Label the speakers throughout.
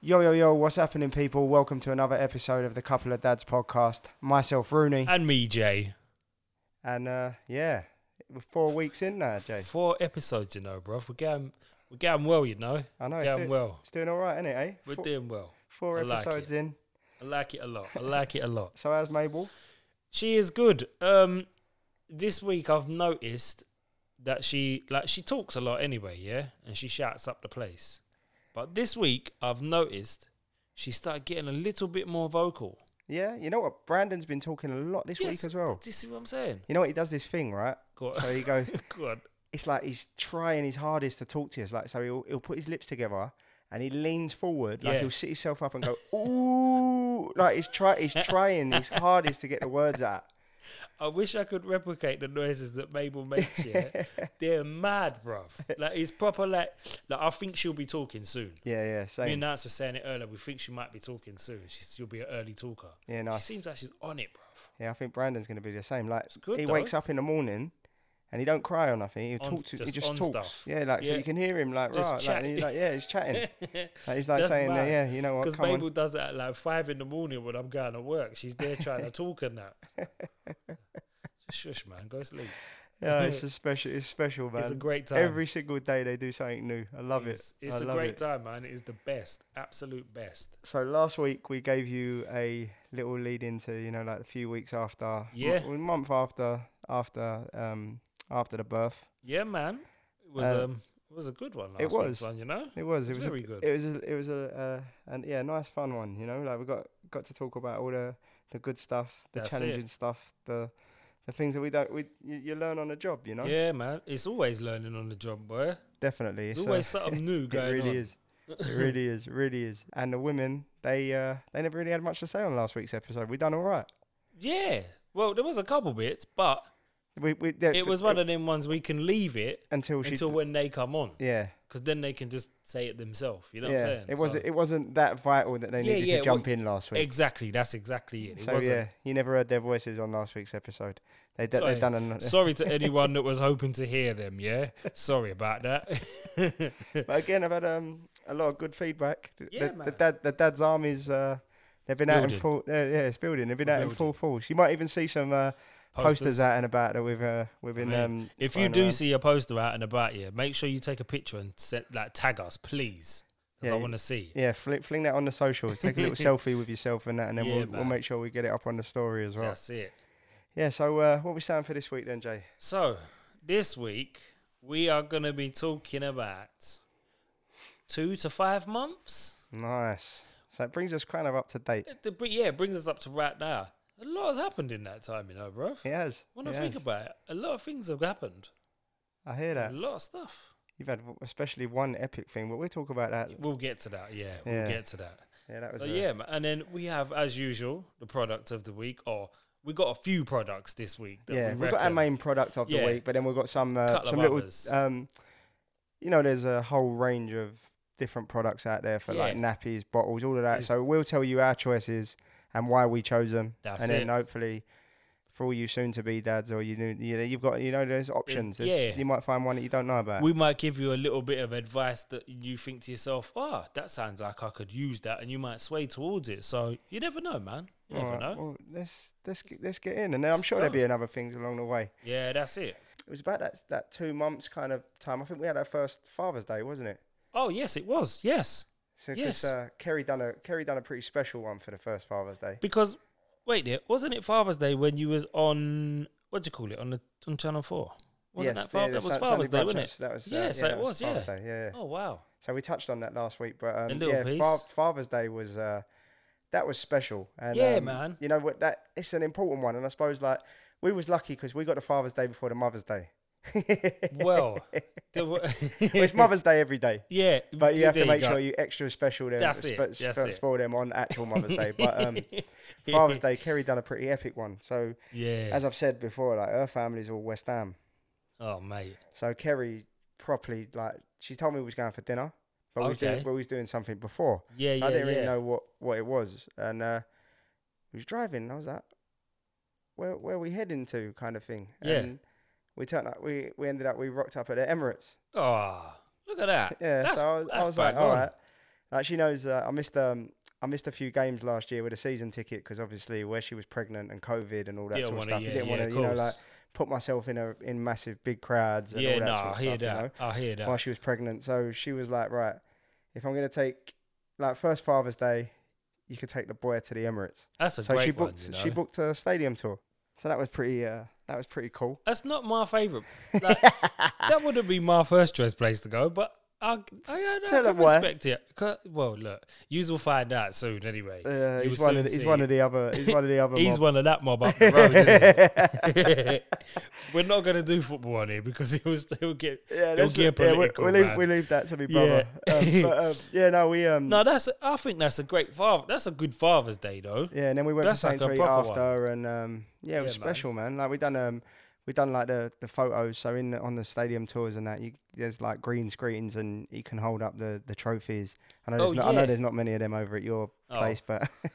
Speaker 1: Yo, yo, yo, what's happening, people? Welcome to another episode of the Couple of Dads podcast. Myself, Rooney.
Speaker 2: And me, Jay.
Speaker 1: And uh, yeah, we're four weeks in now, Jay.
Speaker 2: Four episodes, you know, bruv. We're getting, we're getting well, you know.
Speaker 1: I know, Oh,
Speaker 2: We're
Speaker 1: it's
Speaker 2: getting
Speaker 1: doing,
Speaker 2: well.
Speaker 1: it's doing all right, isn't it, eh?
Speaker 2: We're
Speaker 1: four,
Speaker 2: doing well.
Speaker 1: four
Speaker 2: I like
Speaker 1: episodes
Speaker 2: it.
Speaker 1: in.
Speaker 2: I like it a lot. I like it a lot.
Speaker 1: So, how's Mabel?
Speaker 2: She is good. Um, this week I've noticed that she, like, she talks a lot anyway, yeah? And she shouts up the place. But this week I've noticed she started getting a little bit more vocal.
Speaker 1: Yeah, you know what? Brandon's been talking a lot this week
Speaker 2: Yes,
Speaker 1: as well.
Speaker 2: Do you see what I'm saying?
Speaker 1: You know what? He does this thing, right?
Speaker 2: Go on.
Speaker 1: So, he goes,
Speaker 2: Go on.
Speaker 1: it's like he's trying his hardest to talk to us. Like, so he'll, he'll put his lips together and he leans forward, like
Speaker 2: Yeah.
Speaker 1: he'll sit himself up and go, ooh, like he's, try, he's trying his hardest to get the words out.
Speaker 2: I wish I could replicate the noises that Mabel makes here. They're mad, bruv. Like it's proper like like I think she'll be talking soon.
Speaker 1: Yeah, yeah, same.
Speaker 2: Me and Nance were saying it earlier. We think she might be talking soon. She's, she'll be an early talker.
Speaker 1: Yeah,
Speaker 2: She
Speaker 1: nice.
Speaker 2: seems like she's on it, bruv.
Speaker 1: Yeah, I think Brandon's going to be the same. Like
Speaker 2: good,
Speaker 1: he
Speaker 2: though.
Speaker 1: wakes up in the morning and he don't cry or nothing. He'll
Speaker 2: On-
Speaker 1: talk to he
Speaker 2: just
Speaker 1: just
Speaker 2: on
Speaker 1: talks.
Speaker 2: stuff.
Speaker 1: Yeah, like so
Speaker 2: Yeah.
Speaker 1: you can hear him like
Speaker 2: Just
Speaker 1: right, like, and he's like yeah, he's chatting. Like, he's like
Speaker 2: Just
Speaker 1: saying
Speaker 2: mad.
Speaker 1: yeah, you know what?
Speaker 2: Because
Speaker 1: Come
Speaker 2: Mabel
Speaker 1: on.
Speaker 2: does that at like five in the morning when I'm going to work. She's there trying to talk and that. Just shush, man. Go sleep.
Speaker 1: Yeah, it's a special, it's special, man.
Speaker 2: It's a great time.
Speaker 1: Every single day they do something new. I love
Speaker 2: it's,
Speaker 1: it.
Speaker 2: It's
Speaker 1: I
Speaker 2: a
Speaker 1: love
Speaker 2: great
Speaker 1: it.
Speaker 2: time, man. It is the best, absolute best.
Speaker 1: So last week we gave you a little lead into you know like a few weeks after, m-
Speaker 2: Yeah.
Speaker 1: well, month after after um after the birth.
Speaker 2: Yeah, man. It was
Speaker 1: Uh,
Speaker 2: um it was a good one. Last
Speaker 1: it
Speaker 2: it
Speaker 1: was.
Speaker 2: was one, you know.
Speaker 1: It was.
Speaker 2: It
Speaker 1: It
Speaker 2: was
Speaker 1: was.
Speaker 2: very
Speaker 1: a,
Speaker 2: good.
Speaker 1: It was. A, it was a. Uh, and yeah, nice fun one. You know, like we got got to talk about all the the good stuff, the
Speaker 2: That's it.
Speaker 1: challenging stuff, the the things that we don't. We you, you learn on the job. You know.
Speaker 2: Yeah, man. It's always learning on the job, boy.
Speaker 1: Definitely.
Speaker 2: There's
Speaker 1: It's, uh,
Speaker 2: always something new
Speaker 1: it
Speaker 2: going
Speaker 1: really
Speaker 2: on.
Speaker 1: is. It really is. Really is. And the women, they uh they never really had much to say on last week's episode. We done all right.
Speaker 2: Yeah. Well, there was a couple bits, but
Speaker 1: We we. there-
Speaker 2: it was one of them ones we can leave it
Speaker 1: until she.
Speaker 2: until when they come on,
Speaker 1: yeah.
Speaker 2: because then they can just say it themselves. You know what I'm
Speaker 1: Yeah.
Speaker 2: saying?
Speaker 1: It
Speaker 2: So-
Speaker 1: wasn't. It wasn't that vital that they
Speaker 2: Yeah,
Speaker 1: needed
Speaker 2: yeah,
Speaker 1: to
Speaker 2: well,
Speaker 1: jump in last week.
Speaker 2: exactly. That's exactly it. it
Speaker 1: so
Speaker 2: wasn't.
Speaker 1: yeah, you never heard their voices on last week's episode. They d-
Speaker 2: Sorry.
Speaker 1: they've done an,
Speaker 2: Sorry to anyone that was hoping to hear them. Yeah. Sorry about that.
Speaker 1: But again, I've had um, a lot of good feedback. The,
Speaker 2: Yeah,
Speaker 1: the, the
Speaker 2: man.
Speaker 1: dad, the dad's army's uh, they've been out in
Speaker 2: Building.
Speaker 1: full. Uh, yeah, it's building. They've been
Speaker 2: We're
Speaker 1: out in full force. You might even see some uh, posters. out and about that we've uh, we've been.
Speaker 2: Mate,
Speaker 1: Um,
Speaker 2: If you
Speaker 1: flying
Speaker 2: do
Speaker 1: around.
Speaker 2: see a poster out and about you, make sure you take a picture and set, like tag us, please, because
Speaker 1: Yeah,
Speaker 2: I want to see.
Speaker 1: yeah, fl- fling that on the socials. Take a little selfie with yourself and that, and then
Speaker 2: Yeah,
Speaker 1: we'll, we'll
Speaker 2: man.
Speaker 1: make sure we get it up on the story as well.
Speaker 2: That's it.
Speaker 1: Yeah. So uh, what we saying for this week then, Jay?
Speaker 2: So this week we are going to be talking about two to five months.
Speaker 1: Nice. So it brings us kind of up to date.
Speaker 2: It- it- But yeah, it brings us up to right now. A lot has happened in that time, you know, bruv.
Speaker 1: It has.
Speaker 2: When
Speaker 1: it
Speaker 2: I think
Speaker 1: has.
Speaker 2: about it, a lot of things have happened.
Speaker 1: I hear
Speaker 2: A
Speaker 1: that
Speaker 2: lot of stuff.
Speaker 1: you've had w- especially one epic thing, but we'll talk about that.
Speaker 2: We'll get to that. Yeah, we'll
Speaker 1: Yeah.
Speaker 2: get to that.
Speaker 1: Yeah, that was. uh,
Speaker 2: So
Speaker 1: a-
Speaker 2: yeah, ma- and then we have, as usual, the product of the week, or we got a few products this week. That
Speaker 1: yeah,
Speaker 2: we
Speaker 1: we have got our
Speaker 2: reckon-
Speaker 1: main product of the
Speaker 2: Yeah.
Speaker 1: week, but then we've got some uh,
Speaker 2: Couple
Speaker 1: some
Speaker 2: of
Speaker 1: little.
Speaker 2: others.
Speaker 1: Um, you know, there's a whole range of different products out there for like
Speaker 2: Yeah.
Speaker 1: nappies, bottles, all of that.
Speaker 2: It's-
Speaker 1: so we'll tell you our choices and why we chose them,
Speaker 2: That's
Speaker 1: and then
Speaker 2: it.
Speaker 1: hopefully. For all you soon-to-be dads, or you, knew- you know, you've got, you know, there's options. There's,
Speaker 2: yeah.
Speaker 1: You might find one that you don't know about.
Speaker 2: we might give you a little bit of advice that you think to yourself, oh, that sounds like I could use that, and you might sway towards it. So you never know, man. You never
Speaker 1: Alright,
Speaker 2: know.
Speaker 1: well, let's let's get, let's get in, and then I'm sure there'll be another things along the way.
Speaker 2: Yeah, that's it.
Speaker 1: It was about that that two months kind of time. I think we had our first Father's Day, wasn't it?
Speaker 2: Oh yes, it was. Yes,
Speaker 1: So 'cause,
Speaker 2: Yes.
Speaker 1: uh, Kerry done a Kerry done a pretty special one for the first Father's Day.
Speaker 2: because wait, there wasn't it Father's Day when you was on what do you call it on the on Channel Four? Wasn't that,
Speaker 1: the-
Speaker 2: Father,
Speaker 1: the
Speaker 2: that was
Speaker 1: Sun-
Speaker 2: Father's
Speaker 1: Sunday
Speaker 2: Day,
Speaker 1: brunch,
Speaker 2: wasn't
Speaker 1: that's-
Speaker 2: it?
Speaker 1: That was uh,
Speaker 2: Yeah, so
Speaker 1: that
Speaker 2: it was,
Speaker 1: Father's
Speaker 2: yeah.
Speaker 1: Day, yeah. yeah.
Speaker 2: Oh wow,
Speaker 1: So we touched on that last week, but um,
Speaker 2: little
Speaker 1: yeah,
Speaker 2: piece.
Speaker 1: Fa- Father's Day was uh, that was special. And,
Speaker 2: Yeah,
Speaker 1: um,
Speaker 2: man.
Speaker 1: You know what? That it's an important one, and I suppose like we was lucky because we got the Father's Day before the Mother's Day.
Speaker 2: well, there wa-
Speaker 1: it's Mother's Day every day.
Speaker 2: yeah,
Speaker 1: But you have to
Speaker 2: there
Speaker 1: make
Speaker 2: go.
Speaker 1: sure you extra special them,
Speaker 2: That's it,
Speaker 1: sp-
Speaker 2: that's
Speaker 1: sp-
Speaker 2: it.
Speaker 1: spoil them on actual Mother's Day. But um, Father's Day, Kerry done a pretty epic one. So
Speaker 2: yeah.
Speaker 1: as I've said before, like her family's all West Ham.
Speaker 2: Oh mate,
Speaker 1: So Kerry properly like she told me we was going for dinner, but we was doing,
Speaker 2: Okay.
Speaker 1: but we was doing something before.
Speaker 2: yeah,
Speaker 1: So
Speaker 2: yeah,
Speaker 1: I didn't
Speaker 2: yeah.
Speaker 1: really know what what it was, and uh, we was driving. And I was like, where where we heading to, kind of thing.
Speaker 2: Yeah.
Speaker 1: And we turned up. We we ended up. We rocked up at the Emirates.
Speaker 2: Oh, look at that.
Speaker 1: Yeah.
Speaker 2: That's,
Speaker 1: so I was, I
Speaker 2: that's
Speaker 1: was like,
Speaker 2: bang
Speaker 1: all
Speaker 2: on.
Speaker 1: right. Like she knows that I missed um I missed a few games last year with a season ticket because obviously where she was pregnant and COVID and all that
Speaker 2: Didn't
Speaker 1: sort of
Speaker 2: wanna-
Speaker 1: stuff. you
Speaker 2: yeah,
Speaker 1: didn't want
Speaker 2: yeah,
Speaker 1: to,
Speaker 2: of
Speaker 1: you know,
Speaker 2: course.
Speaker 1: like put myself in a in massive big crowds and
Speaker 2: yeah,
Speaker 1: all that
Speaker 2: no,
Speaker 1: sort of
Speaker 2: I hear
Speaker 1: stuff. You know?
Speaker 2: that. I hear that.
Speaker 1: while she was pregnant. So she was like, right, if I'm going to take, like, first Father's Day, you could take the boy to the Emirates.
Speaker 2: That's a
Speaker 1: so
Speaker 2: great
Speaker 1: she booked
Speaker 2: one. You know?
Speaker 1: she booked a stadium tour. So that was pretty uh, that was pretty cool.
Speaker 2: That's not my favourite. Like, that would have been my first dress place to go, but I, I, I, I
Speaker 1: Tell
Speaker 2: can
Speaker 1: them why.
Speaker 2: respect it. 'Cause- Well, look, you will find out soon anyway.
Speaker 1: Uh,
Speaker 2: You
Speaker 1: he's
Speaker 2: will
Speaker 1: one of
Speaker 2: soon
Speaker 1: the, he's
Speaker 2: see.
Speaker 1: one of the other he's one of the other.
Speaker 2: He's
Speaker 1: mob.
Speaker 2: one of that mob up the road, isn't he? We're not going to do football on here because it was he'll get
Speaker 1: Yeah,
Speaker 2: he'll
Speaker 1: that's it.
Speaker 2: get
Speaker 1: Yeah, we-
Speaker 2: political.
Speaker 1: we, leave,
Speaker 2: man.
Speaker 1: we leave that to me,
Speaker 2: Yeah.
Speaker 1: brother. Um, but, um, yeah, no, we um,
Speaker 2: No, that's I think that's a great father. That's a good Father's Day though.
Speaker 1: yeah, and then we went
Speaker 2: that's
Speaker 1: for something
Speaker 2: like a
Speaker 1: to eat
Speaker 2: proper
Speaker 1: after, and um, yeah, it was
Speaker 2: Yeah, man.
Speaker 1: special, man. Like we done um, we done like the the photos. So in the, on the stadium tours and that, you, there's like green screens, and you can hold up the the trophies. I know, there's
Speaker 2: Oh,
Speaker 1: not, I know
Speaker 2: yeah.
Speaker 1: there's not many of them over at your
Speaker 2: Oh.
Speaker 1: place, but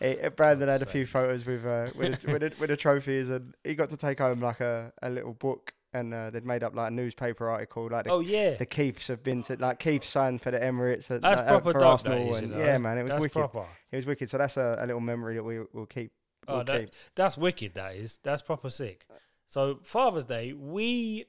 Speaker 1: it, it- Brandon
Speaker 2: God's
Speaker 1: had a few
Speaker 2: sake.
Speaker 1: photos with uh, with, the- with, the, with the trophies, and he got to take home like a, a little book, and uh, they'd made up like a newspaper article, like the
Speaker 2: Oh yeah,
Speaker 1: the Keiths have been to like Keith signed for the Emirates at,
Speaker 2: that's
Speaker 1: like, uh,
Speaker 2: proper
Speaker 1: for
Speaker 2: dog.
Speaker 1: Arsenal
Speaker 2: that is,
Speaker 1: and
Speaker 2: you know?
Speaker 1: yeah man it was
Speaker 2: that's
Speaker 1: wicked
Speaker 2: proper.
Speaker 1: it was wicked so that's a, a little memory that we will keep
Speaker 2: Oh,
Speaker 1: we'll
Speaker 2: that-
Speaker 1: keep.
Speaker 2: That's wicked. That is. That's proper sick. So Father's Day, we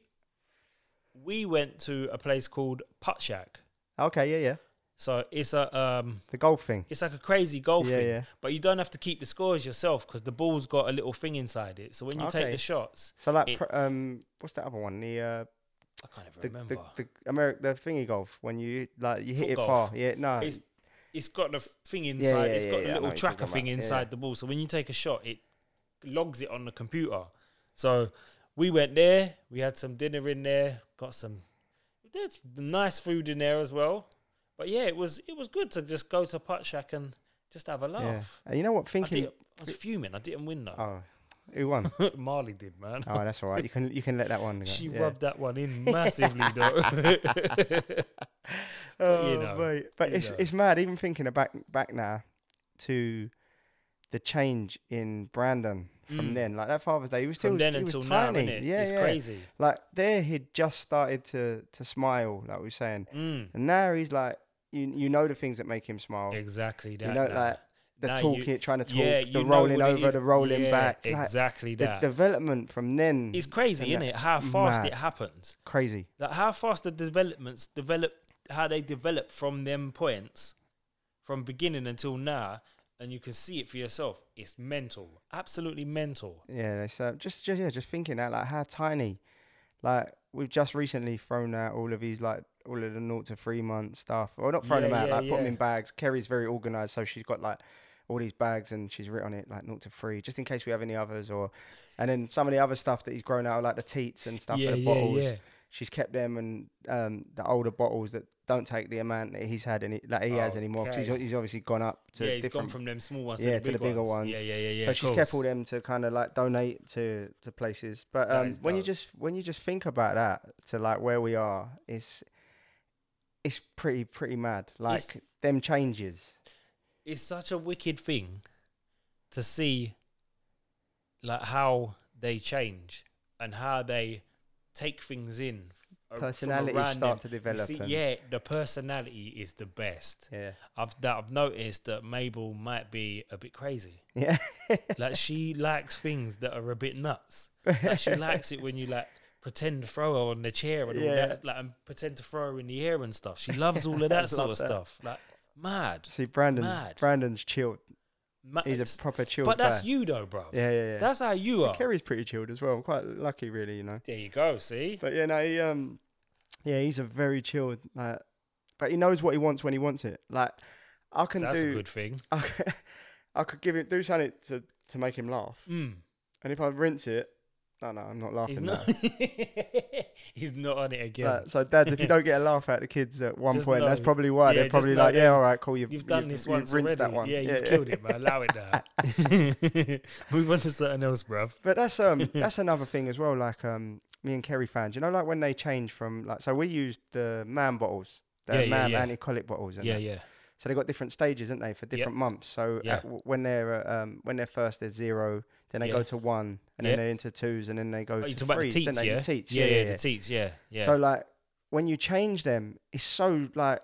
Speaker 2: we went to a place called Putt Shack.
Speaker 1: okay yeah yeah
Speaker 2: So it's a um,
Speaker 1: the golf thing
Speaker 2: it's like a crazy golf
Speaker 1: yeah
Speaker 2: thing,
Speaker 1: yeah
Speaker 2: but you don't have to keep the scores yourself because the ball's got a little thing inside it. So when you take
Speaker 1: Okay.
Speaker 2: the shots,
Speaker 1: so like
Speaker 2: It-
Speaker 1: pr- um what's that other one the uh
Speaker 2: I can't even
Speaker 1: the
Speaker 2: remember.
Speaker 1: the, the America the thingy golf when you like you hit
Speaker 2: Foot
Speaker 1: it
Speaker 2: golf.
Speaker 1: far yeah no
Speaker 2: it's it's got the f- thing inside.
Speaker 1: yeah,
Speaker 2: it's
Speaker 1: yeah, yeah, I
Speaker 2: got the
Speaker 1: know
Speaker 2: little
Speaker 1: what you're
Speaker 2: tracker
Speaker 1: talking
Speaker 2: thing
Speaker 1: about, yeah.
Speaker 2: inside the ball. So when you take a shot, it logs it on the computer. So we went there. We had some dinner in there. Got some there's nice food in there as well. But yeah, it was it was good to just go to Putt Shack and just have a laugh.
Speaker 1: yeah and you know what
Speaker 2: I,
Speaker 1: thinking
Speaker 2: did, I was fuming. I didn't win though.
Speaker 1: oh who won
Speaker 2: Marley did, man.
Speaker 1: oh that's all right you can you can let that one go
Speaker 2: She
Speaker 1: yeah.
Speaker 2: rubbed that one in massively though.
Speaker 1: Oh,
Speaker 2: you know,
Speaker 1: mate. but
Speaker 2: you
Speaker 1: it's
Speaker 2: know.
Speaker 1: it's mad. Even thinking about back now to the change in Brandon from
Speaker 2: Mm.
Speaker 1: then, like that Father's Day, he was still
Speaker 2: From then
Speaker 1: he was
Speaker 2: until now,
Speaker 1: tiny.
Speaker 2: innit?
Speaker 1: Yeah,
Speaker 2: it's
Speaker 1: yeah.
Speaker 2: crazy.
Speaker 1: Like there, he'd just started to to smile, like we were saying,
Speaker 2: Mm.
Speaker 1: and now he's like, you you know the things that make him smile.
Speaker 2: Exactly that.
Speaker 1: Oh. you know,
Speaker 2: now.
Speaker 1: like the
Speaker 2: Now
Speaker 1: talking,
Speaker 2: you-
Speaker 1: trying to talk,
Speaker 2: yeah, you
Speaker 1: the
Speaker 2: know
Speaker 1: rolling
Speaker 2: what it
Speaker 1: over,
Speaker 2: is.
Speaker 1: the rolling
Speaker 2: Yeah,
Speaker 1: back. like,
Speaker 2: Exactly
Speaker 1: the
Speaker 2: that.
Speaker 1: development from then
Speaker 2: it's crazy,
Speaker 1: and
Speaker 2: isn't it? How fast
Speaker 1: mad.
Speaker 2: it happens.
Speaker 1: crazy.
Speaker 2: Like how fast the developments develop, how they develop from them points, from beginning until now, and you can see it for yourself. It's mental, absolutely mental.
Speaker 1: Yeah, so just, just yeah, just thinking that like how tiny, like we've just recently thrown out all of these like all of the naught to three month stuff, or not thrown
Speaker 2: Yeah,
Speaker 1: them out,
Speaker 2: yeah,
Speaker 1: like put them
Speaker 2: yeah.
Speaker 1: in bags. Kerry's very organised, so she's got like all these bags and she's written on it like naught to three, just in case we have any others, or and then some of the other stuff that he's grown out, like the teats and stuff,
Speaker 2: yeah,
Speaker 1: and the
Speaker 2: yeah,
Speaker 1: bottles.
Speaker 2: yeah.
Speaker 1: She's kept them and um, the older bottles that don't take the amount that he's had any that he has anymore. 'cause he's,
Speaker 2: Oh, Okay.
Speaker 1: he's obviously gone up to
Speaker 2: yeah, he's
Speaker 1: different
Speaker 2: gone from them small ones
Speaker 1: yeah,
Speaker 2: to the, big
Speaker 1: bigger
Speaker 2: ones.
Speaker 1: ones.
Speaker 2: Yeah, yeah, yeah, yeah.
Speaker 1: so
Speaker 2: of
Speaker 1: she's kept all
Speaker 2: course.
Speaker 1: them to kind of like donate to to places but
Speaker 2: That
Speaker 1: um
Speaker 2: is
Speaker 1: when you
Speaker 2: dope.
Speaker 1: just when you just think about that to like where we are it's it's pretty pretty mad like
Speaker 2: It's-
Speaker 1: them changes
Speaker 2: it's such a wicked thing to see like how they change and how they take things in uh, from a
Speaker 1: personalities
Speaker 2: random-
Speaker 1: start to develop
Speaker 2: you see,
Speaker 1: and-
Speaker 2: yeah the personality is the best
Speaker 1: yeah
Speaker 2: i've that i've noticed that mabel might be a bit crazy
Speaker 1: yeah
Speaker 2: like she likes things that are a bit nuts like she likes it when you like pretend to throw her on the chair and all
Speaker 1: Yeah.
Speaker 2: that like and pretend to throw her in the air and stuff she loves all of that sort
Speaker 1: Love
Speaker 2: of
Speaker 1: that.
Speaker 2: stuff like mad
Speaker 1: see brandon
Speaker 2: Mad.
Speaker 1: brandon's chilled
Speaker 2: Ma-
Speaker 1: he's
Speaker 2: it's-
Speaker 1: a proper chilled
Speaker 2: but that's
Speaker 1: guy.
Speaker 2: you though, bro.
Speaker 1: yeah yeah yeah
Speaker 2: That's how you are.
Speaker 1: kerry's pretty chilled as well quite lucky really you know
Speaker 2: There you go. See,
Speaker 1: But yeah, no, he um, yeah, he's a very chilled. Like, but he knows what he wants when he wants it. Like, I can
Speaker 2: that's
Speaker 1: do.
Speaker 2: a good thing.
Speaker 1: I, could, I could give him do something to to make him laugh,
Speaker 2: Mm.
Speaker 1: and if I rinse it, no, no, I'm not
Speaker 2: He's
Speaker 1: laughing. now.
Speaker 2: not. he's not on it again.
Speaker 1: Like, so, dads, if you don't get a laugh out of the kids at one
Speaker 2: Just
Speaker 1: point, that's
Speaker 2: know.
Speaker 1: probably why
Speaker 2: Yeah,
Speaker 1: they're
Speaker 2: just
Speaker 1: probably
Speaker 2: know
Speaker 1: like,
Speaker 2: then
Speaker 1: "Yeah, all right, cool, you've,
Speaker 2: You've done
Speaker 1: you've-
Speaker 2: this
Speaker 1: you've
Speaker 2: once
Speaker 1: rinsed that
Speaker 2: already.
Speaker 1: one."
Speaker 2: Yeah, you've killed it, man. Allow it now. Move on to something else, bruv.
Speaker 1: But that's um that's another thing as well. Like um me and Kerry fans, you know, like when they change from like so we used the man bottles, the
Speaker 2: Yeah, yeah,
Speaker 1: man
Speaker 2: yeah.
Speaker 1: anti-colic bottles, and
Speaker 2: Yeah,
Speaker 1: that.
Speaker 2: yeah.
Speaker 1: So they got different stages, aren't they, for
Speaker 2: Yeah.
Speaker 1: different months? So
Speaker 2: Yeah.
Speaker 1: at, w- when they're uh, um, when they're first, they're zero. Then they
Speaker 2: Yeah.
Speaker 1: go to one, and
Speaker 2: Yeah.
Speaker 1: then they're into twos, and then they go
Speaker 2: Oh,
Speaker 1: to
Speaker 2: you talking about the
Speaker 1: threes.
Speaker 2: teats,
Speaker 1: don't they?
Speaker 2: yeah?
Speaker 1: The teats,
Speaker 2: yeah,
Speaker 1: yeah,
Speaker 2: the teats, yeah, yeah.
Speaker 1: So like when you change them, it's so like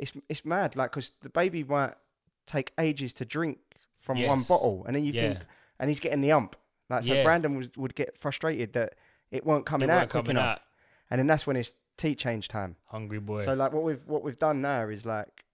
Speaker 1: it's it's mad. Like, because the baby might take ages to drink from one
Speaker 2: Yes.
Speaker 1: bottle, and then you
Speaker 2: Yeah.
Speaker 1: think, and he's getting the ump. Like, so
Speaker 2: Yeah.
Speaker 1: Brandon was, would get frustrated that it weren't coming
Speaker 2: weren't
Speaker 1: out quick
Speaker 2: coming
Speaker 1: enough,
Speaker 2: out.
Speaker 1: and then that's when it's tea change time.
Speaker 2: Hungry boy.
Speaker 1: So, like, what we've what we've done now is like.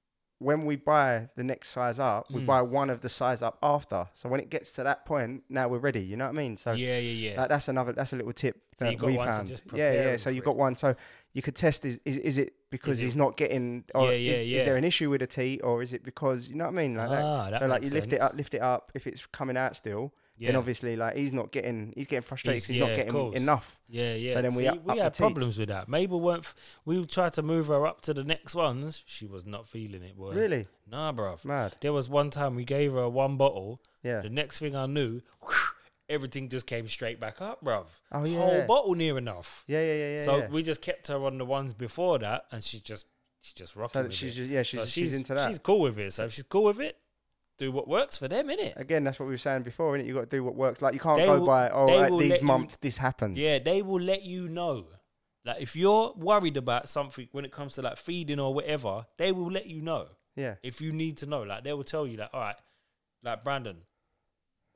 Speaker 1: When we buy the next size up, we
Speaker 2: Mm.
Speaker 1: buy one of the size up after. So when it gets to that point, now we're ready. You know what I mean? So
Speaker 2: yeah, yeah, yeah.
Speaker 1: like, that's another. That's a little tip
Speaker 2: So
Speaker 1: that
Speaker 2: you got
Speaker 1: we
Speaker 2: one to
Speaker 1: found.
Speaker 2: just
Speaker 1: yeah,
Speaker 2: prepare
Speaker 1: yeah.
Speaker 2: him
Speaker 1: So you
Speaker 2: for
Speaker 1: got one. So you could test is is, is it because
Speaker 2: Is it-
Speaker 1: he's not getting? Or
Speaker 2: Yeah, yeah,
Speaker 1: is,
Speaker 2: yeah.
Speaker 1: is there an issue with the tea, or is it because you know what I mean? Like that.
Speaker 2: ah, that
Speaker 1: so like you
Speaker 2: makes
Speaker 1: lift it
Speaker 2: sense.
Speaker 1: up, lift it up. If it's coming out still,
Speaker 2: yeah.
Speaker 1: then obviously like he's not getting. He's getting frustrated.
Speaker 2: He's-
Speaker 1: 'cause He's,
Speaker 2: yeah, of
Speaker 1: not
Speaker 2: course.
Speaker 1: getting enough.
Speaker 2: Yeah, yeah.
Speaker 1: then we
Speaker 2: See,
Speaker 1: up-
Speaker 2: we
Speaker 1: up the
Speaker 2: had
Speaker 1: teats.
Speaker 2: problems with that. Mabel weren't. F- we tried to move her up to the next ones. She was not feeling it, boy.
Speaker 1: Really
Speaker 2: Nah, bruv.
Speaker 1: mad.
Speaker 2: There was one time we gave her one bottle.
Speaker 1: Yeah.
Speaker 2: The next thing I knew, everything just came straight back up, bruv.
Speaker 1: Oh,
Speaker 2: Whole
Speaker 1: yeah.
Speaker 2: bottle near enough.
Speaker 1: Yeah, yeah, yeah, yeah.
Speaker 2: so
Speaker 1: yeah.
Speaker 2: we just kept her on the ones before that, and she just she just rocking.
Speaker 1: So
Speaker 2: with
Speaker 1: she's
Speaker 2: it.
Speaker 1: just, yeah, she's,
Speaker 2: so
Speaker 1: she's into that.
Speaker 2: She's cool with it. So if she's cool with it, do what works for them, innit?
Speaker 1: Again, that's what we were saying before, innit? You got to do what works. Like you can't
Speaker 2: They
Speaker 1: go
Speaker 2: will-
Speaker 1: by oh
Speaker 2: they
Speaker 1: at
Speaker 2: will
Speaker 1: these
Speaker 2: let you-
Speaker 1: months this happens.
Speaker 2: Yeah, they will let you know. Like if you're worried about something when it comes to like feeding or whatever, they will let you know.
Speaker 1: yeah,
Speaker 2: If you need to know, like they will tell you like, all right, like Brandon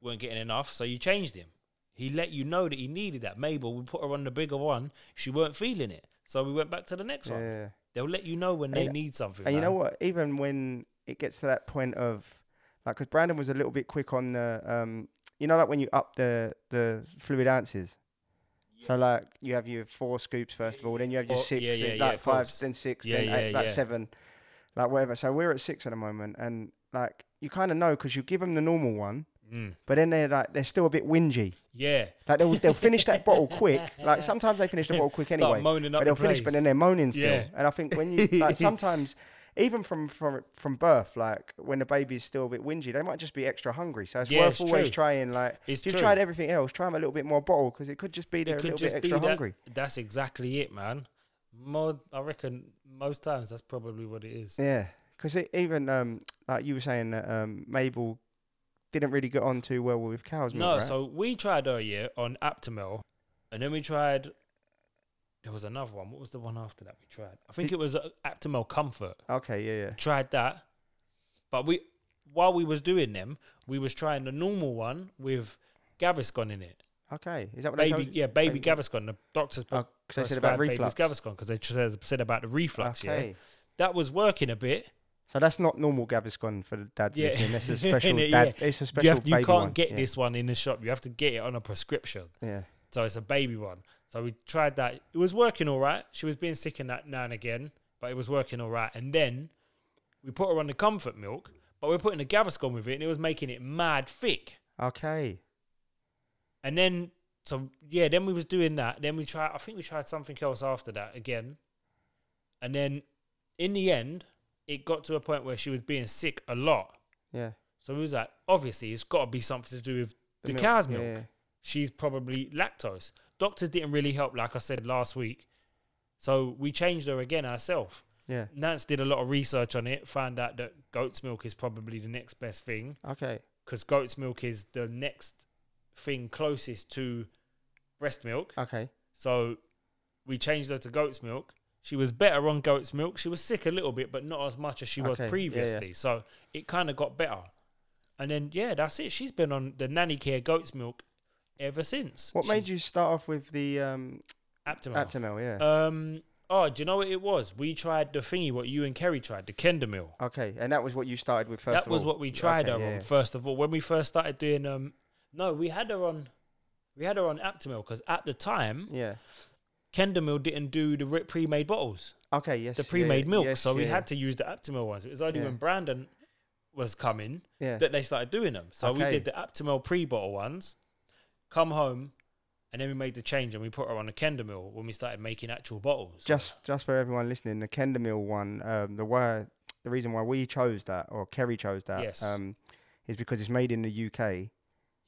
Speaker 2: weren't getting enough, so you changed him. He let you know that he needed that. Mabel, we put her on the bigger one. She weren't feeling it, so we went back to the next
Speaker 1: yeah.
Speaker 2: one.
Speaker 1: yeah.
Speaker 2: They'll let you know when they
Speaker 1: And-
Speaker 2: need something.
Speaker 1: And you
Speaker 2: man.
Speaker 1: know what? Even when it gets to that point of like, because Brandon was a little bit quick on the, um, you know, like when you up the the fluid ounces. So like you have your four scoops first of all, then you have your
Speaker 2: Four-
Speaker 1: six,
Speaker 2: yeah,
Speaker 1: then
Speaker 2: yeah,
Speaker 1: like
Speaker 2: yeah, of
Speaker 1: five,
Speaker 2: course.
Speaker 1: then six,
Speaker 2: Yeah,
Speaker 1: then
Speaker 2: yeah,
Speaker 1: eight, like
Speaker 2: yeah.
Speaker 1: seven, like whatever. So we're at six at the moment, and like you kind of know because you give them the normal one,
Speaker 2: Mm.
Speaker 1: but then they're like they're still a bit whingy.
Speaker 2: Yeah.
Speaker 1: Like they'll they'll finish that bottle quick. Like sometimes they finish the bottle quick
Speaker 2: Start
Speaker 1: anyway
Speaker 2: moaning up
Speaker 1: but they'll
Speaker 2: the
Speaker 1: finish, but
Speaker 2: place.
Speaker 1: then they're moaning still.
Speaker 2: Yeah.
Speaker 1: And I think when you like sometimes, even from from from birth, like when the baby's still a bit whingy, they might just be extra hungry. So it's
Speaker 2: Yeah,
Speaker 1: worth
Speaker 2: it's
Speaker 1: always
Speaker 2: true.
Speaker 1: trying. Like
Speaker 2: It's
Speaker 1: if you've
Speaker 2: true.
Speaker 1: tried everything else, try them a little bit more bottle because it could just be they're a little bit extra
Speaker 2: that-
Speaker 1: hungry.
Speaker 2: That's exactly it, man. More, I reckon most times that's probably what it is.
Speaker 1: Yeah, because even um like you were saying that um Mabel didn't really get on too well with cows.
Speaker 2: No,
Speaker 1: milk, right?
Speaker 2: so we tried her yeah on Aptamil, and then we tried. There was another one. What was the one after that we tried? I think it was uh, Aptamil Comfort.
Speaker 1: okay, yeah, yeah,
Speaker 2: Tried that, but we while we was doing them, we was trying the normal one with Gaviscon in it.
Speaker 1: okay. Is that what they
Speaker 2: Baby,
Speaker 1: told you?
Speaker 2: yeah, baby,
Speaker 1: baby-
Speaker 2: Gaviscon. The doctors
Speaker 1: Oh, 'cause they said about reflux.
Speaker 2: Gaviscon because they said, said about the reflux.
Speaker 1: okay.
Speaker 2: Yeah, that was working a bit.
Speaker 1: So that's not normal Gaviscon for the dad
Speaker 2: Yeah.
Speaker 1: listening. That's a special
Speaker 2: Innit,
Speaker 1: dad. It's a special
Speaker 2: you, have, you
Speaker 1: baby
Speaker 2: can't
Speaker 1: one.
Speaker 2: get
Speaker 1: yeah.
Speaker 2: this one in the shop. You have to get it on a prescription.
Speaker 1: Yeah.
Speaker 2: So it's a baby one. So we tried that. It was working all right. She was being sick in that now and again, but it was working all right. And then we put her on the comfort milk, but we are putting the Gaviscon with it, and it was making it mad thick.
Speaker 1: Okay.
Speaker 2: And then so yeah, then we was doing that. Then we tried. I think we tried something else after that again. And then in the end, it got to a point where she was being sick a lot.
Speaker 1: Yeah.
Speaker 2: So we was like, obviously, it's got to be something to do with the,
Speaker 1: milk,
Speaker 2: cow's
Speaker 1: yeah,
Speaker 2: milk.
Speaker 1: yeah.
Speaker 2: She's probably lactose. Doctors didn't really help, like I said last week. So we changed her again ourselves.
Speaker 1: Yeah.
Speaker 2: Nance did a lot of research on it, found out that goat's milk is probably the next best thing
Speaker 1: Okay.
Speaker 2: because goat's milk is the next thing closest to breast milk.
Speaker 1: Okay.
Speaker 2: So we changed her to goat's milk. She was better on goat's milk. She was sick a little bit, but not as much as she
Speaker 1: Okay, yeah,
Speaker 2: was
Speaker 1: yeah.
Speaker 2: previously. So it kind of got better. And then, yeah, that's it. She's been on the nanny care goat's milk ever since.
Speaker 1: What made you start off with the um,
Speaker 2: Aptamil?
Speaker 1: Aptamil? Yeah.
Speaker 2: Um, oh, do you know what it was? We tried the thingy what you and Kerry tried, the Kendamil.
Speaker 1: okay, and that was what you started with first.
Speaker 2: That
Speaker 1: of
Speaker 2: was
Speaker 1: all.
Speaker 2: what we tried
Speaker 1: Okay,
Speaker 2: her
Speaker 1: yeah.
Speaker 2: on first of all. When we first started doing um, no, we had her on, we had her on Aptamil because at the time
Speaker 1: Yeah.
Speaker 2: Kendamil didn't do the re- pre-made bottles,
Speaker 1: Okay. Yes.
Speaker 2: the
Speaker 1: yeah,
Speaker 2: pre-made
Speaker 1: yeah,
Speaker 2: milk,
Speaker 1: yes,
Speaker 2: so we
Speaker 1: yeah,
Speaker 2: had to use the Aptamil ones. It was only
Speaker 1: Yeah.
Speaker 2: when Brandon was coming
Speaker 1: Yeah.
Speaker 2: that they started doing them. So we
Speaker 1: Okay.
Speaker 2: did the Aptamil pre-bottle ones. Come home. And then we made the change, and we put her on a Kendamil when we started making actual bottles.
Speaker 1: Just just for everyone listening, the Kendamil one, um, the why, the reason why we chose that or Kerry chose that,
Speaker 2: Yes.
Speaker 1: um, is because it's made in the UK.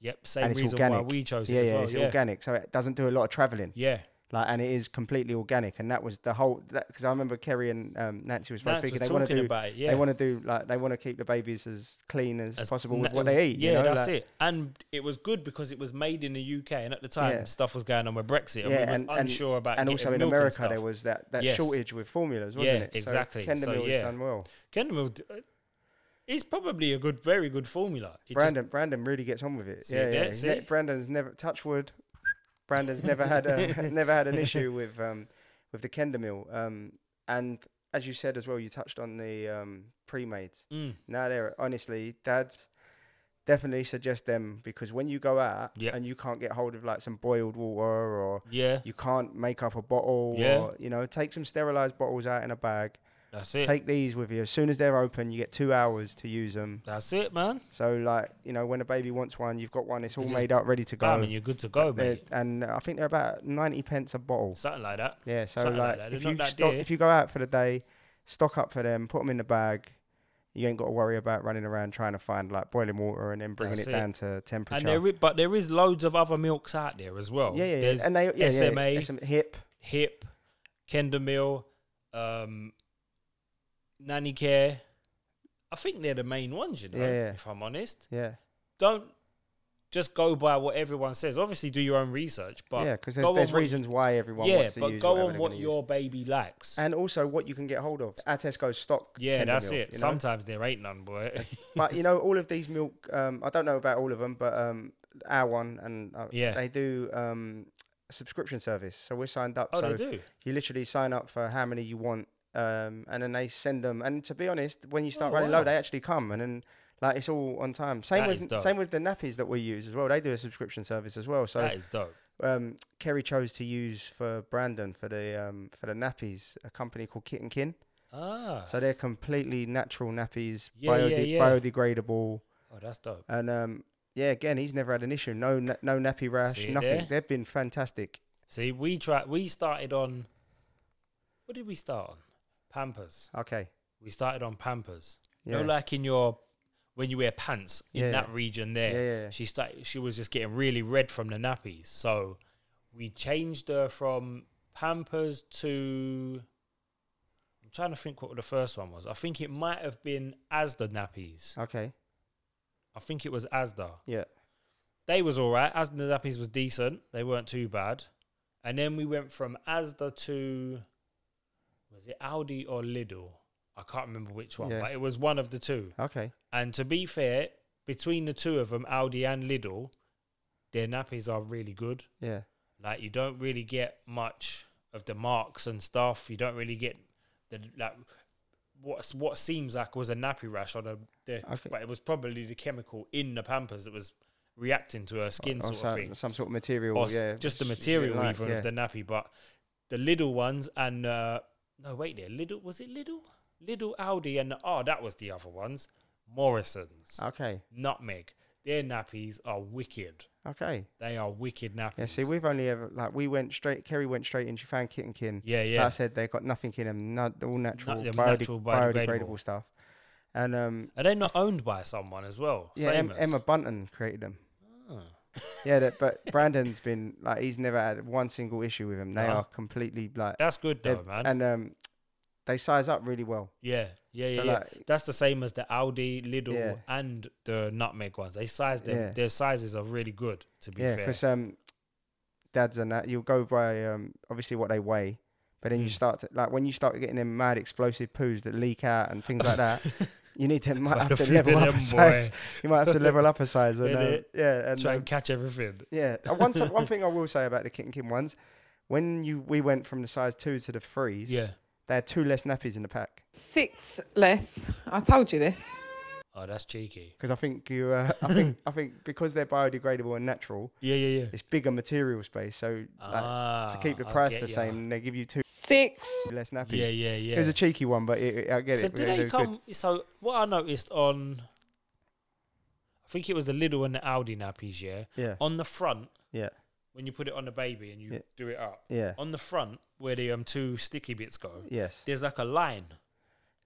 Speaker 2: Yep, same
Speaker 1: And it's
Speaker 2: reason why
Speaker 1: organic.
Speaker 2: we chose it
Speaker 1: yeah,
Speaker 2: as
Speaker 1: yeah,
Speaker 2: well.
Speaker 1: it's
Speaker 2: yeah.
Speaker 1: organic, so it doesn't do a lot of travelling.
Speaker 2: yeah,
Speaker 1: Like, and it is completely organic, and that was the whole. Because I remember Kerry and um, Nancy was both
Speaker 2: Nance
Speaker 1: speaking.
Speaker 2: was
Speaker 1: they want to
Speaker 2: talking
Speaker 1: do.
Speaker 2: about it. Yeah,
Speaker 1: They want to do like they want to keep the babies as clean as,
Speaker 2: As
Speaker 1: possible
Speaker 2: na-
Speaker 1: with
Speaker 2: it
Speaker 1: what
Speaker 2: was-
Speaker 1: they eat.
Speaker 2: Yeah,
Speaker 1: you know?
Speaker 2: that's
Speaker 1: like-
Speaker 2: it. And it was good because it was made in the UK, and at the time,
Speaker 1: Yeah.
Speaker 2: stuff was going on with Brexit, and
Speaker 1: Yeah,
Speaker 2: we was
Speaker 1: and- and-
Speaker 2: unsure about
Speaker 1: and
Speaker 2: getting
Speaker 1: also in
Speaker 2: milk and
Speaker 1: America
Speaker 2: stuff.
Speaker 1: there was that, that
Speaker 2: Yes.
Speaker 1: shortage with formulas, wasn't
Speaker 2: Yeah,
Speaker 1: it?
Speaker 2: exactly.
Speaker 1: So Kendall
Speaker 2: So,
Speaker 1: Mill
Speaker 2: yeah.
Speaker 1: has done well.
Speaker 2: Kendall d- is probably a good, very good formula. It just-
Speaker 1: Brandon Brandon really gets on with it.
Speaker 2: See,
Speaker 1: yeah,
Speaker 2: yeah,
Speaker 1: yeah. He's ne-
Speaker 2: see?
Speaker 1: Brandon's never touch wood. Brandon's never had a, never had an issue with um, with the Kendall Mill. Um, and as you said as well, you touched on the um, pre-mades.
Speaker 2: Mm,
Speaker 1: Now they're honestly, dads definitely suggest them because when you go out
Speaker 2: Yep.
Speaker 1: and you can't get hold of like some boiled water or
Speaker 2: yeah,
Speaker 1: you can't make up a bottle
Speaker 2: Yeah.
Speaker 1: or you know take some sterilized bottles out in a bag
Speaker 2: that's it.
Speaker 1: take these with you as soon as they're open you get two hours to use them
Speaker 2: that's it, man.
Speaker 1: so like you know when a baby wants one you've got one it's all
Speaker 2: You just
Speaker 1: made up ready to
Speaker 2: Bam,
Speaker 1: go
Speaker 2: and you're good to go,
Speaker 1: They're-
Speaker 2: mate.
Speaker 1: and i think they're about 90 pence a bottle
Speaker 2: Something like that.
Speaker 1: yeah so
Speaker 2: Something
Speaker 1: like,
Speaker 2: like that. They're
Speaker 1: if
Speaker 2: not
Speaker 1: you
Speaker 2: that
Speaker 1: stock,
Speaker 2: dear.
Speaker 1: if you go out for the day stock up for them put them in the bag you ain't got to worry about running around trying to find like boiling water and then bringing
Speaker 2: That's
Speaker 1: it,
Speaker 2: it.
Speaker 1: down to temperature
Speaker 2: And there, is, but there is loads of other milks out there as well.
Speaker 1: yeah, yeah, yeah.
Speaker 2: There's
Speaker 1: and they yeah, yeah,
Speaker 2: SMA.
Speaker 1: yeah, some hip
Speaker 2: Hip, Kendall Mill, um, Nanny Care. I think they're the main ones, you know.
Speaker 1: Yeah, yeah.
Speaker 2: If I'm honest,
Speaker 1: yeah
Speaker 2: don't just go by what everyone says. Obviously, do your own research, but
Speaker 1: yeah
Speaker 2: yeah,
Speaker 1: because
Speaker 2: go
Speaker 1: there's,
Speaker 2: on
Speaker 1: there's
Speaker 2: what you-
Speaker 1: reasons why everyone wants to
Speaker 2: but
Speaker 1: use
Speaker 2: go
Speaker 1: whatever
Speaker 2: on
Speaker 1: they're
Speaker 2: what
Speaker 1: gonna
Speaker 2: your
Speaker 1: use.
Speaker 2: baby likes.
Speaker 1: and also what you can get hold of at Tesco's stock.
Speaker 2: yeah,
Speaker 1: tender
Speaker 2: that's
Speaker 1: milk,
Speaker 2: it.
Speaker 1: you know?
Speaker 2: Sometimes there ain't none, boy.
Speaker 1: but you know, all of these milk, um, I don't know about all of them, but um, our one and uh,
Speaker 2: Yeah.
Speaker 1: they do um, a subscription service. So we're signed up.
Speaker 2: oh,
Speaker 1: so
Speaker 2: they do.
Speaker 1: you literally sign up for how many you want, um, and then they send them. And to be honest, when you start
Speaker 2: Oh,
Speaker 1: running
Speaker 2: wow.
Speaker 1: low, they actually come, and then like it's all on time. Same
Speaker 2: That is
Speaker 1: with
Speaker 2: dope.
Speaker 1: same with the nappies that we use as well. They do a subscription service as well. So
Speaker 2: that is dope.
Speaker 1: um, Kerry chose to use for Brandon for the um, for the nappies a company called Kit and Kin.
Speaker 2: Ah,
Speaker 1: So they're completely natural nappies,
Speaker 2: Yeah, yeah,
Speaker 1: biode-
Speaker 2: yeah.
Speaker 1: biodegradable,
Speaker 2: oh, that's dope.
Speaker 1: and um, yeah, again, he's never had an issue. No, na- no nappy rash,
Speaker 2: See it
Speaker 1: nothing.
Speaker 2: there?
Speaker 1: They've been fantastic.
Speaker 2: See, we try. We started on. What did we start on? Pampers.
Speaker 1: Okay,
Speaker 2: We started on Pampers.
Speaker 1: yeah,
Speaker 2: No, like in your when you wear pants in
Speaker 1: Yeah.
Speaker 2: that region there.
Speaker 1: yeah, yeah, yeah.
Speaker 2: She started. She was just getting really red from the nappies. So we changed her from Pampers to. I'm trying to think what the first one was. I think it might have been Asda nappies.
Speaker 1: okay,
Speaker 2: I think it was Asda.
Speaker 1: yeah,
Speaker 2: They was all right. Asda nappies was decent. They weren't too bad. And then we went from Asda to was it Aldi or Lidl? I can't remember which one,
Speaker 1: Yeah.
Speaker 2: but it was one of the two.
Speaker 1: okay,
Speaker 2: And to be fair, between the two of them, Aldi and Lidl, their nappies are really good.
Speaker 1: yeah,
Speaker 2: Like you don't really get much of the marks and stuff. You don't really get the like what's what seems like was a nappy rash on a the,
Speaker 1: Okay.
Speaker 2: but it was probably the chemical in the pampers that was reacting to her skin
Speaker 1: or
Speaker 2: sort of thing.
Speaker 1: some, some sort of material,
Speaker 2: Or s-
Speaker 1: oh, yeah,
Speaker 2: just the
Speaker 1: which she
Speaker 2: material
Speaker 1: didn't like,
Speaker 2: even
Speaker 1: yeah.
Speaker 2: of the nappy, but the Lidl ones and uh no wait there, Lidl was it Lidl? Lidl Aldi and oh that was the other ones. Morrison's
Speaker 1: okay,
Speaker 2: nutmeg. Their nappies are wicked.
Speaker 1: okay,
Speaker 2: They are wicked nappies.
Speaker 1: yeah. See, we've only ever like we went straight. Kerry went straight in. She found Kit and Kin.
Speaker 2: yeah,
Speaker 1: Like I
Speaker 2: yeah,
Speaker 1: said, they got nothing in them. No, all natural,
Speaker 2: them
Speaker 1: biode-
Speaker 2: natural biodegradable.
Speaker 1: biodegradable stuff. And um,
Speaker 2: Are they not owned by someone as well?
Speaker 1: yeah, Em-
Speaker 2: Famous.
Speaker 1: Emma Bunton created them.
Speaker 2: Oh.
Speaker 1: Yeah, that, but Brandon's been like he's never had one single issue with him. They
Speaker 2: Uh-huh.
Speaker 1: are completely like
Speaker 2: That's good
Speaker 1: they're-
Speaker 2: though, man.
Speaker 1: and um, they size up really well.
Speaker 2: yeah, yeah, yeah,
Speaker 1: So
Speaker 2: yeah.
Speaker 1: like,
Speaker 2: That's the same as the Aldi, Lidl,
Speaker 1: Yeah.
Speaker 2: and the nutmeg ones. They size them.
Speaker 1: Yeah.
Speaker 2: Their sizes are really good. To be
Speaker 1: yeah,
Speaker 2: fair,
Speaker 1: because um, dads and that you'll go by um obviously what they weigh, but then you
Speaker 2: Mm.
Speaker 1: start to, like when you start getting them mad explosive poos that leak out and things like that. You need to might
Speaker 2: Find
Speaker 1: have
Speaker 2: a
Speaker 1: to
Speaker 2: few of
Speaker 1: level up
Speaker 2: them,
Speaker 1: a size.
Speaker 2: boy.
Speaker 1: You might have to level up a size, and,
Speaker 2: Innit?
Speaker 1: um, yeah, and
Speaker 2: Try
Speaker 1: um,
Speaker 2: and catch everything.
Speaker 1: Yeah. Uh, One, so- one thing I will say about the Kit and Kim ones, when you we went from the size two to the threes,
Speaker 2: Yeah.
Speaker 1: they had two less nappies in the pack.
Speaker 3: Six less. I told you this.
Speaker 2: Oh, that's cheeky.
Speaker 1: Because I think you, uh, I think I think because they're biodegradable and natural,
Speaker 2: Yeah, yeah, yeah.
Speaker 1: it's bigger material space. So like,
Speaker 2: ah,
Speaker 1: to keep the
Speaker 2: I
Speaker 1: price
Speaker 2: get
Speaker 1: the
Speaker 2: ya.
Speaker 1: same, they give you two
Speaker 3: Six.
Speaker 1: less nappies.
Speaker 2: Yeah, yeah, yeah.
Speaker 1: It was a cheeky one, but it, it- I get
Speaker 2: so
Speaker 1: it.
Speaker 2: do
Speaker 1: it
Speaker 2: they
Speaker 1: was good.
Speaker 2: come? So what I noticed on, I think it was the Lidl and the Aldi nappies. Yeah,
Speaker 1: Yeah,
Speaker 2: on the front
Speaker 1: yeah,
Speaker 2: when you put it on the baby and you
Speaker 1: Yeah.
Speaker 2: do it up
Speaker 1: yeah.
Speaker 2: on the front where the um two sticky bits go.
Speaker 1: Yes.
Speaker 2: There's like a line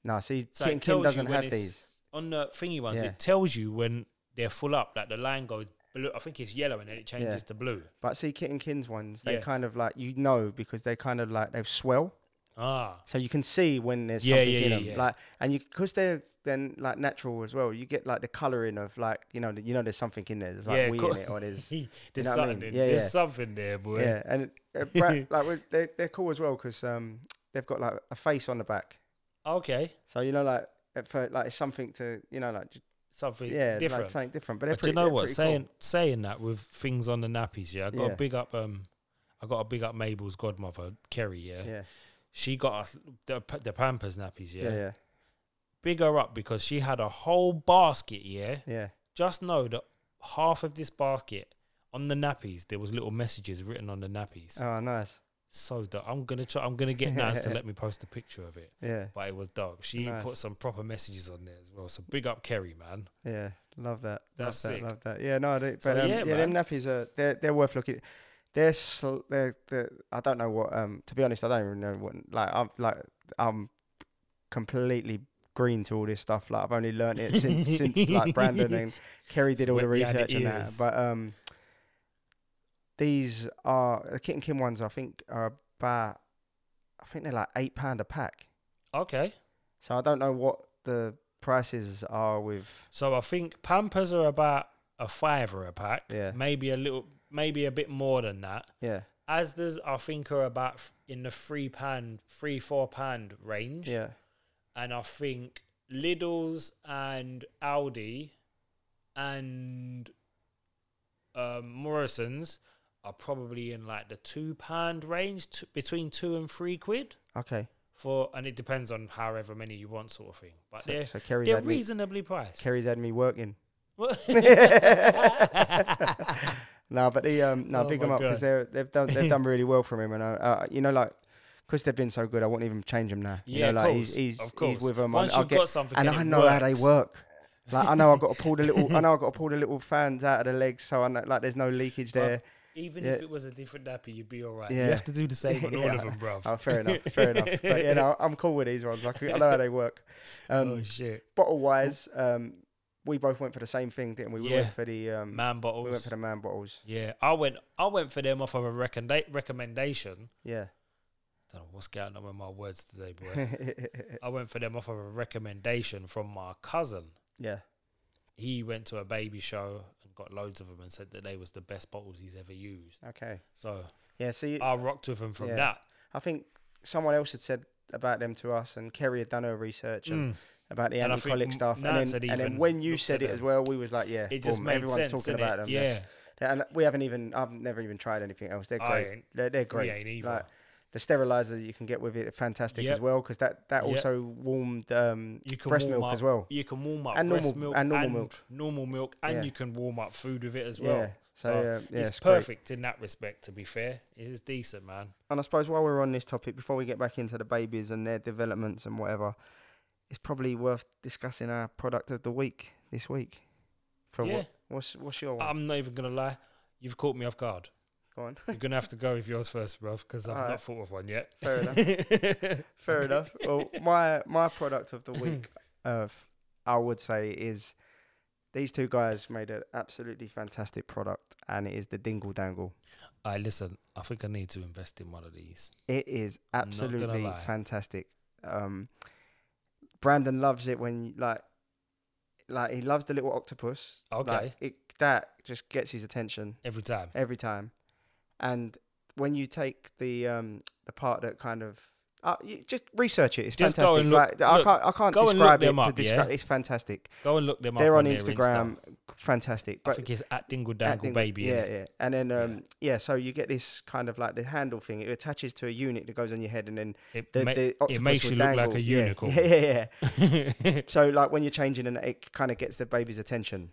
Speaker 1: No, see,
Speaker 2: So
Speaker 1: Kit
Speaker 2: it
Speaker 1: and Kim
Speaker 2: tells you
Speaker 1: doesn't
Speaker 2: when
Speaker 1: have
Speaker 2: it's-
Speaker 1: these.
Speaker 2: on the thingy ones.
Speaker 1: Yeah.
Speaker 2: It tells you when they're full up. Like the line goes blue. I think it's yellow and then it changes to blue.
Speaker 1: But see, Kit and Kin's ones, they
Speaker 2: Yeah.
Speaker 1: kind of like you know because they kind of like they swell,
Speaker 2: Ah,
Speaker 1: so you can see when there's
Speaker 2: Yeah,
Speaker 1: something
Speaker 2: yeah,
Speaker 1: in
Speaker 2: yeah,
Speaker 1: them.
Speaker 2: yeah.
Speaker 1: Like, and you because they're then like natural as well. You get like the coloring of like you know you know there's something in there. There's like
Speaker 2: yeah.
Speaker 1: wee
Speaker 2: cool.
Speaker 1: in it or there's
Speaker 2: there's
Speaker 1: know what I
Speaker 2: something.
Speaker 1: mean? Yeah,
Speaker 2: there's
Speaker 1: yeah.
Speaker 2: something there, boy.
Speaker 1: yeah. And uh, Brad, like with- they're they're cool as well because um they've got like a face on the back,
Speaker 2: Okay,
Speaker 1: so you know like at fir- like it's something to you know like j-
Speaker 2: something
Speaker 1: yeah
Speaker 2: different.
Speaker 1: like something different. But they're
Speaker 2: but do
Speaker 1: pretty,
Speaker 2: you know
Speaker 1: they're
Speaker 2: what?
Speaker 1: pretty cool.
Speaker 2: Saying saying that with things on the nappies, yeah. I got
Speaker 1: Yeah.
Speaker 2: a big up. Um, I got a big up Mabel's godmother, Kerry. Yeah,
Speaker 1: yeah
Speaker 2: she got us the, the Pampers nappies.
Speaker 1: yeah yeah
Speaker 2: big her up because she had a whole basket. Yeah,
Speaker 1: yeah
Speaker 2: just know that half of this basket on the nappies there was little messages written on the nappies.
Speaker 1: oh nice
Speaker 2: so that I'm gonna try. I'm gonna get Nance to let me post a picture of it.
Speaker 1: yeah
Speaker 2: But it was dope. She
Speaker 1: Nice.
Speaker 2: put some proper messages on there as well. So big up Kerry, man.
Speaker 1: Yeah, love that.
Speaker 2: That's
Speaker 1: love
Speaker 2: sick.
Speaker 1: that. Love that. Yeah, no, they, but
Speaker 2: So,
Speaker 1: um,
Speaker 2: yeah,
Speaker 1: yeah, them nappies are they're they're worth looking. They're, sl- they're they're I don't know what um to be honest I don't even know what like I'm like I'm completely green to all this stuff like I've only learnt it since since like Brandon and Kerry did
Speaker 2: It's
Speaker 1: all the
Speaker 2: wet behind the
Speaker 1: research on that
Speaker 2: ears.
Speaker 1: but um these are the kit and kin ones I think are about I think they're like eight pound a pack
Speaker 2: Okay.
Speaker 1: so I don't know what the prices are with
Speaker 2: So I think Pampers are about a fiver a pack.
Speaker 1: Yeah.
Speaker 2: Maybe a little, maybe a bit more than that.
Speaker 1: yeah
Speaker 2: Asda's I think are about f- in the three pound, three four pound range.
Speaker 1: yeah.
Speaker 2: And I think Lidl's and Aldi and um, Morrison's are probably in like the two pound range, t- between two and three quid.
Speaker 1: Okay.
Speaker 2: for, and it depends on however many you want, sort of thing. But
Speaker 1: So,
Speaker 2: they're
Speaker 1: so Kerry's,
Speaker 2: they're
Speaker 1: had me,
Speaker 2: reasonably priced.
Speaker 1: Kerry's had me working.
Speaker 2: What?
Speaker 1: No, but the um, no,
Speaker 2: Oh
Speaker 1: big
Speaker 2: my
Speaker 1: them up because
Speaker 2: God.
Speaker 1: they they've done they've done really well from him, and I, uh, you know, like because they've been so good, I won't even change him now. You
Speaker 2: Yeah,
Speaker 1: know,
Speaker 2: of
Speaker 1: like he's
Speaker 2: course,
Speaker 1: he's,
Speaker 2: of
Speaker 1: he's
Speaker 2: course.
Speaker 1: with them.
Speaker 2: Once
Speaker 1: I'll
Speaker 2: you've
Speaker 1: get,
Speaker 2: got something
Speaker 1: and
Speaker 2: and
Speaker 1: I
Speaker 2: it
Speaker 1: know how they
Speaker 2: works.
Speaker 1: work. Like I know I've got to pull the little, I know I've got to pull the little fans out of the legs, so I know, like there's no leakage
Speaker 2: Well,
Speaker 1: there.
Speaker 2: Even
Speaker 1: Yeah.
Speaker 2: if it was a different nappy, you'd be all right.
Speaker 1: Yeah.
Speaker 2: You have to do the same on all
Speaker 1: Yeah.
Speaker 2: of them, bruv.
Speaker 1: Oh, fair enough, fair enough. But yeah, no, I'm cool with these ones. Like I know how they work. Um,
Speaker 2: oh shit,
Speaker 1: bottle wise, um, we both went for the same thing, didn't we? We
Speaker 2: Yeah.
Speaker 1: went for the um,
Speaker 2: man
Speaker 1: we went
Speaker 2: bottles.
Speaker 1: for the man bottles.
Speaker 2: yeah, I went. I went for them off of a recommenda- recommendation.
Speaker 1: Yeah.
Speaker 2: don't know what's going on with my words today, boy. I went for them off of a recommendation from my cousin.
Speaker 1: yeah.
Speaker 2: He went to a baby show and got loads of them and said that they was the best bottles he's ever used.
Speaker 1: Okay.
Speaker 2: So
Speaker 1: Yeah. See,
Speaker 2: I rocked with him from
Speaker 1: Uh, Yeah.
Speaker 2: that.
Speaker 1: I think someone else had said about them to us, and Kerry had done her research and
Speaker 2: Mm.
Speaker 1: about the
Speaker 2: And I think
Speaker 1: anti-colic
Speaker 2: M-
Speaker 1: stuff, and
Speaker 2: Nance
Speaker 1: then,
Speaker 2: had
Speaker 1: and then
Speaker 2: even
Speaker 1: when you
Speaker 2: looked
Speaker 1: said
Speaker 2: at
Speaker 1: it as
Speaker 2: them.
Speaker 1: well, we was like, yeah,
Speaker 2: It just
Speaker 1: boom,
Speaker 2: made
Speaker 1: everyone's
Speaker 2: sense,
Speaker 1: talking
Speaker 2: innit?
Speaker 1: about them.
Speaker 2: Yeah,
Speaker 1: That's- and we haven't even, I've never even tried anything else. They're
Speaker 2: I
Speaker 1: great.
Speaker 2: ain't.
Speaker 1: They're, they're
Speaker 2: we
Speaker 1: great.
Speaker 2: ain't either.
Speaker 1: Like, the sterilizer that you can get with it, fantastic as
Speaker 2: Yep.
Speaker 1: well, because that that
Speaker 2: Yep.
Speaker 1: also warmed um,
Speaker 2: you can
Speaker 1: breast
Speaker 2: warm
Speaker 1: milk
Speaker 2: up,
Speaker 1: as well.
Speaker 2: You can warm up
Speaker 1: And
Speaker 2: breast
Speaker 1: normal-
Speaker 2: milk
Speaker 1: and normal milk.
Speaker 2: normal milk, and
Speaker 1: Yeah.
Speaker 2: you can warm up food with it as well.
Speaker 1: Yeah. So, yeah, yeah,
Speaker 2: it's,
Speaker 1: it's great.
Speaker 2: perfect in that respect. To be fair, it is decent, man.
Speaker 1: and I suppose while we're on this topic, before we get back into the babies and their developments and whatever, it's probably worth discussing our product of the week this week. For
Speaker 2: Yeah. Um,
Speaker 1: what? What's what's your one?
Speaker 2: I'm not even gonna lie, you've caught me off guard.
Speaker 1: Go on.
Speaker 2: You're gonna have to go with yours first, bruv, because I've
Speaker 1: Alright.
Speaker 2: not thought of one yet.
Speaker 1: Fair enough. Fair enough. Well, my my product of the week, uh, f- I would say, is these two guys made an absolutely fantastic product, and it is the Dingle Dangle.
Speaker 2: I listen. I think I need to invest in one of these.
Speaker 1: It is
Speaker 2: Not gonna
Speaker 1: absolutely
Speaker 2: lie.
Speaker 1: fantastic. Um, Brandon loves it when like like he loves the little octopus.
Speaker 2: Okay.
Speaker 1: like, it, that just gets his attention
Speaker 2: Every time.
Speaker 1: every time. And when you take the um the part that kind of uh, you just research it. It's
Speaker 2: Just go
Speaker 1: fantastic.
Speaker 2: and look-
Speaker 1: like, I
Speaker 2: look-
Speaker 1: can't I can't
Speaker 2: go and look
Speaker 1: describe it
Speaker 2: them
Speaker 1: to
Speaker 2: up, yeah?
Speaker 1: describe. It's fantastic.
Speaker 2: Go and look them up.
Speaker 1: They're on
Speaker 2: their
Speaker 1: Instagram.
Speaker 2: Insta.
Speaker 1: Fantastic.
Speaker 2: I
Speaker 1: But
Speaker 2: think it's at Dingle
Speaker 1: that
Speaker 2: Dangle
Speaker 1: thing-
Speaker 2: Baby.
Speaker 1: Yeah,
Speaker 2: innit?
Speaker 1: yeah. And then
Speaker 2: Yeah.
Speaker 1: um yeah. so you get this kind of like the handle thing. It attaches to a unit that goes on your head, and then
Speaker 2: It
Speaker 1: the,
Speaker 2: ma-
Speaker 1: the octopus
Speaker 2: it makes
Speaker 1: will
Speaker 2: you look like
Speaker 1: dangle.
Speaker 2: a
Speaker 1: Yeah,
Speaker 2: unicorn.
Speaker 1: Yeah, yeah, yeah. So like when you're changing and it kind of gets the baby's attention.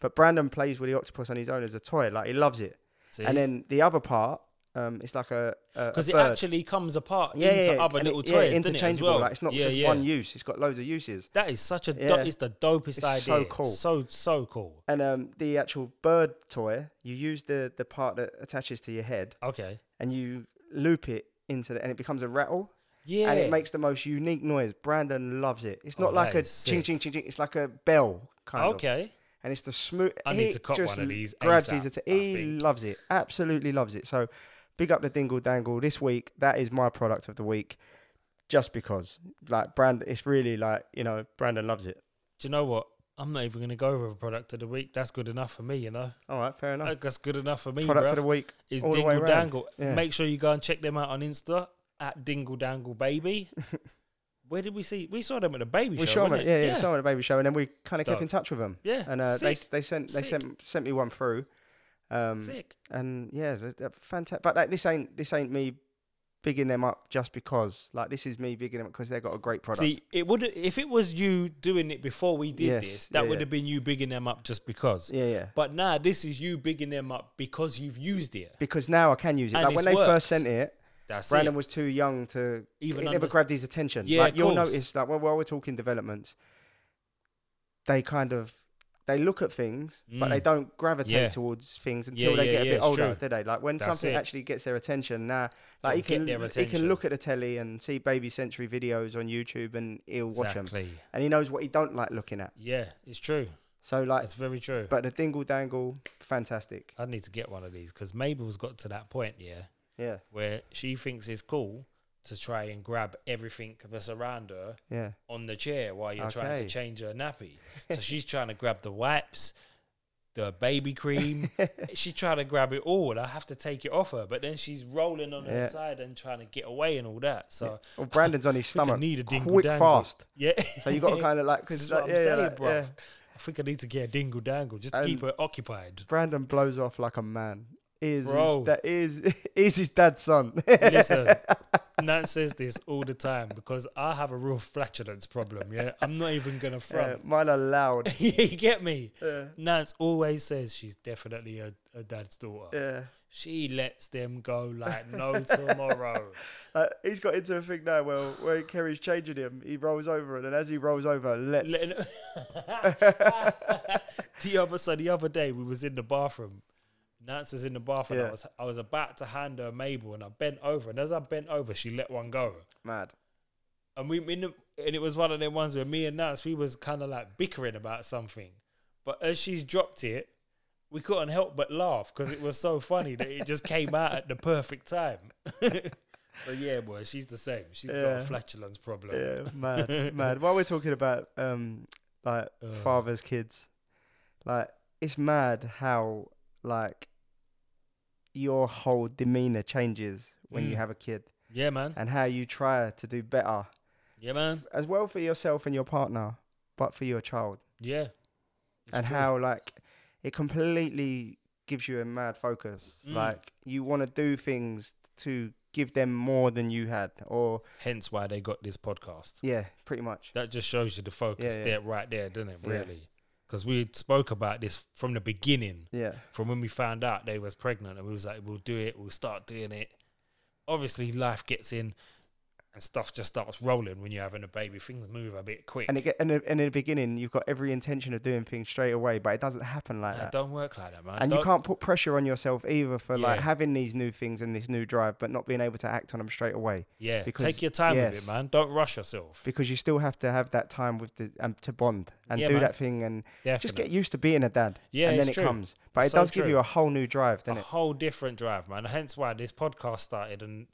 Speaker 1: But Brandon plays with the octopus on his own as a toy, like he loves it. And then the other part, um, it's like a
Speaker 2: because
Speaker 1: because
Speaker 2: it actually comes apart into other
Speaker 1: and
Speaker 2: little
Speaker 1: it,
Speaker 2: toys,
Speaker 1: yeah,
Speaker 2: doesn't it? As
Speaker 1: interchangeable.
Speaker 2: well,
Speaker 1: Like it's not
Speaker 2: yeah,
Speaker 1: just
Speaker 2: yeah.
Speaker 1: one use; it's got loads of uses.
Speaker 2: That is such a do-
Speaker 1: Yeah.
Speaker 2: it's the dopest idea.
Speaker 1: It's so cool.
Speaker 2: so so cool.
Speaker 1: And um, the actual bird toy, you use the the part that attaches to your head,
Speaker 2: Okay,
Speaker 1: and you loop it into the, and it becomes a rattle,
Speaker 2: yeah,
Speaker 1: and it makes the most unique noise. Brandon loves it. It's
Speaker 2: Oh,
Speaker 1: not like
Speaker 2: that
Speaker 1: a
Speaker 2: is
Speaker 1: ching
Speaker 2: sick.
Speaker 1: ching ching ching. It's like a bell kind of.
Speaker 2: okay.
Speaker 1: and it's the smooth.
Speaker 2: I
Speaker 1: he
Speaker 2: need to cop
Speaker 1: just
Speaker 2: one of these
Speaker 1: Grabs
Speaker 2: ASAP,
Speaker 1: his atta-
Speaker 2: I
Speaker 1: He
Speaker 2: think.
Speaker 1: loves it. Absolutely loves it. So big up the Dingle Dangle this week. That is my product of the week, just because like Brand. It's really like you know Brandon loves it.
Speaker 2: Do you know what? I'm not even going to go with a product of the week. That's good enough for me, you know.
Speaker 1: All right, fair enough.
Speaker 2: Like, That's good enough for me.
Speaker 1: product
Speaker 2: bruv.
Speaker 1: of the week.
Speaker 2: is
Speaker 1: all the
Speaker 2: Dingle
Speaker 1: way round.
Speaker 2: Dangle.
Speaker 1: Yeah.
Speaker 2: Make sure you go and check them out on Insta at Dingle Dangle Baby. Where did we see? We saw them at the baby
Speaker 1: We
Speaker 2: show.
Speaker 1: showed them,
Speaker 2: wasn't
Speaker 1: at-
Speaker 2: it?
Speaker 1: yeah, yeah, saw them at the baby show, and then we kind of kept
Speaker 2: Dope.
Speaker 1: in touch with them.
Speaker 2: Yeah,
Speaker 1: and uh, they
Speaker 2: sick,
Speaker 1: they sent they
Speaker 2: sick.
Speaker 1: sent sent me one through. Um,
Speaker 2: Sick.
Speaker 1: and yeah, fantastic. But like, this ain't this ain't me bigging them up just because. Like this is me bigging them because they've got a great product.
Speaker 2: See, it would if it was you doing it before we did
Speaker 1: Yes,
Speaker 2: this, that
Speaker 1: yeah,
Speaker 2: would
Speaker 1: yeah.
Speaker 2: have been you bigging them up just because.
Speaker 1: yeah, yeah.
Speaker 2: But now this is you bigging them up because you've used it.
Speaker 1: Because now I can use it.
Speaker 2: And
Speaker 1: Like when
Speaker 2: it's
Speaker 1: they
Speaker 2: worked.
Speaker 1: first sent it,
Speaker 2: That's
Speaker 1: Brandon
Speaker 2: it.
Speaker 1: was too young to
Speaker 2: Even
Speaker 1: even. It never
Speaker 2: underst-
Speaker 1: grabbed his attention.
Speaker 2: Yeah,
Speaker 1: like,
Speaker 2: of
Speaker 1: you'll
Speaker 2: course.
Speaker 1: notice. Like when while we're talking developments, they kind of they look at things, but they
Speaker 2: Mm.
Speaker 1: don't gravitate
Speaker 2: Yeah.
Speaker 1: towards things
Speaker 2: Yeah,
Speaker 1: until they
Speaker 2: yeah,
Speaker 1: get
Speaker 2: yeah,
Speaker 1: a bit
Speaker 2: it's
Speaker 1: older,
Speaker 2: true.
Speaker 1: do they? Like when
Speaker 2: That's
Speaker 1: something
Speaker 2: it.
Speaker 1: actually gets their attention, now like he
Speaker 2: It'll
Speaker 1: can
Speaker 2: get their
Speaker 1: he can
Speaker 2: attention.
Speaker 1: look at the telly and see Baby Century videos on YouTube, and he'll watch them.
Speaker 2: exactly.
Speaker 1: and he knows what he don't like looking at.
Speaker 2: Yeah, it's true.
Speaker 1: So like,
Speaker 2: That's very true.
Speaker 1: but the dingle dangle, fantastic.
Speaker 2: I need to get one of these because Mabel's got to that point. Yeah.
Speaker 1: Yeah,
Speaker 2: where she thinks it's cool to try and grab everything that's around her
Speaker 1: yeah,
Speaker 2: on the chair while you're trying to
Speaker 1: Okay.
Speaker 2: change her nappy. So she's trying to grab the wipes, the baby cream. she's trying to grab it all, and I have to take it off her. But then she's rolling on her
Speaker 1: Yeah.
Speaker 2: side and trying to get away and all that. So
Speaker 1: Well, Brandon's on his
Speaker 2: I think I
Speaker 1: stomach.
Speaker 2: need a dingle
Speaker 1: quick,
Speaker 2: dangle.
Speaker 1: fast.
Speaker 2: Yeah.
Speaker 1: So you got to kind of like, because
Speaker 2: This is what
Speaker 1: like, yeah,
Speaker 2: I'm
Speaker 1: yeah,
Speaker 2: saying,
Speaker 1: like,
Speaker 2: bruv.
Speaker 1: yeah.
Speaker 2: I think I need to get a dingle dangle just to keep
Speaker 1: And-
Speaker 2: her occupied.
Speaker 1: Brandon blows off like a man. He Is his,
Speaker 2: Bro.
Speaker 1: that is is his dad's son.
Speaker 2: Listen, Nat says this all the time because I have a real flatulence problem. Yeah, I'm not even gonna
Speaker 1: yeah,
Speaker 2: front.
Speaker 1: mine are loud.
Speaker 2: you get me?
Speaker 1: Yeah,
Speaker 2: Nance always says she's definitely a, a dad's daughter.
Speaker 1: yeah.
Speaker 2: She lets them go like no tomorrow.
Speaker 1: Uh, he's got into a thing now where where Kerry's changing him. He rolls over, and then as he rolls over, let's.
Speaker 2: Letting- the other so the other day we was in the bathroom. Nance was in the bathroom. I
Speaker 1: Yeah.
Speaker 2: was I was about to hand her Mabel, and I bent over, and as I bent over, she let one go.
Speaker 1: Mad.
Speaker 2: and we in the, and it was one of them ones where me and Nance we was kind of like bickering about something, but as she's dropped it, we couldn't help but laugh because it was so funny that it just came out at the perfect time. so yeah, boy, she's the same. She's got a
Speaker 1: Yeah.
Speaker 2: flatulence problem.
Speaker 1: Yeah, mad, mad. While we're talking about um, like
Speaker 2: Ugh.
Speaker 1: fathers, kids, like it's mad how like your whole demeanor changes when
Speaker 2: Mm.
Speaker 1: you have a kid,
Speaker 2: Yeah, man.
Speaker 1: and how you try to do better
Speaker 2: Yeah, man.
Speaker 1: as well for yourself and your partner, but for your child,
Speaker 2: Yeah. It's
Speaker 1: and
Speaker 2: true.
Speaker 1: how like it completely gives you a mad focus.
Speaker 2: Mm.
Speaker 1: Like you want to do things to give them more than you had, or
Speaker 2: Hence why they got this podcast.
Speaker 1: yeah, pretty much.
Speaker 2: That just shows you the focus
Speaker 1: yeah.
Speaker 2: there, right there, doesn't it?
Speaker 1: Yeah.
Speaker 2: Really. Because we spoke about this from the beginning.
Speaker 1: Yeah,
Speaker 2: from when we found out they was pregnant and we was like we'll do it we'll start doing it obviously life gets in and stuff just starts rolling when you're having a baby things move a bit quick
Speaker 1: and it get and, in- and in the beginning you've got every intention of doing things straight away but it doesn't happen like
Speaker 2: Nah,
Speaker 1: that
Speaker 2: don't work like that man
Speaker 1: and you
Speaker 2: Don't-
Speaker 1: can't put pressure on yourself either for like
Speaker 2: Yeah.
Speaker 1: having these new things and this new drive but not being able to act on them straight away
Speaker 2: yeah
Speaker 1: because-
Speaker 2: take your time with
Speaker 1: yes.
Speaker 2: it man don't rush yourself
Speaker 1: because you still have to have that time with the um, to bond and
Speaker 2: Yeah,
Speaker 1: do
Speaker 2: man.
Speaker 1: that thing and just
Speaker 2: Definitely.
Speaker 1: get used to being a dad
Speaker 2: Yeah,
Speaker 1: and then
Speaker 2: it's
Speaker 1: it
Speaker 2: true.
Speaker 1: comes but it
Speaker 2: So
Speaker 1: does give
Speaker 2: true. Oh,
Speaker 1: you a whole new drive doesn't
Speaker 2: a
Speaker 1: it
Speaker 2: whole different drive man hence why this podcast started and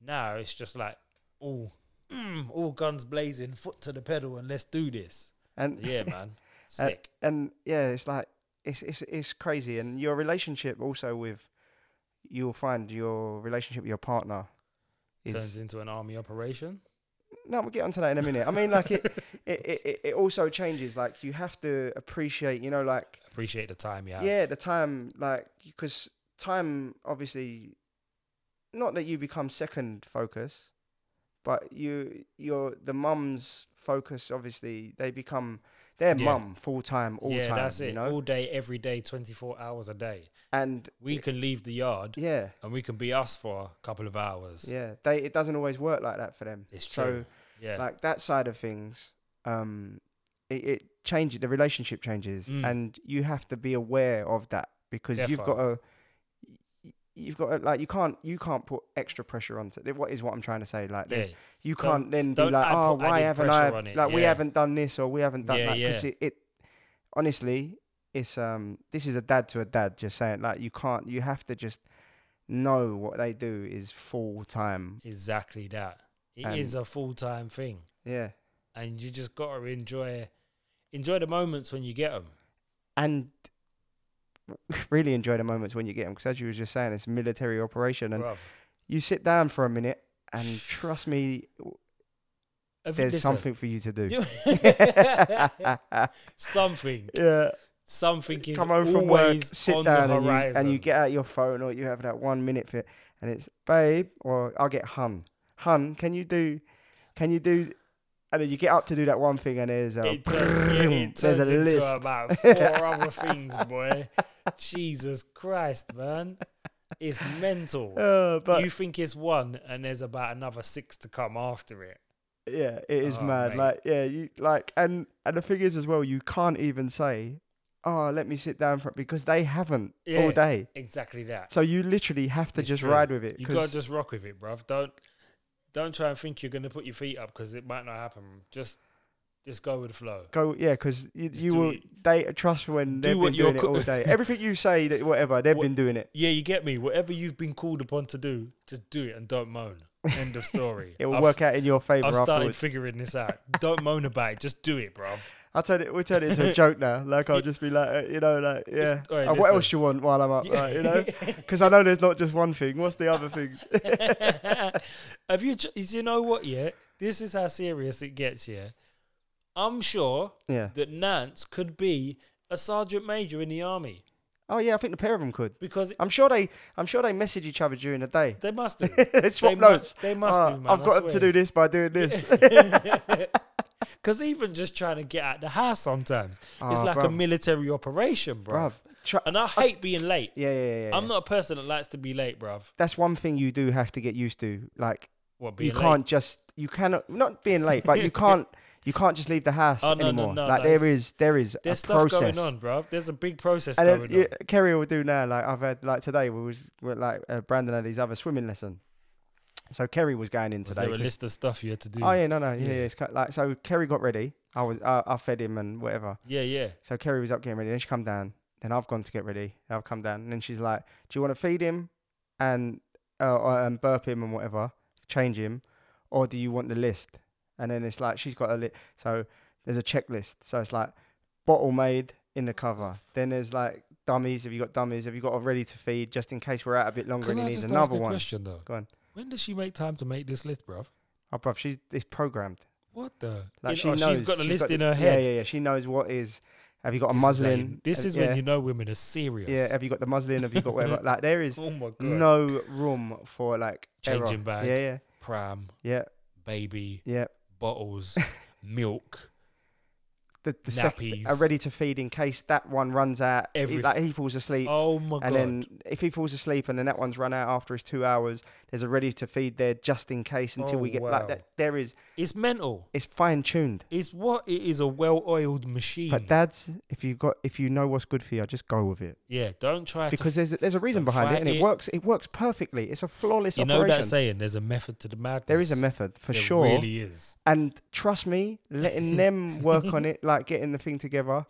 Speaker 2: now it's just like all mm, all guns blazing foot to the pedal and let's do this
Speaker 1: and
Speaker 2: yeah man
Speaker 1: Uh,
Speaker 2: sick
Speaker 1: and yeah, it's like it's it's it's crazy. And your relationship also with you'll find your relationship with your partner
Speaker 2: turns
Speaker 1: is
Speaker 2: into an army operation
Speaker 1: no. We'll get onto that in a minute. I mean, like it it, it it- it also changes. Like you have to appreciate, you know, like
Speaker 2: appreciate the time you have.
Speaker 1: yeah, the time, like because time obviously, not that you become second focus, but you your the mum's focus obviously they become their
Speaker 2: Yeah.
Speaker 1: mum full time all
Speaker 2: yeah,
Speaker 1: time.
Speaker 2: that's it.
Speaker 1: You know,
Speaker 2: All day, every day, 24 hours a day.
Speaker 1: and
Speaker 2: We can leave the yard
Speaker 1: yeah.
Speaker 2: and we can be us for a couple of hours.
Speaker 1: Yeah, they it doesn't always work like that for them.
Speaker 2: It's
Speaker 1: so,
Speaker 2: true. yeah.
Speaker 1: Like that side of things, um, it, it changes. The relationship changes,
Speaker 2: Mm.
Speaker 1: and you have to be aware of that because you've got to. You've got to, like you can't you can't put extra pressure onto what is what I'm trying to say like
Speaker 2: yeah.
Speaker 1: this you
Speaker 2: Don't-
Speaker 1: can't then be
Speaker 2: don't
Speaker 1: like
Speaker 2: add-
Speaker 1: oh
Speaker 2: put
Speaker 1: why
Speaker 2: added
Speaker 1: haven't
Speaker 2: pressure
Speaker 1: I
Speaker 2: on it,
Speaker 1: like we
Speaker 2: yeah.
Speaker 1: haven't done this or we haven't done
Speaker 2: Yeah,
Speaker 1: that because
Speaker 2: yeah.
Speaker 1: it, it honestly it's um this is a dad to a dad just saying like you can't you have to just know what they do is full time.
Speaker 2: Exactly that. It is
Speaker 1: And-
Speaker 2: a full time thing,
Speaker 1: Yeah.
Speaker 2: and you just got to enjoy enjoy the moments when you get them.
Speaker 1: And really enjoy the moments when you get them because as you were just saying it's a military operation and you sit down for a minute and trust me there's something for you to do.
Speaker 2: something. something.
Speaker 1: yeah.
Speaker 2: Something is
Speaker 1: come home
Speaker 2: always
Speaker 1: from work, sit
Speaker 2: on
Speaker 1: down,
Speaker 2: the
Speaker 1: and you,
Speaker 2: horizon.
Speaker 1: and you get out your phone or you have that one minute for it, and it's babe, or I'll get hun. Hun, can you do? Can you do? And then you get up to do that one thing, and there's a
Speaker 2: It, turn, yeah, it
Speaker 1: there's
Speaker 2: turns
Speaker 1: a
Speaker 2: into
Speaker 1: list.
Speaker 2: about four other things, boy. Jesus Christ, man. It's mental.
Speaker 1: Uh, but
Speaker 2: you think it's one, and there's about another six to come after it.
Speaker 1: yeah, it is
Speaker 2: Oh,
Speaker 1: mad.
Speaker 2: mate.
Speaker 1: Like yeah, you like and and the thing is as well, you can't even say, oh, let me sit down for it because they haven't
Speaker 2: Yeah.
Speaker 1: all day.
Speaker 2: Exactly that.
Speaker 1: So you literally have to
Speaker 2: It's
Speaker 1: just
Speaker 2: true.
Speaker 1: ride with it.
Speaker 2: You
Speaker 1: 'cause-
Speaker 2: gotta just rock with it, bruv. Don't don't try and think you're gonna put your feet up because it might not happen. Just just go with the flow.
Speaker 1: go yeah because you,
Speaker 2: Just
Speaker 1: you
Speaker 2: do
Speaker 1: will
Speaker 2: it.
Speaker 1: they trust when
Speaker 2: Do
Speaker 1: they've
Speaker 2: what
Speaker 1: been
Speaker 2: you're
Speaker 1: doing it
Speaker 2: co-
Speaker 1: all day everything you say that whatever they've
Speaker 2: What-
Speaker 1: been doing it
Speaker 2: Yeah, you get me. Whatever you've been called upon to do, just do it and don't moan. End of story.
Speaker 1: it will
Speaker 2: I've-
Speaker 1: work out in your favor
Speaker 2: I've started
Speaker 1: afterwards
Speaker 2: figuring this out. Don't moan about it. Just do it, bruv.
Speaker 1: i'll turn it we'll turn it into a joke now like i'll just be like uh, you know like yeah
Speaker 2: all right,
Speaker 1: Uh, what
Speaker 2: listen.
Speaker 1: else you want while i'm up like, you know because i know there's not just one thing what's the other things
Speaker 2: Have you? tr- is- You know what? Yeah, this is how serious it gets. Yeah, I'm sure
Speaker 1: yeah
Speaker 2: that Nance could be a sergeant major in the army
Speaker 1: oh yeah i think the pair of them could
Speaker 2: because
Speaker 1: i'm sure they i'm sure they message each other during the day
Speaker 2: they must do.
Speaker 1: they swap
Speaker 2: mu-
Speaker 1: notes
Speaker 2: they must
Speaker 1: Ah,
Speaker 2: do, man,
Speaker 1: i've
Speaker 2: I
Speaker 1: got 'em to do
Speaker 2: swear.
Speaker 1: this by doing this
Speaker 2: Because even just trying to get out the house sometimes, it's
Speaker 1: Ah,
Speaker 2: like a
Speaker 1: bruv.
Speaker 2: military operation, bro.
Speaker 1: bruv try-
Speaker 2: And I hate being late.
Speaker 1: yeah yeah yeah, yeah.
Speaker 2: I'm not a person that likes to be late, bruv.
Speaker 1: that's one thing you do have to get used to like
Speaker 2: What
Speaker 1: you
Speaker 2: being late?
Speaker 1: can't uh, just you cannot not being late, but you can't you can't just leave the house
Speaker 2: Oh, no, no,
Speaker 1: anymore.
Speaker 2: no,
Speaker 1: like
Speaker 2: no,
Speaker 1: there
Speaker 2: it's-
Speaker 1: is there is
Speaker 2: There's
Speaker 1: a
Speaker 2: stuff
Speaker 1: process.
Speaker 2: going on, bruv. There's a big process
Speaker 1: And then
Speaker 2: going
Speaker 1: yeah, Kerry will do now. Like I've had like today we was we like uh, Brandon had his other swimming lesson, so Kerry was going in
Speaker 2: on. Is
Speaker 1: today.
Speaker 2: there a
Speaker 1: 'cause-
Speaker 2: list of stuff you had to do?
Speaker 1: oh yeah, no, no, yeah, yeah.
Speaker 2: Yeah.
Speaker 1: It's cut, like so Kerry got ready. I was I, I fed him and whatever.
Speaker 2: yeah, yeah.
Speaker 1: So Kerry was up getting ready. Then she come down. Then I've gone to get ready. I've come down. And then she's like, "Do you want to feed him and uh, or- and burp him and whatever, change him, or do you want the list?" And then it's like she's got a list. So there's a checklist. So it's like bottle made in the cover. Then there's like dummies. Have you got dummies? Have you got a ready to feed just in case we're out a bit longer
Speaker 2: Can
Speaker 1: and
Speaker 2: I
Speaker 1: he needs
Speaker 2: just ask
Speaker 1: another
Speaker 2: a
Speaker 1: one?
Speaker 2: question though?
Speaker 1: Go on.
Speaker 2: When does she make time to make this list, bruv?
Speaker 1: Oh, bruv, she's it's programmed.
Speaker 2: What the?
Speaker 1: Like
Speaker 2: In-
Speaker 1: she
Speaker 2: oh,
Speaker 1: knows.
Speaker 2: she's got the
Speaker 1: she's
Speaker 2: list in
Speaker 1: the-
Speaker 2: her head.
Speaker 1: Yeah, yeah, yeah. She knows what is. Have you got a
Speaker 2: This is how you-
Speaker 1: muslin?
Speaker 2: This
Speaker 1: Have-
Speaker 2: is
Speaker 1: yeah.
Speaker 2: when you know women are serious.
Speaker 1: Yeah, have you got the muslin? Have you got whatever? like there is
Speaker 2: oh my god.
Speaker 1: no room for like error.
Speaker 2: Changing bag.
Speaker 1: Yeah, yeah,
Speaker 2: Pram,
Speaker 1: yeah,
Speaker 2: baby,
Speaker 1: yeah.
Speaker 2: bottles, milk.
Speaker 1: The the second are
Speaker 2: Nappies.
Speaker 1: ready to feed in case that one runs out. he-
Speaker 2: Everyth-
Speaker 1: like he falls asleep.
Speaker 2: Oh my
Speaker 1: And
Speaker 2: god.
Speaker 1: then if he falls asleep and then that one's run out after his two hours, there's a ready to feed there just in case until
Speaker 2: Oh,
Speaker 1: we get
Speaker 2: wow.
Speaker 1: like that. There is
Speaker 2: it's mental.
Speaker 1: it's fine tuned.
Speaker 2: It's what it is a well-oiled machine.
Speaker 1: But dads, if you got if you know what's good for you, just go with it
Speaker 2: yeah, don't try to
Speaker 1: because there's a, there's a reason behind it
Speaker 2: fight
Speaker 1: and it,
Speaker 2: it.
Speaker 1: works. It works perfectly. It's a flawless
Speaker 2: You know
Speaker 1: operation.
Speaker 2: that saying, there's a method to the madness.
Speaker 1: there is a method for
Speaker 2: There
Speaker 1: sure.
Speaker 2: really is.
Speaker 1: and trust me, letting them work on it, like getting the thing together,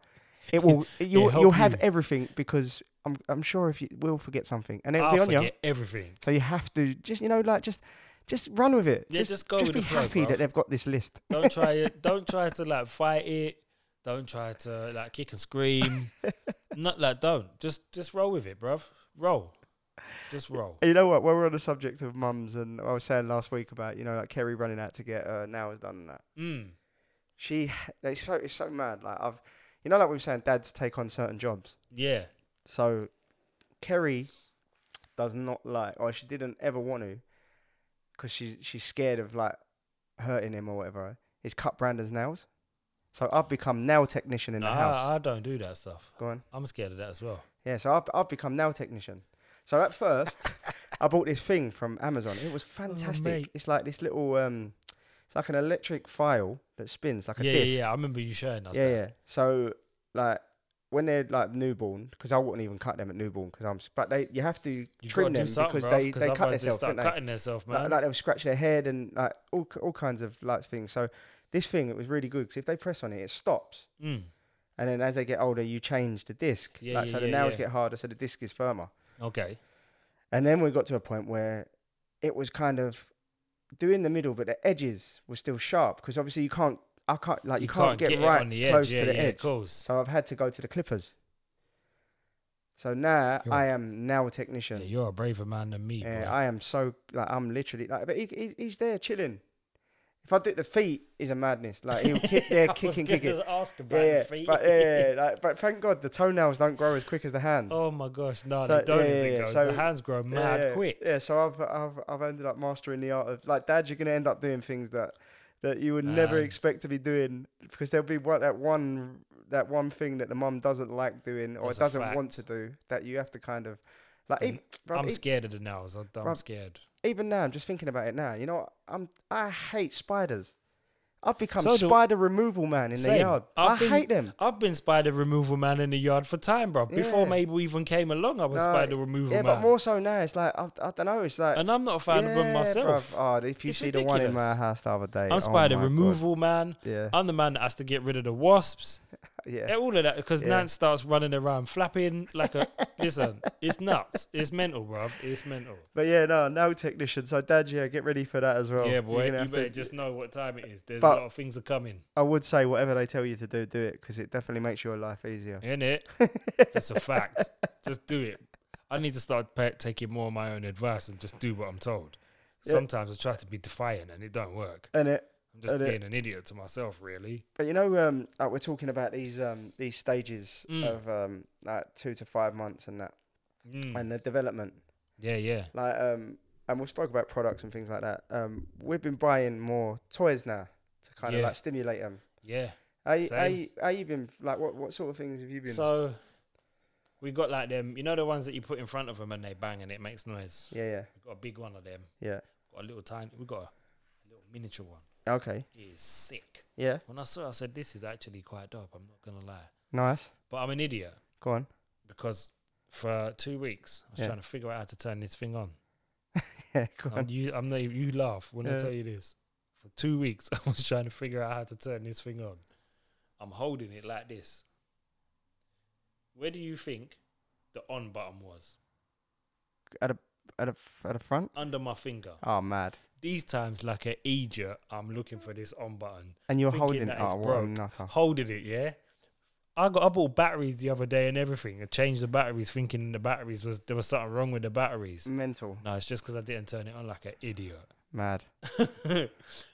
Speaker 1: it will you'll
Speaker 2: help
Speaker 1: you'll have
Speaker 2: you.
Speaker 1: everything because I'm I'm sure if you will forget something and it'll
Speaker 2: I'll
Speaker 1: be on you.
Speaker 2: forget everything.
Speaker 1: So you have to just you know like just just run with it.
Speaker 2: Yeah, just go with
Speaker 1: be
Speaker 2: the flow,
Speaker 1: happy
Speaker 2: bruv.
Speaker 1: that they've got this list.
Speaker 2: Don't try it. Don't try to like fight it. Don't try to like kick and scream. Not like don't. Just just roll with it, bruv. Roll. Just roll.
Speaker 1: And You know what? While we're on the subject of mums, and I was saying last week about you know like Kerry running out to get uh, now has done and that.
Speaker 2: Mm.
Speaker 1: She it's so it's so mad. Like I've you know like we were saying, dads take on certain jobs.
Speaker 2: Yeah.
Speaker 1: So Kerry does not like, or she didn't ever want to, because she she's scared of like hurting him or whatever. Is cut Brandon's nails. So I've become nail technician in the
Speaker 2: I,
Speaker 1: house.
Speaker 2: I don't do that stuff.
Speaker 1: Go on.
Speaker 2: I'm scared of that as well.
Speaker 1: Yeah. So I've I've become nail technician. So at first, I bought this thing from Amazon. It was fantastic.
Speaker 2: Oh, mate.
Speaker 1: it's like this little um, it's like an electric file that spins like a
Speaker 2: yeah,
Speaker 1: disc.
Speaker 2: yeah, yeah. I remember you showing us.
Speaker 1: Yeah,
Speaker 2: that.
Speaker 1: yeah. So like when they're like newborn, because I wouldn't even cut them at newborn because I'm. s- But they you have to
Speaker 2: You
Speaker 1: trim
Speaker 2: gotta
Speaker 1: them
Speaker 2: do something,
Speaker 1: because
Speaker 2: bruv,
Speaker 1: they they cut
Speaker 2: otherwise
Speaker 1: themselves, don't
Speaker 2: start
Speaker 1: they?
Speaker 2: cutting themselves, man.
Speaker 1: Like, like they'll scratch their head and like all k- all kinds of like things. So this thing it was really good because if they press on it, it stops
Speaker 2: mm.
Speaker 1: And then as they get older, you change the disc.
Speaker 2: Yeah,
Speaker 1: like,
Speaker 2: yeah,
Speaker 1: so the
Speaker 2: yeah,
Speaker 1: nails
Speaker 2: yeah.
Speaker 1: get harder, so the disc is firmer.
Speaker 2: Okay.
Speaker 1: And then we got to a point where it was kind of doing the middle, but the edges were still sharp because obviously you can't, I can't, like you, can't, get,
Speaker 2: it
Speaker 1: right
Speaker 2: on the edge.
Speaker 1: close
Speaker 2: yeah,
Speaker 1: to the
Speaker 2: yeah,
Speaker 1: edge.
Speaker 2: Of course.
Speaker 1: So I've had to go to the clippers. So now
Speaker 2: You're-
Speaker 1: I am now a
Speaker 2: Yeah,
Speaker 1: technician.
Speaker 2: you're a braver man than me.
Speaker 1: Yeah,
Speaker 2: bro.
Speaker 1: I am so like I'm literally like, but he, he, he's there chilling. If I do the feet, is a madness. Like he'll kick there,
Speaker 2: I was
Speaker 1: kicking,
Speaker 2: gonna
Speaker 1: kicking.
Speaker 2: Ask about
Speaker 1: Yeah, yeah.
Speaker 2: the feet.
Speaker 1: but yeah, yeah, like, but thank God the toenails don't grow as quick as the hands.
Speaker 2: Oh my gosh, no,
Speaker 1: So,
Speaker 2: they don't
Speaker 1: yeah,
Speaker 2: as
Speaker 1: yeah,
Speaker 2: it
Speaker 1: yeah,
Speaker 2: goes.
Speaker 1: so-
Speaker 2: the hands grow mad
Speaker 1: yeah, yeah.
Speaker 2: quick.
Speaker 1: Yeah, so I've I've I've ended up mastering the art of like, Dad, you're gonna end up doing things that that you would never
Speaker 2: Man.
Speaker 1: expect to be doing because there'll be one, that one that one thing that the mum doesn't like doing or
Speaker 2: That's a
Speaker 1: doesn't want
Speaker 2: fact.
Speaker 1: to do that you have to kind of like.
Speaker 2: Mm,
Speaker 1: Even, bruv,
Speaker 2: I'm
Speaker 1: e-
Speaker 2: scared of the nails. I- I'm
Speaker 1: Bruv.
Speaker 2: scared.
Speaker 1: even now, I'm just thinking about it now. You know, what? I'm I hate spiders. I've become
Speaker 2: So do-
Speaker 1: spider removal man in the
Speaker 2: Same.
Speaker 1: yard.
Speaker 2: I've
Speaker 1: i
Speaker 2: been-
Speaker 1: hate them.
Speaker 2: I've been spider removal man in the yard for time, bro. Before
Speaker 1: Yeah.
Speaker 2: maybe we even came along, I was
Speaker 1: No,
Speaker 2: spider removal
Speaker 1: Yeah,
Speaker 2: man.
Speaker 1: but more so now, it's like I, I don't know. It's like
Speaker 2: and I'm not a fan of them
Speaker 1: yeah,
Speaker 2: myself.
Speaker 1: bruv. Oh, if you
Speaker 2: It's
Speaker 1: see the one in my
Speaker 2: ridiculous.
Speaker 1: house the other day, oh
Speaker 2: I'm spider
Speaker 1: my God.
Speaker 2: removal man.
Speaker 1: Yeah,
Speaker 2: I'm the man that has to get rid of the wasps.
Speaker 1: yeah.
Speaker 2: Uh, Yeah, all of that because
Speaker 1: Yeah.
Speaker 2: Nance starts running around flapping like a. listen, it's nuts. It's mental, bruv. It's mental.
Speaker 1: But yeah, no, no technician. So dad, yeah, get ready for that as well.
Speaker 2: yeah,
Speaker 1: You're
Speaker 2: boy. You
Speaker 1: gonna have
Speaker 2: better
Speaker 1: to-
Speaker 2: just know what time it is. There's
Speaker 1: But-
Speaker 2: a lot of things are coming,
Speaker 1: I would say whatever they tell you to do, do it because it definitely makes your life easier.
Speaker 2: isn't it? it's a fact. Just do it. I need to start pa- taking more of my own advice and just do what I'm told.
Speaker 1: Yeah.
Speaker 2: Sometimes I try to be defiant and it don't work.
Speaker 1: And it,
Speaker 2: I'm just
Speaker 1: And it-
Speaker 2: being an idiot to myself, really.
Speaker 1: but you know, um, like we're talking about these um these stages
Speaker 2: Mm.
Speaker 1: of um like two to five months and that
Speaker 2: Mm.
Speaker 1: and the development.
Speaker 2: yeah, yeah.
Speaker 1: Like um, and we spoke about products and things like that. Um, we've been buying more toys now to kind of
Speaker 2: Yeah.
Speaker 1: like stimulate them.
Speaker 2: Yeah.
Speaker 1: How you,
Speaker 2: Same.
Speaker 1: how you, how you been like? What what sort of things have you been?
Speaker 2: So we got like them, you know, the ones that you put in front of them and they bang and it makes noise.
Speaker 1: yeah,
Speaker 2: We've got a big one of them.
Speaker 1: yeah,
Speaker 2: Got a little tiny. We got a, a little miniature one.
Speaker 1: yeah. Okay,
Speaker 2: It is sick.
Speaker 1: yeah,
Speaker 2: When I saw, it, I said, "This is actually quite dope." I'm not gonna lie,
Speaker 1: nice.
Speaker 2: but I'm an idiot
Speaker 1: Go on.
Speaker 2: because for two weeks I was
Speaker 1: Yeah.
Speaker 2: trying to figure out how to turn this thing on.
Speaker 1: yeah, go on.
Speaker 2: And you, I'm not, e, you laugh when I
Speaker 1: Yeah.
Speaker 2: tell you this. For two weeks, I was trying to figure out how to turn this thing on. I'm holding it like this. Where do you think the on button was?
Speaker 1: at a at a at a front.
Speaker 2: Under my finger.
Speaker 1: Oh, mad!
Speaker 2: These times, like an idiot, I'm looking for this on button.
Speaker 1: And you're
Speaker 2: Thinking
Speaker 1: holding.
Speaker 2: that
Speaker 1: Oh,
Speaker 2: it's
Speaker 1: what a
Speaker 2: broke.
Speaker 1: nutter!
Speaker 2: holding it, yeah. I got I bought batteries the other day and everything. I changed the batteries, thinking the batteries was there was something wrong with the batteries.
Speaker 1: Mental,
Speaker 2: No, it's just because I didn't turn it on like an idiot.
Speaker 1: mad.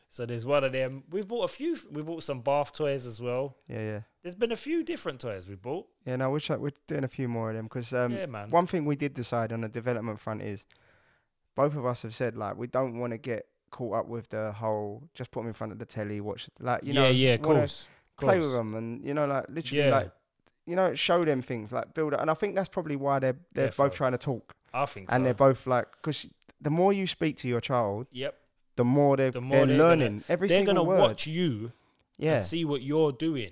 Speaker 2: so there's one of them. We bought a few. We bought some bath toys as well.
Speaker 1: Yeah, yeah,
Speaker 2: There's been a few different toys we bought.
Speaker 1: yeah. No, we're try- we're doing a few more of them because um,
Speaker 2: yeah, man.
Speaker 1: one thing we did decide on the development front is both of us have said like we don't want to get caught up with the whole just put them in front of the telly, watch like you know,
Speaker 2: yeah, yeah, of
Speaker 1: wanna
Speaker 2: course.
Speaker 1: play with
Speaker 2: course.
Speaker 1: them and you know like literally
Speaker 2: Yeah.
Speaker 1: like you know show them things like build up. And I think that's probably why they're they're both
Speaker 2: Defo.
Speaker 1: trying to talk
Speaker 2: I think
Speaker 1: and
Speaker 2: so.
Speaker 1: they're both like because the more you speak to your child,
Speaker 2: yep.
Speaker 1: the more they're
Speaker 2: The more
Speaker 1: they're,
Speaker 2: they're gonna-
Speaker 1: learning every
Speaker 2: They're
Speaker 1: single
Speaker 2: gonna
Speaker 1: word.
Speaker 2: watch you
Speaker 1: yeah,
Speaker 2: and see what you're doing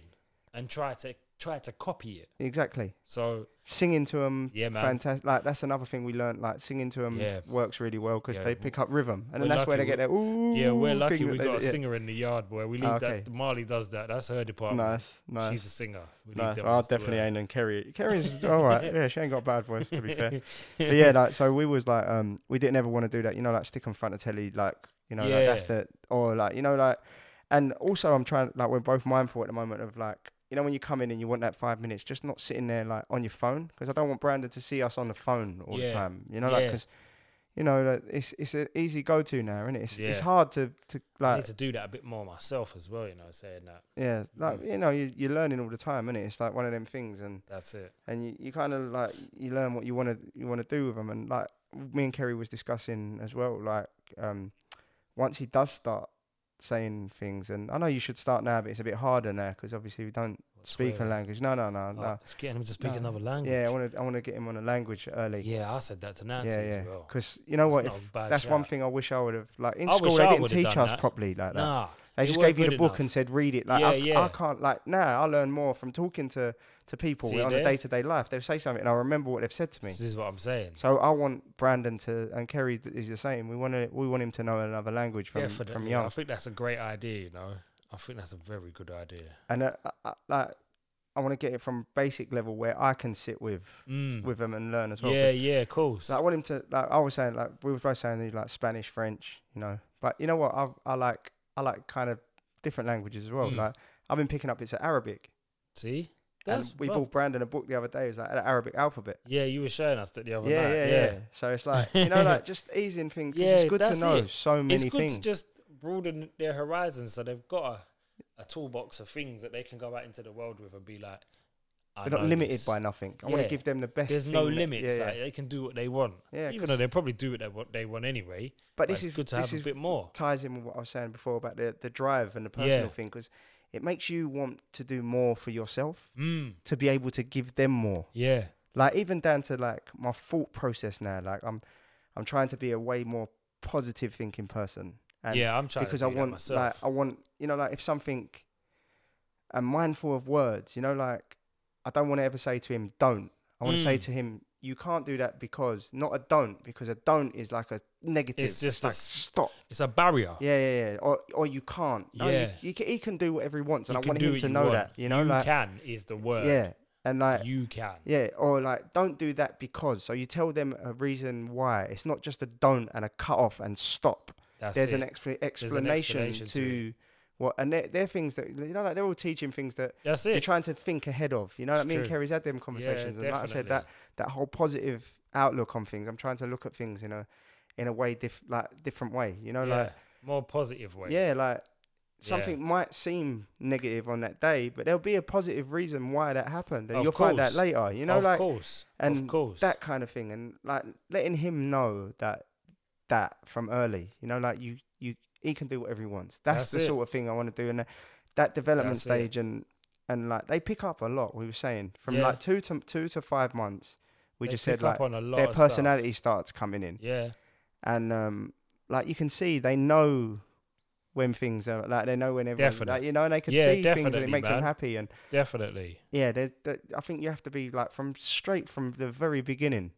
Speaker 2: and try to try to copy it.
Speaker 1: exactly.
Speaker 2: So
Speaker 1: singing to them
Speaker 2: Yeah, man.
Speaker 1: fantastic like that's another thing we learned like singing to them
Speaker 2: Yeah.
Speaker 1: works really well because
Speaker 2: Yeah,
Speaker 1: they
Speaker 2: w-
Speaker 1: pick up rhythm and then
Speaker 2: we're
Speaker 1: that's where they
Speaker 2: lucky
Speaker 1: get their ooh
Speaker 2: Yeah, we're lucky
Speaker 1: thing
Speaker 2: we
Speaker 1: that they
Speaker 2: got a
Speaker 1: do. Yeah.
Speaker 2: singer in the yard where we leave
Speaker 1: Ah, okay.
Speaker 2: that. Marley does that. That's her department.
Speaker 1: nice nice
Speaker 2: She's a singer. We leave
Speaker 1: nice
Speaker 2: them
Speaker 1: well, I
Speaker 2: ones to
Speaker 1: definitely
Speaker 2: her.
Speaker 1: ain't and Kerry Kerry's all right yeah she ain't got a bad voice to be fair but yeah like so we was like um we didn't ever want to do that you know like stick in front of telly like you know like, that's
Speaker 2: Yeah.
Speaker 1: the or like you know like and also I'm trying like we're both mindful at the moment of like you know when you come in and you want that five minutes just not sitting there like on your phone because I don't want Brandon to see us on the phone all
Speaker 2: Yeah.
Speaker 1: the time you know like 'cause like
Speaker 2: Yeah.
Speaker 1: because you know, like, it's it's an easy go to now, isn't it? It's it's
Speaker 2: Yeah.
Speaker 1: hard to to
Speaker 2: I
Speaker 1: like
Speaker 2: need to do that a bit more myself as well. You know, saying that.
Speaker 1: yeah, like
Speaker 2: Mm.
Speaker 1: you know, you you're learning all the time, isn't it? It's like one of them things, and
Speaker 2: That's it.
Speaker 1: and you, you kind of like you learn what you want to you want to do with them, and like me and Kerry was discussing as well, like um, once he does start saying things, and I know you should start now, but it's a bit harder now because obviously we don't
Speaker 2: What,
Speaker 1: speak a
Speaker 2: swearing?
Speaker 1: language. No, no, no,
Speaker 2: Oh,
Speaker 1: no.
Speaker 2: it's getting him to speak
Speaker 1: No.
Speaker 2: another language.
Speaker 1: Yeah, I want to I want to get him on a language early.
Speaker 2: Yeah, I said that to Nancy
Speaker 1: yeah, yeah.
Speaker 2: as well.
Speaker 1: Because you know
Speaker 2: That's
Speaker 1: what,
Speaker 2: not
Speaker 1: if
Speaker 2: a bad
Speaker 1: that's one
Speaker 2: shout.
Speaker 1: thing I wish I would have like in
Speaker 2: I
Speaker 1: school
Speaker 2: wish
Speaker 1: they
Speaker 2: I
Speaker 1: didn't
Speaker 2: would've
Speaker 1: teach
Speaker 2: done
Speaker 1: us
Speaker 2: that.
Speaker 1: properly like that.
Speaker 2: Nah,
Speaker 1: They
Speaker 2: It
Speaker 1: just
Speaker 2: weren't
Speaker 1: gave you the
Speaker 2: good
Speaker 1: book
Speaker 2: enough.
Speaker 1: and said, read it. Like, I,
Speaker 2: Yeah, yeah.
Speaker 1: I can't, like, now I learn more from talking to, to people
Speaker 2: See
Speaker 1: on a
Speaker 2: there?
Speaker 1: day to day life. They'll say something and I'll remember what they've said to me.
Speaker 2: this is what I'm saying.
Speaker 1: So I want Brandon to, and Kerry th- is the same. We want to, we want him to know another language from,
Speaker 2: Definitely.
Speaker 1: from
Speaker 2: I
Speaker 1: young.
Speaker 2: think that's a great idea. You know, I think that's a very good idea.
Speaker 1: And uh, I, I, uh, like, I want to get it from a basic level where I can sit with
Speaker 2: Mm.
Speaker 1: with them and learn as well. 'cause
Speaker 2: yeah, yeah, of course.
Speaker 1: Like, I want him to like. I was saying like we were both saying these, like Spanish, French, you know. But you know what? I I like I like kind of different languages as well.
Speaker 2: Mm.
Speaker 1: Like I've been picking up it's Arabic.
Speaker 2: See,
Speaker 1: and we
Speaker 2: well-
Speaker 1: bought Brandon a book the other day. It's like an Arabic alphabet.
Speaker 2: Yeah, you were showing us that the other
Speaker 1: Yeah,
Speaker 2: night.
Speaker 1: yeah, yeah, So it's like you know, like just easing things. 'cause
Speaker 2: Yeah,
Speaker 1: it's good to
Speaker 2: that's
Speaker 1: know
Speaker 2: it.
Speaker 1: so many
Speaker 2: It's good
Speaker 1: things.
Speaker 2: to just broaden their horizons, so they've got a, a toolbox of things that they can go out into the world with and be like. I
Speaker 1: They're not
Speaker 2: know
Speaker 1: limited
Speaker 2: this.
Speaker 1: by nothing. I want
Speaker 2: Yeah.
Speaker 1: to give them the best.
Speaker 2: There's
Speaker 1: thing
Speaker 2: no
Speaker 1: that-
Speaker 2: limits.
Speaker 1: Yeah,
Speaker 2: like,
Speaker 1: yeah.
Speaker 2: they can do what they want.
Speaker 1: Yeah,
Speaker 2: even
Speaker 1: 'cause-
Speaker 2: though they probably do what they want, they want anyway.
Speaker 1: But
Speaker 2: But
Speaker 1: this
Speaker 2: it's
Speaker 1: is
Speaker 2: good to
Speaker 1: this
Speaker 2: have a
Speaker 1: is
Speaker 2: bit more.
Speaker 1: ties in with what I was saying before about the the drive and the personal
Speaker 2: Yeah.
Speaker 1: thing because it makes you want to do more for yourself
Speaker 2: Mm,
Speaker 1: to be able to give them more.
Speaker 2: yeah,
Speaker 1: like even down to like my thought process now like i'm i'm trying to be a way more positive thinking person and
Speaker 2: yeah. I'm trying
Speaker 1: because
Speaker 2: to
Speaker 1: i
Speaker 2: do that
Speaker 1: want
Speaker 2: myself.
Speaker 1: like i want you know like if something i'm mindful of words you know like i don't want to ever say to him don't i want to say
Speaker 2: Mm.
Speaker 1: to him you can't do that because not a don't because a don't is like a negative
Speaker 2: It's just a
Speaker 1: like
Speaker 2: s-
Speaker 1: stop
Speaker 2: it's a barrier.
Speaker 1: yeah yeah yeah or or you can't no,
Speaker 2: Yeah.
Speaker 1: you, you can, he can do whatever he wants and
Speaker 2: You
Speaker 1: i
Speaker 2: can
Speaker 1: want
Speaker 2: do
Speaker 1: him
Speaker 2: what
Speaker 1: to
Speaker 2: you
Speaker 1: know
Speaker 2: want.
Speaker 1: that you know
Speaker 2: you
Speaker 1: like
Speaker 2: can is the word.
Speaker 1: yeah and like
Speaker 2: you can.
Speaker 1: yeah, or like don't do that because. So you tell them a reason why. It's not just a don't and a cut off and stop.
Speaker 2: That's
Speaker 1: There's
Speaker 2: it.
Speaker 1: an, expla-
Speaker 2: an
Speaker 1: explanation
Speaker 2: explanation to
Speaker 1: to what, and they're, they're things that you know, like they're all teaching things that
Speaker 2: That's
Speaker 1: you're
Speaker 2: it.
Speaker 1: trying to think ahead of. You know what I
Speaker 2: It's
Speaker 1: mean?
Speaker 2: true.
Speaker 1: Kerry's had them conversations, and like I said, that
Speaker 2: definitely.
Speaker 1: that whole positive outlook on things. I'm trying to look at things in a in a way diff like different way. You know,
Speaker 2: yeah.
Speaker 1: like
Speaker 2: more positive way.
Speaker 1: yeah, like. Something might seem negative on that day, but there'll be a positive reason why that happened, and
Speaker 2: Of
Speaker 1: you'll find out
Speaker 2: course.
Speaker 1: later. You know,
Speaker 2: of
Speaker 1: like
Speaker 2: course,
Speaker 1: and
Speaker 2: of course,
Speaker 1: that kind of thing and like letting him know that that from early you know like you you he can do whatever he wants that's,
Speaker 2: That's
Speaker 1: the
Speaker 2: it.
Speaker 1: sort of thing i want to do and that, that development
Speaker 2: That's it.
Speaker 1: stage and and like they pick up a lot we were saying from
Speaker 2: Yeah.
Speaker 1: like two to two to five months we
Speaker 2: They
Speaker 1: just
Speaker 2: pick
Speaker 1: said like
Speaker 2: up on a lot
Speaker 1: their
Speaker 2: of stuff.
Speaker 1: personality starts coming in
Speaker 2: Yeah,
Speaker 1: and um like you can see they know when things are like they know when everyone like,
Speaker 2: Definite.
Speaker 1: you know and they can
Speaker 2: Yeah,
Speaker 1: see things and it
Speaker 2: definitely,
Speaker 1: makes them
Speaker 2: man.
Speaker 1: happy and
Speaker 2: definitely.
Speaker 1: yeah, there- there- I think you have to be like from straight from the very beginning,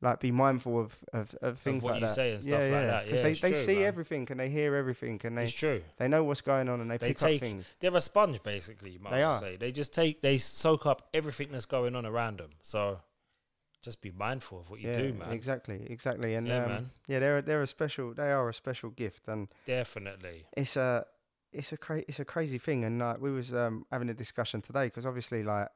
Speaker 1: like be mindful of of, of things
Speaker 2: what
Speaker 1: like
Speaker 2: you
Speaker 1: that.
Speaker 2: say and stuff like that.
Speaker 1: 'cause
Speaker 2: Yeah,
Speaker 1: they,
Speaker 2: it's
Speaker 1: they
Speaker 2: true,
Speaker 1: see
Speaker 2: man.
Speaker 1: everything and they hear everything and
Speaker 2: it's
Speaker 1: they
Speaker 2: true.
Speaker 1: they know what's going on and they,
Speaker 2: They
Speaker 1: pick
Speaker 2: take-
Speaker 1: up things.
Speaker 2: They're a sponge, basically. You might
Speaker 1: They
Speaker 2: as well
Speaker 1: are.
Speaker 2: say they just take, they soak up everything that's going on around them. So just be mindful of what you
Speaker 1: yeah,
Speaker 2: do, man.
Speaker 1: exactly, exactly. And
Speaker 2: Yeah,
Speaker 1: um,
Speaker 2: man.
Speaker 1: yeah, they're they're a special. They are a special gift, and
Speaker 2: Definitely.
Speaker 1: it's a it's a cra- it's a crazy thing. And like we was um, having a discussion today because obviously like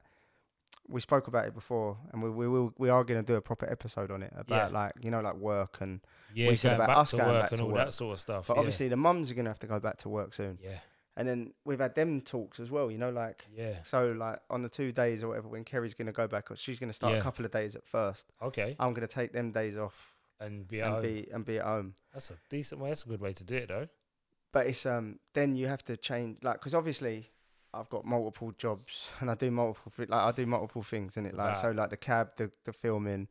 Speaker 1: we spoke about it before, and we we will, we are going to do a proper episode on it about
Speaker 2: Yeah.
Speaker 1: like you know like work and
Speaker 2: Yeah,
Speaker 1: We said
Speaker 2: going
Speaker 1: about
Speaker 2: back
Speaker 1: us
Speaker 2: to
Speaker 1: going
Speaker 2: work
Speaker 1: back
Speaker 2: and
Speaker 1: to
Speaker 2: all
Speaker 1: work.
Speaker 2: that sort of stuff.
Speaker 1: But
Speaker 2: yeah.
Speaker 1: obviously, the mums are going to have to go back to work soon.
Speaker 2: yeah,
Speaker 1: And then we've had them talks as well, you know, like,
Speaker 2: yeah.
Speaker 1: so, like, on the two days or whatever, when Kerry's going to go back, or she's going to start
Speaker 2: Yeah.
Speaker 1: a couple of days at first,
Speaker 2: Okay,
Speaker 1: I'm going to take them days off
Speaker 2: and be, at
Speaker 1: and,
Speaker 2: home.
Speaker 1: be, and be at home.
Speaker 2: that's a decent way. That's a good way to do it, though.
Speaker 1: But it's, um, then you have to change, like, because obviously, I've got multiple jobs and I do multiple, thi- like, I do multiple things in it, like,
Speaker 2: Right.
Speaker 1: so, like, the cab, the, the filming,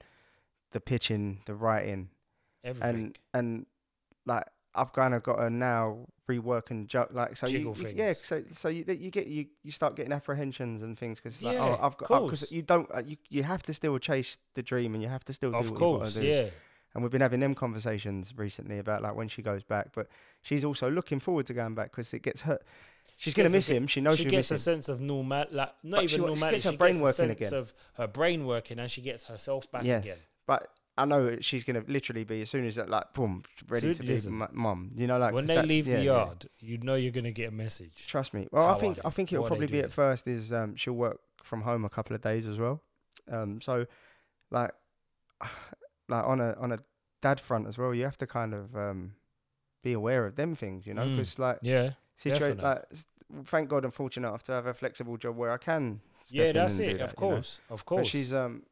Speaker 1: the pitching, the writing,
Speaker 2: Everything.
Speaker 1: and and like I've kind of got to now rework and ju- like so you,
Speaker 2: Jiggle
Speaker 1: you- yeah
Speaker 2: things.
Speaker 1: so so you that you get you you start getting apprehensions and things because like
Speaker 2: Yeah,
Speaker 1: oh I've got because
Speaker 2: course.
Speaker 1: you don't uh, you you have to still chase the dream and you have to still do
Speaker 2: of
Speaker 1: what
Speaker 2: course,
Speaker 1: you gotta do.
Speaker 2: yeah.
Speaker 1: and we've been having them conversations recently about like when she goes back but she's also looking forward to going back because it gets her she's gonna
Speaker 2: gets a
Speaker 1: miss
Speaker 2: bit-
Speaker 1: him she knows
Speaker 2: she
Speaker 1: she'll
Speaker 2: gets
Speaker 1: miss
Speaker 2: a
Speaker 1: him
Speaker 2: sense of normal, like not
Speaker 1: But
Speaker 2: even
Speaker 1: she wa- she
Speaker 2: normality.
Speaker 1: gets her brain
Speaker 2: a
Speaker 1: working
Speaker 2: sense
Speaker 1: again.
Speaker 2: Of her brain working, and she gets herself back
Speaker 1: yes
Speaker 2: again.
Speaker 1: but. I know she- she's gonna literally be as soon as that like boom ready
Speaker 2: Soon-
Speaker 1: to be
Speaker 2: listen.
Speaker 1: mu- mum. You know like
Speaker 2: when
Speaker 1: 'cause
Speaker 2: they
Speaker 1: that-
Speaker 2: leave
Speaker 1: yeah,
Speaker 2: the
Speaker 1: yeah.
Speaker 2: yard, you know you're gonna get a message.
Speaker 1: Trust me. Well,
Speaker 2: How
Speaker 1: I think
Speaker 2: are they?
Speaker 1: I think it'll
Speaker 2: What are they
Speaker 1: probably be
Speaker 2: doing?
Speaker 1: at first is um, she'll work from home a couple of days as well. Um, so like like on a on a dad front as well, you have to kind of um, be aware of them things, you know,
Speaker 2: Mm.
Speaker 1: because like
Speaker 2: Yeah,
Speaker 1: situation
Speaker 2: definite.
Speaker 1: like s- thank God I'm fortunate enough to have a flexible job where I can. Step
Speaker 2: yeah,
Speaker 1: in
Speaker 2: that's
Speaker 1: and do
Speaker 2: it.
Speaker 1: that,
Speaker 2: of
Speaker 1: you know?
Speaker 2: course, of course.
Speaker 1: But she's um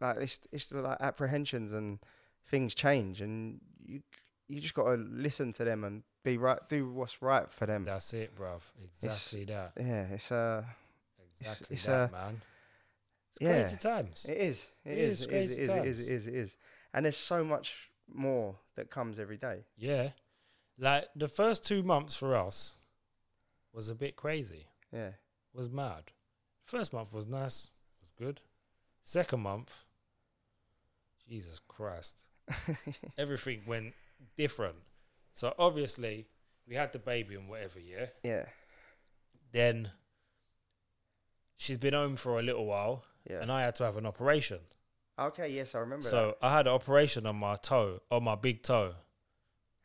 Speaker 1: like it's it's the, like apprehensions and things change and you you just got to listen to them and be right do what's right for them.
Speaker 2: that's it, bruv. Exactly that.
Speaker 1: Yeah, it's uh
Speaker 2: Exactly
Speaker 1: it's
Speaker 2: that,
Speaker 1: a-
Speaker 2: man. It's
Speaker 1: yeah.
Speaker 2: crazy times.
Speaker 1: It is. It
Speaker 2: It
Speaker 1: is.
Speaker 2: is
Speaker 1: It is. It
Speaker 2: crazy
Speaker 1: is. It is.
Speaker 2: times.
Speaker 1: It is. It is. And there's so much more that comes every day.
Speaker 2: yeah, like the first two months for us was a bit crazy.
Speaker 1: Yeah.
Speaker 2: was mad. First month was nice, was good. Second month, Jesus Christ, everything went different. So obviously, we had the baby and whatever, yeah.
Speaker 1: yeah.
Speaker 2: Then she's been home for a little while,
Speaker 1: Yeah.
Speaker 2: and I had to have an operation.
Speaker 1: Okay, yes, I remember.
Speaker 2: So I had an operation on my toe, on my big toe.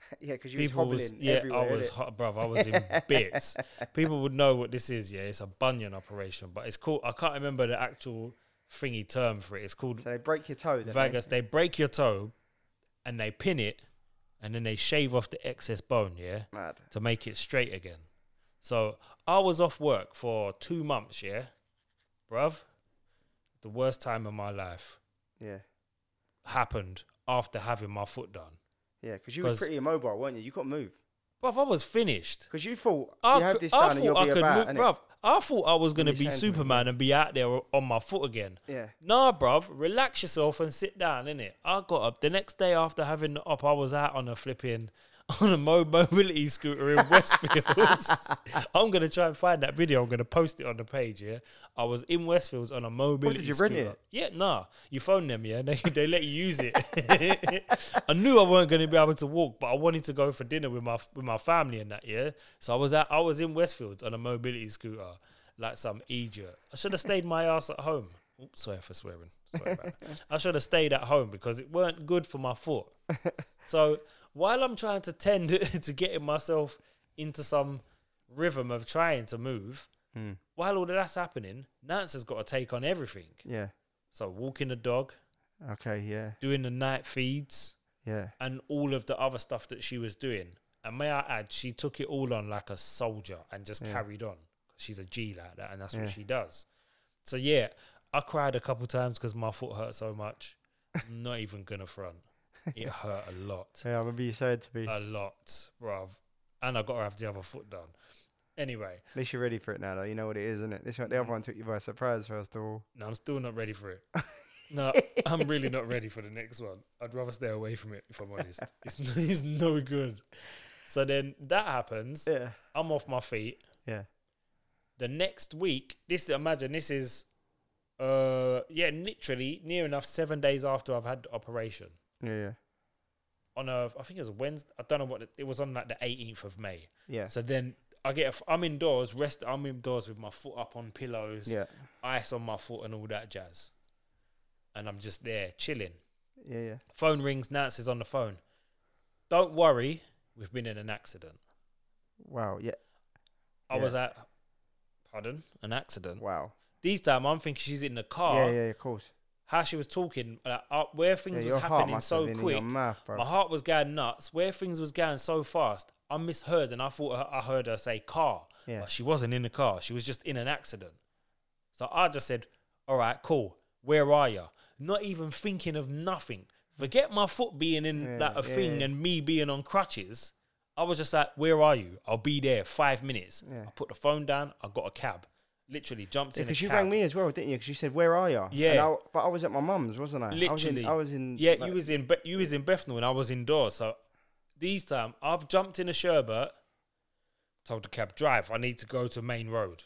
Speaker 1: that. yeah, because you was hobbling
Speaker 2: was, yeah,
Speaker 1: everywhere.
Speaker 2: I was,
Speaker 1: innit?
Speaker 2: hot, bruv, I was in bits. People would know what this is. Yeah, it's a bunion operation, but it's called. I can't remember the actual thingy term for it. It's called
Speaker 1: so they break your toe. Then,
Speaker 2: Vegas, they break your toe and they pin it and then they shave off the excess bone, yeah,
Speaker 1: Eh? Mad.
Speaker 2: to make it straight again. So I was off work for two months, yeah, bruv. The worst time of my life
Speaker 1: Yeah,
Speaker 2: happened after having my foot done.
Speaker 1: yeah, because you was
Speaker 2: 'Cause-
Speaker 1: pretty immobile, weren't you? You couldn't move
Speaker 2: Bruv, I was finished.
Speaker 1: because you thought
Speaker 2: I,
Speaker 1: you had
Speaker 2: cou-
Speaker 1: this
Speaker 2: I
Speaker 1: done and you'll
Speaker 2: thought I
Speaker 1: be
Speaker 2: could
Speaker 1: about.
Speaker 2: move,
Speaker 1: innit?
Speaker 2: bruv. I thought I was going to
Speaker 1: these
Speaker 2: be
Speaker 1: hands moving.
Speaker 2: Superman and be out there on my foot again.
Speaker 1: Yeah,
Speaker 2: Nah, bruv, relax yourself and sit down, innit? I got up the next day after having the op, I was out on a flipping on a mo- mobility scooter in Westfields. I'm gonna try and find that video. I'm gonna post it on the page. Yeah, I was in Westfields on a mobility.
Speaker 1: you
Speaker 2: scooter.
Speaker 1: rent it?
Speaker 2: Yeah, nah. You phone them, yeah. and They they let you use it. I knew I weren't gonna be able to walk, but I wanted to go for dinner with my with my family and that. Yeah, so I was out. I was in Westfields on a mobility scooter, like some idiot. I should have stayed my ass at home. Oops, sorry for swearing. Sorry about that. I should have stayed at home because it weren't good for my foot. So while I'm trying to tend to getting myself into some rhythm of trying to move, while all of that's happening, Nance has got to take on everything.
Speaker 1: yeah.
Speaker 2: So walking the dog,
Speaker 1: Okay, yeah,
Speaker 2: doing the night feeds,
Speaker 1: yeah.
Speaker 2: and all of the other stuff that she was doing. And may I add, she took it all on like a soldier and just carried on. She's a G like that, and that's
Speaker 1: Yeah.
Speaker 2: what she does. So yeah, I cried a couple times because my foot hurt so much. I'm not even gonna front. It hurt a lot.
Speaker 1: Yeah, I remember you said to me,
Speaker 2: a lot, bruv. And I got to have the other foot down. Anyway,
Speaker 1: at least you're ready for it now, though. You know what it is, isn't it? This one, the other one took you by surprise, first of all.
Speaker 2: no, I'm still not ready for it. No, I'm really not ready for the next one. I'd rather stay away from it if I'm honest. It's, n- it's no good. So then that happens.
Speaker 1: Yeah,
Speaker 2: I'm off my feet.
Speaker 1: yeah,
Speaker 2: The next week, this imagine this is, uh, yeah, literally near enough seven days after I've had the operation.
Speaker 1: yeah, yeah.
Speaker 2: On a, I think it was a Wednesday. I don't know what it, it was on like the 18th of May.
Speaker 1: yeah.
Speaker 2: So then I get, a f- I'm indoors, rest, I'm indoors with my foot up on pillows,
Speaker 1: yeah,
Speaker 2: ice on my foot, and all that jazz. And I'm just there chilling.
Speaker 1: yeah, yeah.
Speaker 2: Phone rings, Nance is on the phone. Don't worry, we've been in an accident.
Speaker 1: Wow, yeah,
Speaker 2: I
Speaker 1: Yeah.
Speaker 2: was at, pardon, an accident.
Speaker 1: wow.
Speaker 2: These time I'm thinking she's in the car.
Speaker 1: Yeah, yeah, of course.
Speaker 2: How she was talking, like, uh, where
Speaker 1: Yeah,
Speaker 2: things
Speaker 1: your
Speaker 2: was
Speaker 1: heart
Speaker 2: happening
Speaker 1: must have
Speaker 2: so
Speaker 1: been in
Speaker 2: quick.
Speaker 1: your mouth, bro.
Speaker 2: My heart was going nuts. Where things was going so fast, I misheard and I thought I- I heard her say car,
Speaker 1: Yeah.
Speaker 2: but she wasn't in the car. She was just in an accident. So I just said, "All right, cool. Where are you?" Not even thinking of nothing. Forget my foot being in
Speaker 1: Yeah,
Speaker 2: that a
Speaker 1: yeah,
Speaker 2: thing
Speaker 1: yeah.
Speaker 2: and me being on crutches. I was just like, "Where are you? I'll be there. Five minutes."
Speaker 1: Yeah.
Speaker 2: I put the phone down. I got a cab. Literally jumped in a
Speaker 1: Because you
Speaker 2: cab.
Speaker 1: rang me as well, didn't you? Because you said, "Where are you?" And
Speaker 2: Yeah.
Speaker 1: I, but I was at my mum's, wasn't I?
Speaker 2: Literally,
Speaker 1: I was in. I was in
Speaker 2: Yeah,
Speaker 1: like-
Speaker 2: you was in. Be- You was in Bethnal, and I was indoors. So these time, I've jumped in a sherbet. Told the cab drive. I need to go to main road.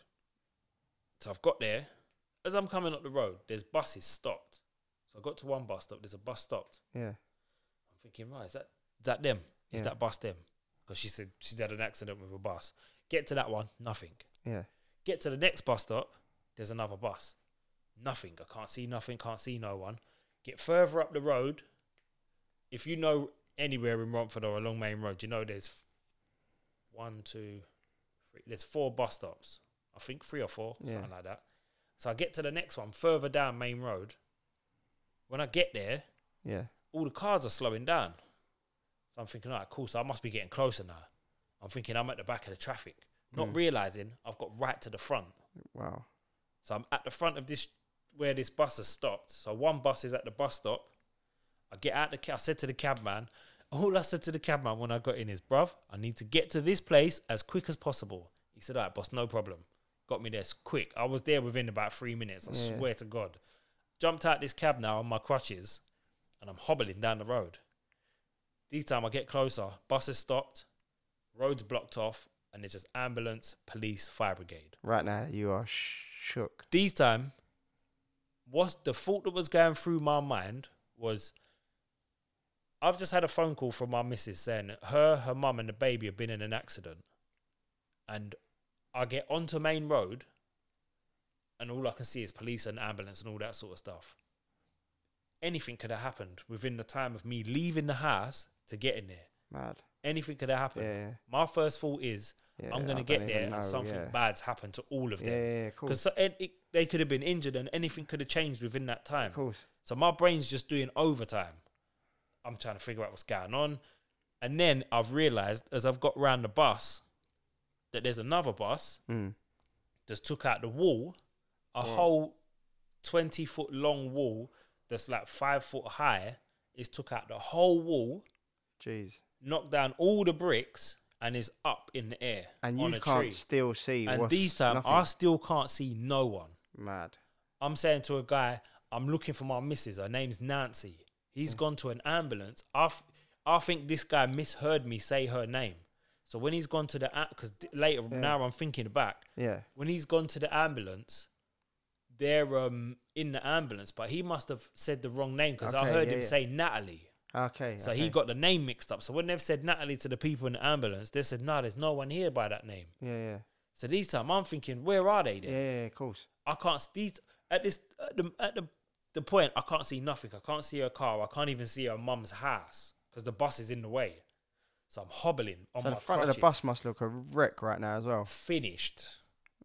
Speaker 2: So I've got there. As I'm coming up the road, there's buses stopped. So I got to one bus stop. There's a bus stopped.
Speaker 1: Yeah,
Speaker 2: I'm thinking, right, is that is that them? Is
Speaker 1: Yeah.
Speaker 2: that bus them? Because she said she's had an accident with a bus. Get to that one, nothing.
Speaker 1: yeah,
Speaker 2: Get to the next bus stop, there's another bus. Nothing. I can't see nothing, can't see no one. Get further up the road. If you know anywhere in Romford or along Main Road, you know there's f- one, two, three. There's four bus stops. I think three or four,
Speaker 1: Yeah.
Speaker 2: something like that. So I get to the next one, further down Main Road. When I get there,
Speaker 1: yeah.
Speaker 2: all the cars are slowing down. So I'm thinking, all right, cool. So I must be getting closer now. I'm thinking I'm at the back of the traffic, not
Speaker 1: Mm.
Speaker 2: realizing I've got right to the front.
Speaker 1: Wow.
Speaker 2: So I'm at the front of this where this bus has stopped. So one bus is at the bus stop. I get out the cab. I said to the cabman, all I said to the cabman when I got in is, bruv, I need to get to this place as quick as possible. He said, all right, boss, no problem. Got me there s- quick. I was there within about three minutes. I
Speaker 1: Yeah.
Speaker 2: swear to God. Jumped out this cab now on my crutches and I'm hobbling down the road. This time I get closer. Bus has stopped. Road's blocked off. And it's just ambulance, police, fire brigade
Speaker 1: Right now, you are shook.
Speaker 2: these time, what the thought that was going through my mind was, I've just had a phone call from my missus saying that her, her mum, and the baby have been in an accident, and I get onto main road, and all I can see is police and ambulance and all that sort of stuff. Anything could have happened within the time of me leaving the house to getting there.
Speaker 1: Mad.
Speaker 2: Anything could have happened.
Speaker 1: Yeah.
Speaker 2: My first thought is
Speaker 1: yeah
Speaker 2: I'm
Speaker 1: I
Speaker 2: gonna
Speaker 1: don't
Speaker 2: get
Speaker 1: even
Speaker 2: there
Speaker 1: know,
Speaker 2: and something
Speaker 1: yeah.
Speaker 2: bad's happened to all of
Speaker 1: Yeah,
Speaker 2: them.
Speaker 1: yeah, yeah, of course.
Speaker 2: Because they could have been injured and anything could have changed within that time.
Speaker 1: Of course.
Speaker 2: So my brain's just doing overtime. I'm trying to figure out what's going on. And then I've realized as I've got round the bus that there's another bus
Speaker 1: Mm.
Speaker 2: that's took out the wall, a
Speaker 1: Wow.
Speaker 2: whole 20 foot long wall that's like five foot high is took out the whole wall,
Speaker 1: Jeez.
Speaker 2: knocked down all the bricks, and is up in the air.
Speaker 1: And
Speaker 2: on
Speaker 1: you
Speaker 2: a
Speaker 1: can't
Speaker 2: tree.
Speaker 1: still see.
Speaker 2: And
Speaker 1: what's
Speaker 2: these time,
Speaker 1: nothing.
Speaker 2: I still can't see no one.
Speaker 1: Mad.
Speaker 2: I'm saying to a guy, I'm looking for my missus. Her name's Nancy. He's
Speaker 1: Mm.
Speaker 2: gone to an ambulance. I, f- I think this guy misheard me say her name. So when he's gone to the because later now I'm thinking back
Speaker 1: Yeah.
Speaker 2: when he's gone to the ambulance, they're um in the ambulance, but he must have said the wrong name because I
Speaker 1: Okay,
Speaker 2: heard
Speaker 1: yeah,
Speaker 2: him
Speaker 1: yeah.
Speaker 2: say Natalie.
Speaker 1: Okay.
Speaker 2: So
Speaker 1: okay.
Speaker 2: he got the name mixed up. So when they've said Natalie to the people in the ambulance, they said, "No, there's no one here by that name."
Speaker 1: Yeah, yeah.
Speaker 2: So these time I'm thinking, where are they
Speaker 1: Yeah,
Speaker 2: then?
Speaker 1: yeah, yeah, of course.
Speaker 2: I can't see at this at the at the, the point. I can't see nothing. I can't see her car. I can't even see her mum's house because the bus is in the way. So I'm hobbling on
Speaker 1: So
Speaker 2: my
Speaker 1: the front of the
Speaker 2: crutches.
Speaker 1: bus must look a wreck right now as well.
Speaker 2: Finished,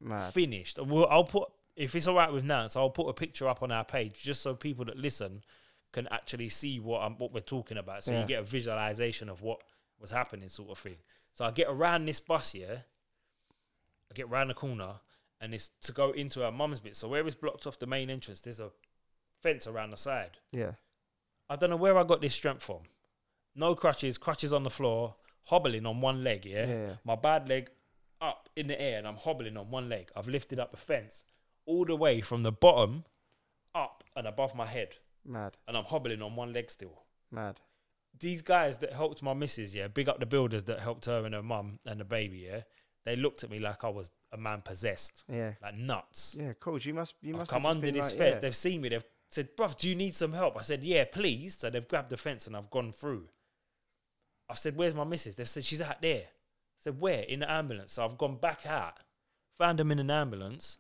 Speaker 1: Mad.
Speaker 2: finished. Well, I'll put if it's all right with Nance, I'll put a picture up on our page just so people that listen can actually see what I'm, what we're talking about. So
Speaker 1: Yeah.
Speaker 2: you get a visualization of what was happening, sort of thing. So I get around this bus here. I get round the corner and it's to go into our mum's bit. So where it's blocked off the main entrance, there's a fence around the side.
Speaker 1: Yeah.
Speaker 2: I don't know where I got this strength from. No crutches, crutches on the floor, hobbling on one leg, yeah?
Speaker 1: Yeah.
Speaker 2: My bad leg up in the air and I'm hobbling on one leg. I've lifted up a fence all the way from the bottom up and above my head
Speaker 1: Mad.
Speaker 2: and I'm hobbling on one leg still.
Speaker 1: Mad.
Speaker 2: These guys that helped my missus, yeah, big up the builders that helped her and her mum and the baby, yeah, they looked at me like I was a man possessed,
Speaker 1: Yeah.
Speaker 2: like nuts.
Speaker 1: Yeah, of course. You must. You
Speaker 2: I've
Speaker 1: must have
Speaker 2: come
Speaker 1: just
Speaker 2: under
Speaker 1: been
Speaker 2: this
Speaker 1: like,
Speaker 2: fence.
Speaker 1: yeah.
Speaker 2: They've seen me. They've said, bruv, do you need some help? I said, yeah, please. So they've grabbed the fence and I've gone through. I've said, where's my missus? They've said, she's out there. I said, where? In the ambulance. So I've gone back out, found them in an ambulance.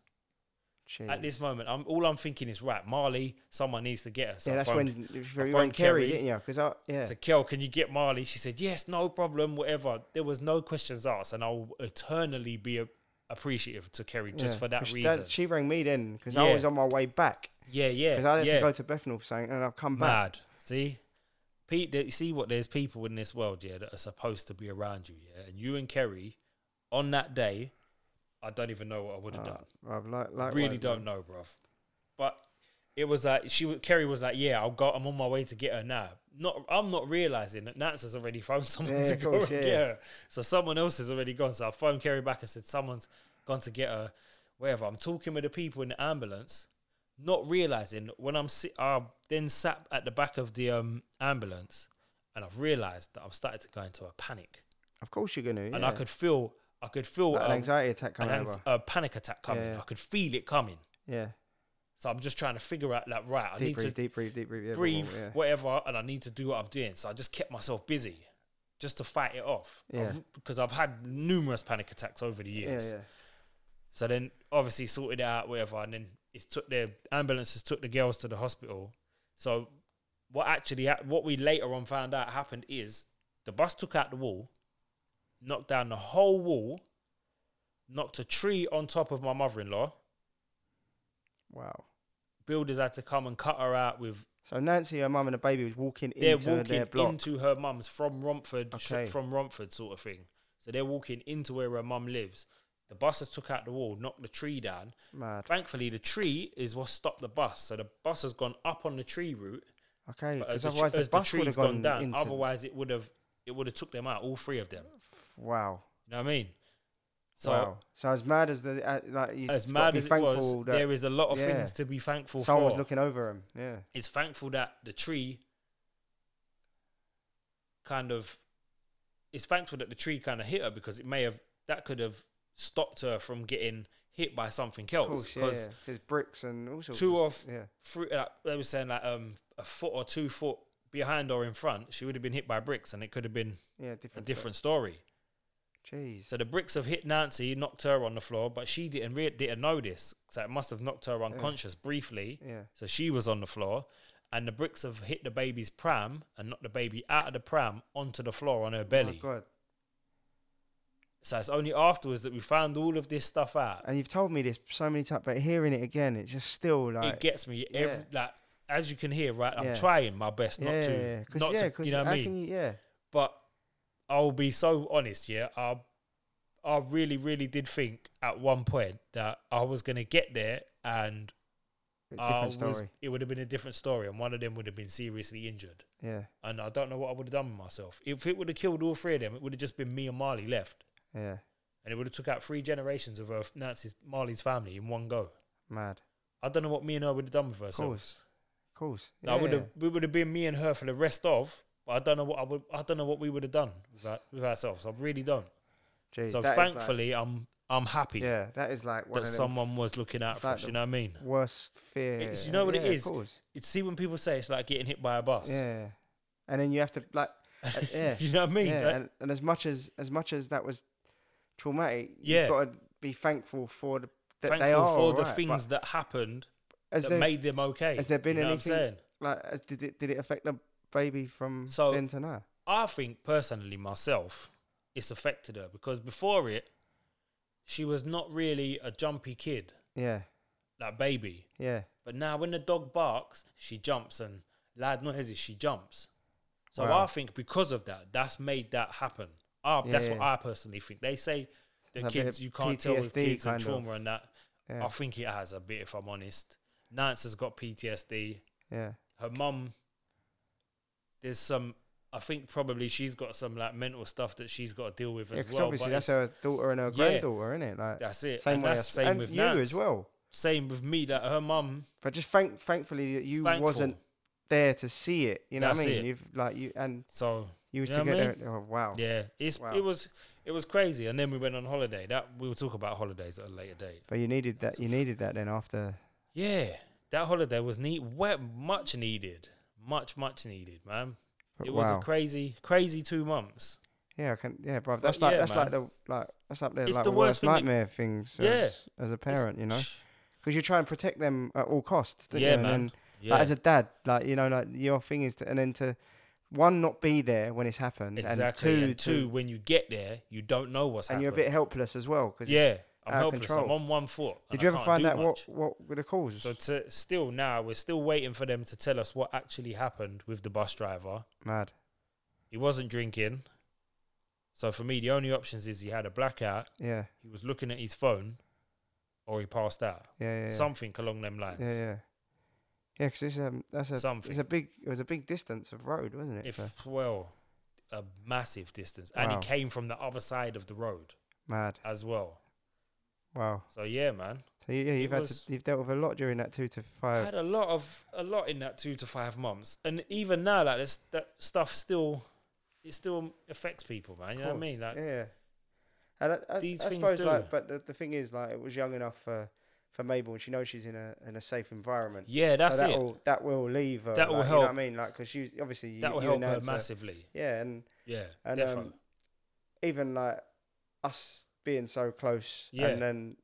Speaker 2: At
Speaker 1: Jeez.
Speaker 2: this moment, I'm all I'm thinking is, right, Marley, someone needs to get her. So
Speaker 1: yeah,
Speaker 2: I
Speaker 1: that's
Speaker 2: phoned-
Speaker 1: when you
Speaker 2: phoned
Speaker 1: were on Kerry,
Speaker 2: Kerry.
Speaker 1: didn't you? Because I, yeah,
Speaker 2: I said, Kel, can you get Marley? She said, yes, no problem, whatever. There was no questions asked. And I'll eternally be a- appreciative to Kerry just
Speaker 1: yeah.
Speaker 2: for that
Speaker 1: 'Cause
Speaker 2: reason.
Speaker 1: she rang me then because
Speaker 2: Yeah.
Speaker 1: I was on my way back
Speaker 2: yeah, yeah.
Speaker 1: because I had
Speaker 2: yeah.
Speaker 1: to go to Bethnal for something and I've come back.
Speaker 2: Mad. See, Pete. You see what there's people in this world, yeah, that are supposed to be around you, yeah. And you and Kerry, on that day, I don't even know what I would have done.
Speaker 1: Uh, I've like, like
Speaker 2: really don't know, bruv. But it was like she, wa- Kerry was like, "Yeah, I'll go. I'm on my way to get her now." Not, I'm not realizing that Nance has already phoned someone
Speaker 1: Yeah,
Speaker 2: to
Speaker 1: of
Speaker 2: go
Speaker 1: course,
Speaker 2: and
Speaker 1: yeah.
Speaker 2: get her. So someone else has already gone. So I phoned Kerry back and said, "Someone's gone to get her." Wherever I'm talking with the people in the ambulance, not realizing that when I'm sit, I then sat at the back of the um, ambulance, and I've realized that I've started to go into a panic,
Speaker 1: Of course you're gonna. Yeah.
Speaker 2: and I could feel, I could feel
Speaker 1: Like an
Speaker 2: um,
Speaker 1: anxiety attack
Speaker 2: an
Speaker 1: coming
Speaker 2: anx-
Speaker 1: over.
Speaker 2: a panic attack coming.
Speaker 1: Yeah.
Speaker 2: I could feel it coming.
Speaker 1: Yeah.
Speaker 2: So I'm just trying to figure out like right, I
Speaker 1: Deep
Speaker 2: need
Speaker 1: breathe,
Speaker 2: to
Speaker 1: deep breathe, deep breathe. Yeah, blah, blah,
Speaker 2: breathe,
Speaker 1: blah, yeah.
Speaker 2: whatever, and I need to do what I'm doing. So I just kept myself busy just to fight it off.
Speaker 1: Yeah.
Speaker 2: Because I've had numerous panic attacks over the years.
Speaker 1: Yeah, yeah.
Speaker 2: So then obviously sorted it out, whatever, and then it's took the ambulances took the girls to the hospital. So what actually hap- what we later on found out happened is the bus took out the wall, knocked down the whole wall, knocked a tree on top of my mother in law.
Speaker 1: Wow.
Speaker 2: Builders had to come and cut her out with
Speaker 1: So Nancy, her mum, and the baby was walking
Speaker 2: they're
Speaker 1: into
Speaker 2: walking
Speaker 1: their block.
Speaker 2: into her mum's from Romford, sh-
Speaker 1: Okay.
Speaker 2: from Romford sort of thing. So they're walking into where her mum lives. The bus has took out the wall, knocked the tree down.
Speaker 1: Mad.
Speaker 2: Thankfully, the tree is what stopped the bus. So the bus has gone up on the tree route,
Speaker 1: Okay.
Speaker 2: but
Speaker 1: Because
Speaker 2: as the, tr-
Speaker 1: otherwise the
Speaker 2: as the
Speaker 1: bus would
Speaker 2: tree's
Speaker 1: have
Speaker 2: gone,
Speaker 1: gone
Speaker 2: down,
Speaker 1: into.
Speaker 2: otherwise it would have it would have took them out, all three of them.
Speaker 1: Wow.
Speaker 2: You know what I mean? So
Speaker 1: wow. So as mad as the uh, like, you
Speaker 2: as mad
Speaker 1: be
Speaker 2: as it was,
Speaker 1: thankful that
Speaker 2: there is a lot of
Speaker 1: yeah.
Speaker 2: things to be thankful
Speaker 1: someone
Speaker 2: for.
Speaker 1: was looking over him. Yeah.
Speaker 2: it's thankful that the tree kind of it's thankful that the tree kind of hit her because it may have that could have stopped her from getting hit by something
Speaker 1: Of
Speaker 2: else
Speaker 1: course.
Speaker 2: because
Speaker 1: Yeah. yeah. There's bricks and all sorts.
Speaker 2: two
Speaker 1: of,
Speaker 2: of-
Speaker 1: Yeah.
Speaker 2: through, like, they were saying like um a foot or two foot behind or in front she would have been hit by bricks and it could have been
Speaker 1: Yeah.
Speaker 2: a
Speaker 1: Different.
Speaker 2: different story
Speaker 1: Jeez.
Speaker 2: So the bricks have hit Nancy, knocked her on the floor, but she didn't re- didn't know this. So it must have knocked her unconscious briefly.
Speaker 1: Yeah.
Speaker 2: So she was on the floor, and the bricks have hit the baby's pram and knocked the baby out of the pram onto the floor on her
Speaker 1: Oh
Speaker 2: belly.
Speaker 1: my god.
Speaker 2: so it's only afterwards that we found all of this stuff out.
Speaker 1: And you've told me this so many times, but hearing it again, it's just still like
Speaker 2: it gets me every like as you can hear, right? I'm
Speaker 1: Yeah.
Speaker 2: trying my best
Speaker 1: yeah,
Speaker 2: not to,
Speaker 1: yeah, yeah. 'Cause
Speaker 2: not
Speaker 1: yeah,
Speaker 2: to,
Speaker 1: 'cause
Speaker 2: you know what
Speaker 1: how
Speaker 2: I mean.
Speaker 1: can you- yeah.
Speaker 2: but I'll be so honest, yeah. I I really, really did think at one point that I was gonna get there and
Speaker 1: A
Speaker 2: I
Speaker 1: Different
Speaker 2: was,
Speaker 1: story.
Speaker 2: it would have been a different story, and one of them would have been seriously injured.
Speaker 1: Yeah,
Speaker 2: And I don't know what I would have done with myself. If it would have killed all three of them, it would have just been me and Marley left,
Speaker 1: yeah.
Speaker 2: and it would have took out three generations of her, Nancy's Marley's family in one go.
Speaker 1: Mad.
Speaker 2: I don't know what me and her would have done with
Speaker 1: Of
Speaker 2: herself.
Speaker 1: course. Of course.
Speaker 2: I would have.
Speaker 1: yeah.
Speaker 2: We would have been me and her for the rest of. But I don't know what I would. I don't know what we would have done with, our- with ourselves. I really don't.
Speaker 1: Jeez,
Speaker 2: so
Speaker 1: that is
Speaker 2: thankfully, I'm I'm happy
Speaker 1: like, yeah, that is like one
Speaker 2: that
Speaker 1: of them
Speaker 2: someone was looking out
Speaker 1: it's
Speaker 2: for
Speaker 1: like
Speaker 2: us.
Speaker 1: the-
Speaker 2: You know what I mean?
Speaker 1: worst fear.
Speaker 2: It's- you know what it
Speaker 1: yeah,
Speaker 2: is?
Speaker 1: Of course.
Speaker 2: You see, when people say it's like getting hit by a bus,
Speaker 1: Yeah. And then you have to like, uh, yeah,
Speaker 2: you know what I mean?
Speaker 1: yeah.
Speaker 2: Like,
Speaker 1: and, and as much as as much as that was traumatic,
Speaker 2: Yeah.
Speaker 1: you've got to be thankful for the that
Speaker 2: thankful
Speaker 1: they are
Speaker 2: for the
Speaker 1: alright,
Speaker 2: things
Speaker 1: but
Speaker 2: that happened
Speaker 1: as
Speaker 2: that
Speaker 1: they-
Speaker 2: made them okay.
Speaker 1: has there been
Speaker 2: you know
Speaker 1: anything-
Speaker 2: What I'm saying?
Speaker 1: like as did it did it affect the baby from
Speaker 2: So-
Speaker 1: then to now?
Speaker 2: I think personally myself, it's affected her because before it, she was not really a jumpy kid,
Speaker 1: Yeah,
Speaker 2: like baby.
Speaker 1: yeah.
Speaker 2: But now when the dog barks, she jumps and loud noises, she jumps. So
Speaker 1: Wow.
Speaker 2: I think because of that, that's made that happen. I,
Speaker 1: Yeah,
Speaker 2: that's what
Speaker 1: yeah.
Speaker 2: I personally think. They say the
Speaker 1: A bit
Speaker 2: kids,
Speaker 1: of
Speaker 2: you can't tell with
Speaker 1: PTSD
Speaker 2: kids and
Speaker 1: kind of.
Speaker 2: trauma and that.
Speaker 1: Yeah,
Speaker 2: I think it has a bit, if I'm honest. Nance has got PTSD.
Speaker 1: yeah,
Speaker 2: Her mum, there's some, I think probably she's got some like mental stuff that she's got to deal with
Speaker 1: yeah.
Speaker 2: as
Speaker 1: Because
Speaker 2: well.
Speaker 1: obviously
Speaker 2: but
Speaker 1: that's
Speaker 2: it's-
Speaker 1: her daughter and her
Speaker 2: Yeah.
Speaker 1: granddaughter, isn't it? Like
Speaker 2: that's it.
Speaker 1: same
Speaker 2: and
Speaker 1: way.
Speaker 2: that's
Speaker 1: as-
Speaker 2: same
Speaker 1: and
Speaker 2: with
Speaker 1: you
Speaker 2: Nance.
Speaker 1: as well.
Speaker 2: Same with me that her mum,
Speaker 1: But just thank, thankfully that you
Speaker 2: thankful.
Speaker 1: wasn't there to see it. You know what I
Speaker 2: That's
Speaker 1: mean?
Speaker 2: it.
Speaker 1: You've like you and
Speaker 2: So
Speaker 1: you was
Speaker 2: You know what I
Speaker 1: together. Oh wow.
Speaker 2: Yeah, it's
Speaker 1: Wow.
Speaker 2: it was it was crazy, and then we went on holiday. That we will talk about holidays at a later date.
Speaker 1: But you needed that.
Speaker 2: That was
Speaker 1: You
Speaker 2: a-
Speaker 1: needed that then after.
Speaker 2: Yeah, that holiday was neat, well, much needed, much much needed, man.
Speaker 1: But
Speaker 2: it
Speaker 1: wow.
Speaker 2: was a crazy, crazy two months.
Speaker 1: yeah, I can. Yeah, bro.
Speaker 2: But
Speaker 1: That's like
Speaker 2: yeah,
Speaker 1: that's like the like that's up there
Speaker 2: It's
Speaker 1: like
Speaker 2: the
Speaker 1: the,
Speaker 2: worst
Speaker 1: worst,
Speaker 2: thing that-
Speaker 1: nightmare things.
Speaker 2: Yeah.
Speaker 1: As, as a parent, you know, because you try and protect them at all costs. Don't
Speaker 2: Yeah,
Speaker 1: you? And
Speaker 2: man.
Speaker 1: then,
Speaker 2: Yeah,
Speaker 1: Like, as a dad, like you know, like your thing is to, and then to one not be there when it's happened,
Speaker 2: exactly.
Speaker 1: and two,
Speaker 2: And
Speaker 1: to-
Speaker 2: two, when you get there, you don't know what's
Speaker 1: and
Speaker 2: happening.
Speaker 1: you're a bit helpless as well. Cause it's-
Speaker 2: yeah. I'm
Speaker 1: out of
Speaker 2: helpless. I'm
Speaker 1: control.
Speaker 2: on one foot.
Speaker 1: Did
Speaker 2: and I
Speaker 1: you ever
Speaker 2: can't
Speaker 1: find
Speaker 2: do
Speaker 1: out
Speaker 2: much.
Speaker 1: what what were the causes?
Speaker 2: So to, still now we're still waiting for them to tell us what actually happened with the bus driver.
Speaker 1: Mad.
Speaker 2: He wasn't drinking. So for me, the only options is he had a blackout,
Speaker 1: Yeah.
Speaker 2: he was looking at his phone, or he passed out.
Speaker 1: Yeah. Yeah. yeah.
Speaker 2: Something along them lines.
Speaker 1: Yeah. Yeah. Yeah, because it's um that's a
Speaker 2: Something.
Speaker 1: it's a big it was a big distance of road, wasn't it?
Speaker 2: If
Speaker 1: So-
Speaker 2: well, a massive distance, and
Speaker 1: Wow.
Speaker 2: he came from the other side of the road
Speaker 1: Mad.
Speaker 2: as well.
Speaker 1: Wow.
Speaker 2: So yeah, man,
Speaker 1: So you- yeah, you've
Speaker 2: It
Speaker 1: had
Speaker 2: was-
Speaker 1: to, you've dealt with a lot during that two to
Speaker 2: I
Speaker 1: five.
Speaker 2: had a lot of a lot in that two to five months, and even now, like this, that stuff still, it still affects people, man. You know what I
Speaker 1: course.
Speaker 2: mean? Like,
Speaker 1: yeah. And I, I,
Speaker 2: These
Speaker 1: I
Speaker 2: things
Speaker 1: suppose
Speaker 2: do.
Speaker 1: like, but the, the thing is, like, it was young enough for for Mabel, and she knows she's in a in a safe environment.
Speaker 2: yeah, that's
Speaker 1: so that
Speaker 2: it.
Speaker 1: Will, that will leave her.
Speaker 2: That will
Speaker 1: like, You know
Speaker 2: help.
Speaker 1: what I mean? Like, because you obviously you,
Speaker 2: that will
Speaker 1: you
Speaker 2: help her
Speaker 1: announce
Speaker 2: massively.
Speaker 1: Yeah, and
Speaker 2: Yeah,
Speaker 1: and
Speaker 2: defo.
Speaker 1: um, even like us being so close,
Speaker 2: Yeah.
Speaker 1: and then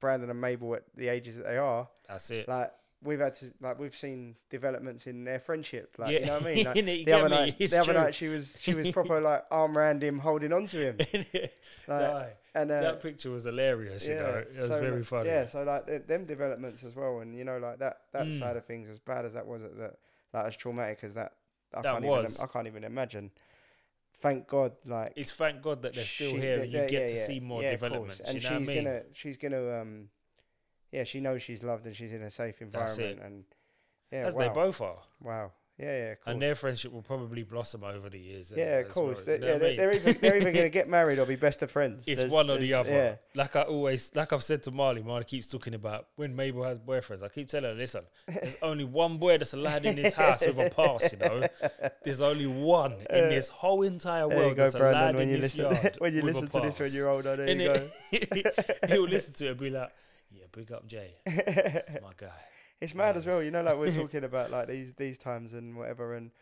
Speaker 1: Brandon and Mabel at the ages that they are,
Speaker 2: that's it.
Speaker 1: like we've had to like we've seen developments in their friendship. Like,
Speaker 2: yeah,
Speaker 1: you know what I mean? Like,
Speaker 2: Innit?
Speaker 1: the
Speaker 2: You get
Speaker 1: other
Speaker 2: me?
Speaker 1: night,
Speaker 2: It's
Speaker 1: the other
Speaker 2: true.
Speaker 1: night she was she was proper like arm around him, holding on to him,
Speaker 2: Innit?
Speaker 1: like,
Speaker 2: Die.
Speaker 1: and uh,
Speaker 2: that picture was hilarious. You know, it was
Speaker 1: so,
Speaker 2: very
Speaker 1: like,
Speaker 2: funny.
Speaker 1: Yeah, so like th- them developments as well, and you know, like that that
Speaker 2: Mm.
Speaker 1: side of things, as bad as that was, at that like as traumatic as that, I
Speaker 2: That
Speaker 1: can't
Speaker 2: was.
Speaker 1: even I can't even imagine. Thank God, like
Speaker 2: It's thank God that they're still
Speaker 1: she-
Speaker 2: here
Speaker 1: that
Speaker 2: and you
Speaker 1: they're-
Speaker 2: get
Speaker 1: yeah,
Speaker 2: to
Speaker 1: yeah,
Speaker 2: see more
Speaker 1: yeah, of course.
Speaker 2: developments.
Speaker 1: And
Speaker 2: you know
Speaker 1: she's
Speaker 2: what I mean?
Speaker 1: gonna she's gonna um, yeah, she knows she's loved and she's in a safe
Speaker 2: That's it.
Speaker 1: environment, and yeah,
Speaker 2: As
Speaker 1: wow,
Speaker 2: they both are.
Speaker 1: wow, yeah, yeah, cool.
Speaker 2: And their friendship will probably blossom over the years. anyway,
Speaker 1: yeah, of
Speaker 2: as well,
Speaker 1: course.
Speaker 2: you
Speaker 1: They-
Speaker 2: know
Speaker 1: yeah,
Speaker 2: what I
Speaker 1: they're, they're
Speaker 2: mean?
Speaker 1: even they're even gonna get married or be best of friends.
Speaker 2: It's
Speaker 1: There's-
Speaker 2: one or the
Speaker 1: there's-
Speaker 2: other.
Speaker 1: Yeah,
Speaker 2: Like I always, like I've said to Marley, Marley keeps talking about when Mabel has boyfriends. I keep telling her, listen, there's only one boy that's allowed in this house with a pass. You know, there's only one in this whole entire
Speaker 1: there you
Speaker 2: world
Speaker 1: go,
Speaker 2: that's
Speaker 1: Brandon.
Speaker 2: allowed
Speaker 1: When
Speaker 2: in
Speaker 1: you
Speaker 2: this
Speaker 1: listen
Speaker 2: yard
Speaker 1: when you
Speaker 2: with a
Speaker 1: listen to this when
Speaker 2: pass.
Speaker 1: you're older, there you go.
Speaker 2: Innit? He'll listen to it and be like, yeah, big up Jay. That's my guy.
Speaker 1: It's mad as well,
Speaker 2: Yes.
Speaker 1: you know, like we're talking about like these these times and whatever, and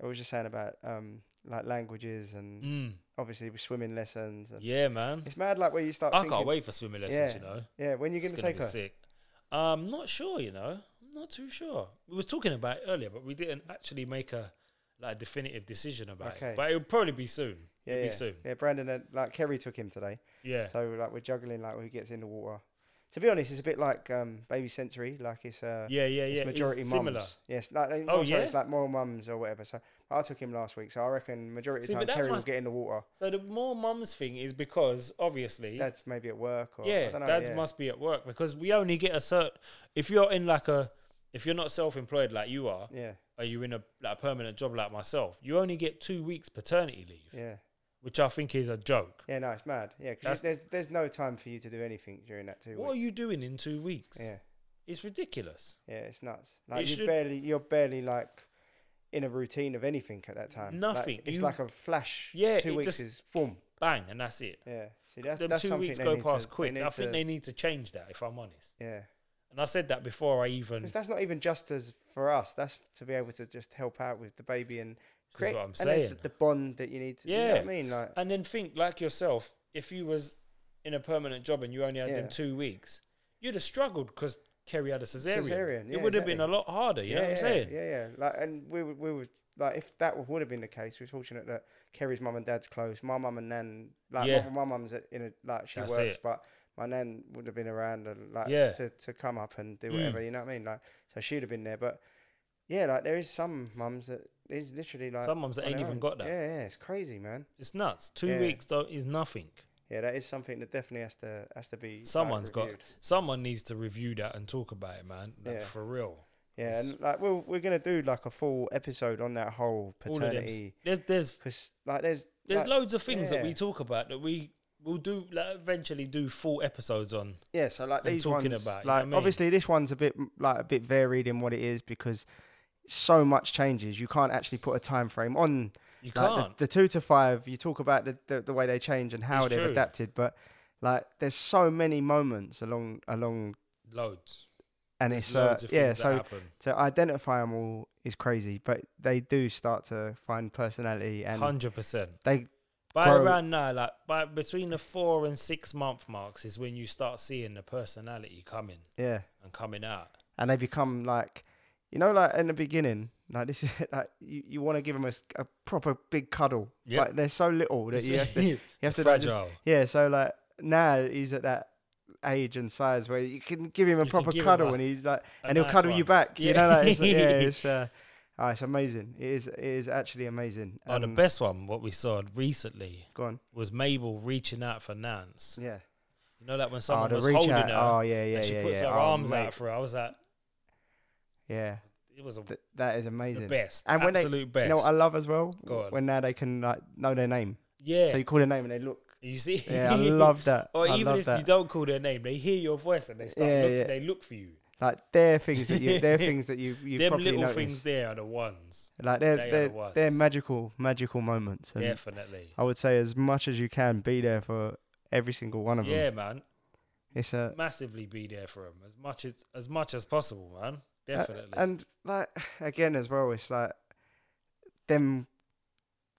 Speaker 1: I was just saying about um like languages and
Speaker 2: Mm.
Speaker 1: obviously with swimming lessons. And
Speaker 2: Yeah, man.
Speaker 1: It's mad like where you start.
Speaker 2: I
Speaker 1: thinking,
Speaker 2: can't wait for swimming
Speaker 1: Yeah.
Speaker 2: lessons. You know,
Speaker 1: Yeah, when you're
Speaker 2: it's
Speaker 1: gonna,
Speaker 2: gonna
Speaker 1: take
Speaker 2: be
Speaker 1: her?
Speaker 2: sick. Um, not sure. You know, I'm not too sure. We was talking about it earlier, but we didn't actually make a like a definitive decision about
Speaker 1: Okay.
Speaker 2: it. But it'll probably be soon.
Speaker 1: Yeah,
Speaker 2: it'll
Speaker 1: yeah.
Speaker 2: be soon.
Speaker 1: yeah. Brandon and like Kerry took him today,
Speaker 2: Yeah.
Speaker 1: so like we're juggling like who gets in the water. To be honest, it's a bit like um, baby sensory, like it's uh,
Speaker 2: Yeah, yeah, yeah.
Speaker 1: it's majority
Speaker 2: it's
Speaker 1: mums.
Speaker 2: similar.
Speaker 1: Yes, like oh,
Speaker 2: Oh, yeah?
Speaker 1: it's like more mums or whatever. So I took him last week, so I reckon majority
Speaker 2: See,
Speaker 1: of the
Speaker 2: but
Speaker 1: time
Speaker 2: that
Speaker 1: Kerry
Speaker 2: must-
Speaker 1: will get in the water.
Speaker 2: So the more mums thing is because obviously
Speaker 1: Dad's maybe at work or I
Speaker 2: yeah,
Speaker 1: don't know,
Speaker 2: dads
Speaker 1: yeah.
Speaker 2: must be at work because we only get a cert. If you're in like a, if you're not self-employed like you are,
Speaker 1: Yeah,
Speaker 2: or you in a like a permanent job like myself, you only get two weeks paternity leave,
Speaker 1: yeah,
Speaker 2: which I think is a joke.
Speaker 1: yeah. No, it's mad. Yeah, because
Speaker 2: That's-
Speaker 1: there's there's no time for you to do anything during that two
Speaker 2: What are
Speaker 1: weeks.
Speaker 2: you doing in two weeks?
Speaker 1: Yeah,
Speaker 2: It's ridiculous.
Speaker 1: yeah, it's nuts. Like you
Speaker 2: should-
Speaker 1: barely you're barely like in a routine of anything at that time. Like,
Speaker 2: Nothing.
Speaker 1: it's
Speaker 2: You-
Speaker 1: like a flash.
Speaker 2: Yeah,
Speaker 1: two
Speaker 2: it
Speaker 1: weeks
Speaker 2: just-
Speaker 1: is boom.
Speaker 2: Bang, and that's it.
Speaker 1: Yeah. See, that's,
Speaker 2: Them
Speaker 1: that's
Speaker 2: two
Speaker 1: something
Speaker 2: weeks
Speaker 1: they
Speaker 2: go
Speaker 1: need
Speaker 2: past
Speaker 1: to,
Speaker 2: quick.
Speaker 1: They
Speaker 2: I think
Speaker 1: to-
Speaker 2: they need to change that. If I'm honest,
Speaker 1: Yeah.
Speaker 2: and I said that before I even.
Speaker 1: Because that's not even just as for us. That's to be able to just help out with the baby and
Speaker 2: This is what I'm
Speaker 1: and then
Speaker 2: saying.
Speaker 1: The, the bond that you need. To, You know what I
Speaker 2: Yeah.
Speaker 1: mean, like,
Speaker 2: And then think like yourself, if you was in a permanent job and you only had
Speaker 1: Yeah.
Speaker 2: them two weeks, you'd have struggled because Kerry had a cesarean.
Speaker 1: Cesarean, yeah,
Speaker 2: it would have been a
Speaker 1: exactly.
Speaker 2: lot harder. You
Speaker 1: yeah,
Speaker 2: know what
Speaker 1: yeah,
Speaker 2: I'm saying?
Speaker 1: yeah, yeah. Like, and we were- we were like, if that would- would have been the case, we was fortunate that Kerry's mum and dad's close. My mum and nan, like, my-
Speaker 2: Yeah.
Speaker 1: my mum's in a like she
Speaker 2: That's
Speaker 1: works,
Speaker 2: it.
Speaker 1: but my nan would have been around and like
Speaker 2: Yeah.
Speaker 1: to to come up and do
Speaker 2: Mm.
Speaker 1: whatever. You know what I mean? Like, so she'd have been there, but yeah, like there is some mums that is literally like
Speaker 2: Some mums that
Speaker 1: on
Speaker 2: ain't
Speaker 1: their
Speaker 2: even
Speaker 1: own.
Speaker 2: got that.
Speaker 1: Yeah, yeah, it's crazy, man.
Speaker 2: It's nuts. Two
Speaker 1: Yeah.
Speaker 2: weeks though is nothing.
Speaker 1: Yeah, that is something that definitely has to has to be. like,
Speaker 2: Someone's got.
Speaker 1: reviewed.
Speaker 2: Someone needs to review that and talk about it, man. Like,
Speaker 1: Yeah.
Speaker 2: For real.
Speaker 1: Yeah, and like we're we're gonna do like a full episode on that whole
Speaker 2: All of them. s-
Speaker 1: paternity
Speaker 2: There's there's
Speaker 1: because like there's
Speaker 2: there's
Speaker 1: like,
Speaker 2: loads of things that
Speaker 1: yeah.
Speaker 2: we talk about that we will do like, eventually do full episodes on.
Speaker 1: yeah, so like
Speaker 2: I'm
Speaker 1: these
Speaker 2: talking
Speaker 1: ones
Speaker 2: about, you know
Speaker 1: like
Speaker 2: what I mean?
Speaker 1: obviously this one's a bit m- like a bit varied in what it is because so much changes you can't actually put a time frame on
Speaker 2: You
Speaker 1: like, the-
Speaker 2: can't.
Speaker 1: the, two to five you talk about the, the, the way they change and how
Speaker 2: It's
Speaker 1: they've
Speaker 2: true.
Speaker 1: adapted but like there's so many moments along along
Speaker 2: loads.
Speaker 1: and
Speaker 2: There's
Speaker 1: it's uh,
Speaker 2: loads of things
Speaker 1: yeah
Speaker 2: that
Speaker 1: so
Speaker 2: happen.
Speaker 1: to identify them all is crazy, but they do start to find personality and
Speaker 2: Hundred percent.
Speaker 1: they
Speaker 2: By
Speaker 1: grow-
Speaker 2: around now, like by between the four and six month marks is when you start seeing the personality coming
Speaker 1: yeah,
Speaker 2: and coming out.
Speaker 1: and they become like you know like in the beginning like this is like you, you want to give them a, s- a proper big cuddle,
Speaker 2: Yep.
Speaker 1: like they're so little that you have to you have to like, just-
Speaker 2: fragile.
Speaker 1: yeah, so like now he's at that age and size where you can give him a
Speaker 2: You can
Speaker 1: proper
Speaker 2: give him
Speaker 1: cuddle
Speaker 2: a-
Speaker 1: and he like
Speaker 2: a
Speaker 1: and he'll
Speaker 2: nice
Speaker 1: cuddle you
Speaker 2: one.
Speaker 1: back, you
Speaker 2: Yeah.
Speaker 1: know, like, it's, yeah, it's uh, oh, it's amazing. It is it is actually amazing.
Speaker 2: oh, the
Speaker 1: Um,
Speaker 2: best one what we saw recently
Speaker 1: Go on,
Speaker 2: was Mabel reaching out for Nance.
Speaker 1: yeah.
Speaker 2: You know that when someone
Speaker 1: oh, the
Speaker 2: was
Speaker 1: reach
Speaker 2: holding
Speaker 1: out.
Speaker 2: her
Speaker 1: oh yeah, yeah,
Speaker 2: and she
Speaker 1: yeah,
Speaker 2: puts
Speaker 1: yeah.
Speaker 2: her
Speaker 1: Oh,
Speaker 2: arms
Speaker 1: mate.
Speaker 2: out for her. I was like,
Speaker 1: Yeah,
Speaker 2: it was a,
Speaker 1: th- that is
Speaker 2: the
Speaker 1: amazing.
Speaker 2: best,
Speaker 1: And when they-
Speaker 2: absolute
Speaker 1: You
Speaker 2: best.
Speaker 1: know what I love as well?
Speaker 2: Go on.
Speaker 1: When now they can like know their name,
Speaker 2: yeah,
Speaker 1: so you call their name and they look.
Speaker 2: you see,
Speaker 1: Yeah, I love that.
Speaker 2: Or
Speaker 1: I
Speaker 2: even
Speaker 1: love
Speaker 2: if you
Speaker 1: that.
Speaker 2: don't call their name, they hear your voice and they start
Speaker 1: Yeah,
Speaker 2: looking.
Speaker 1: yeah.
Speaker 2: They look for you.
Speaker 1: Like they're things that you, they're things that you you
Speaker 2: Them
Speaker 1: probably
Speaker 2: little
Speaker 1: notice.
Speaker 2: things there are the ones,
Speaker 1: like they're
Speaker 2: they are
Speaker 1: they are
Speaker 2: the
Speaker 1: they are
Speaker 2: ones.
Speaker 1: magical magical moments. And
Speaker 2: definitely.
Speaker 1: I would say as much as you can, be there for every single one of them.
Speaker 2: Yeah, man.
Speaker 1: It's a
Speaker 2: massively be there for him as much as as much as possible, man.
Speaker 1: a-
Speaker 2: Definitely.
Speaker 1: Uh, and like again as well, it's like them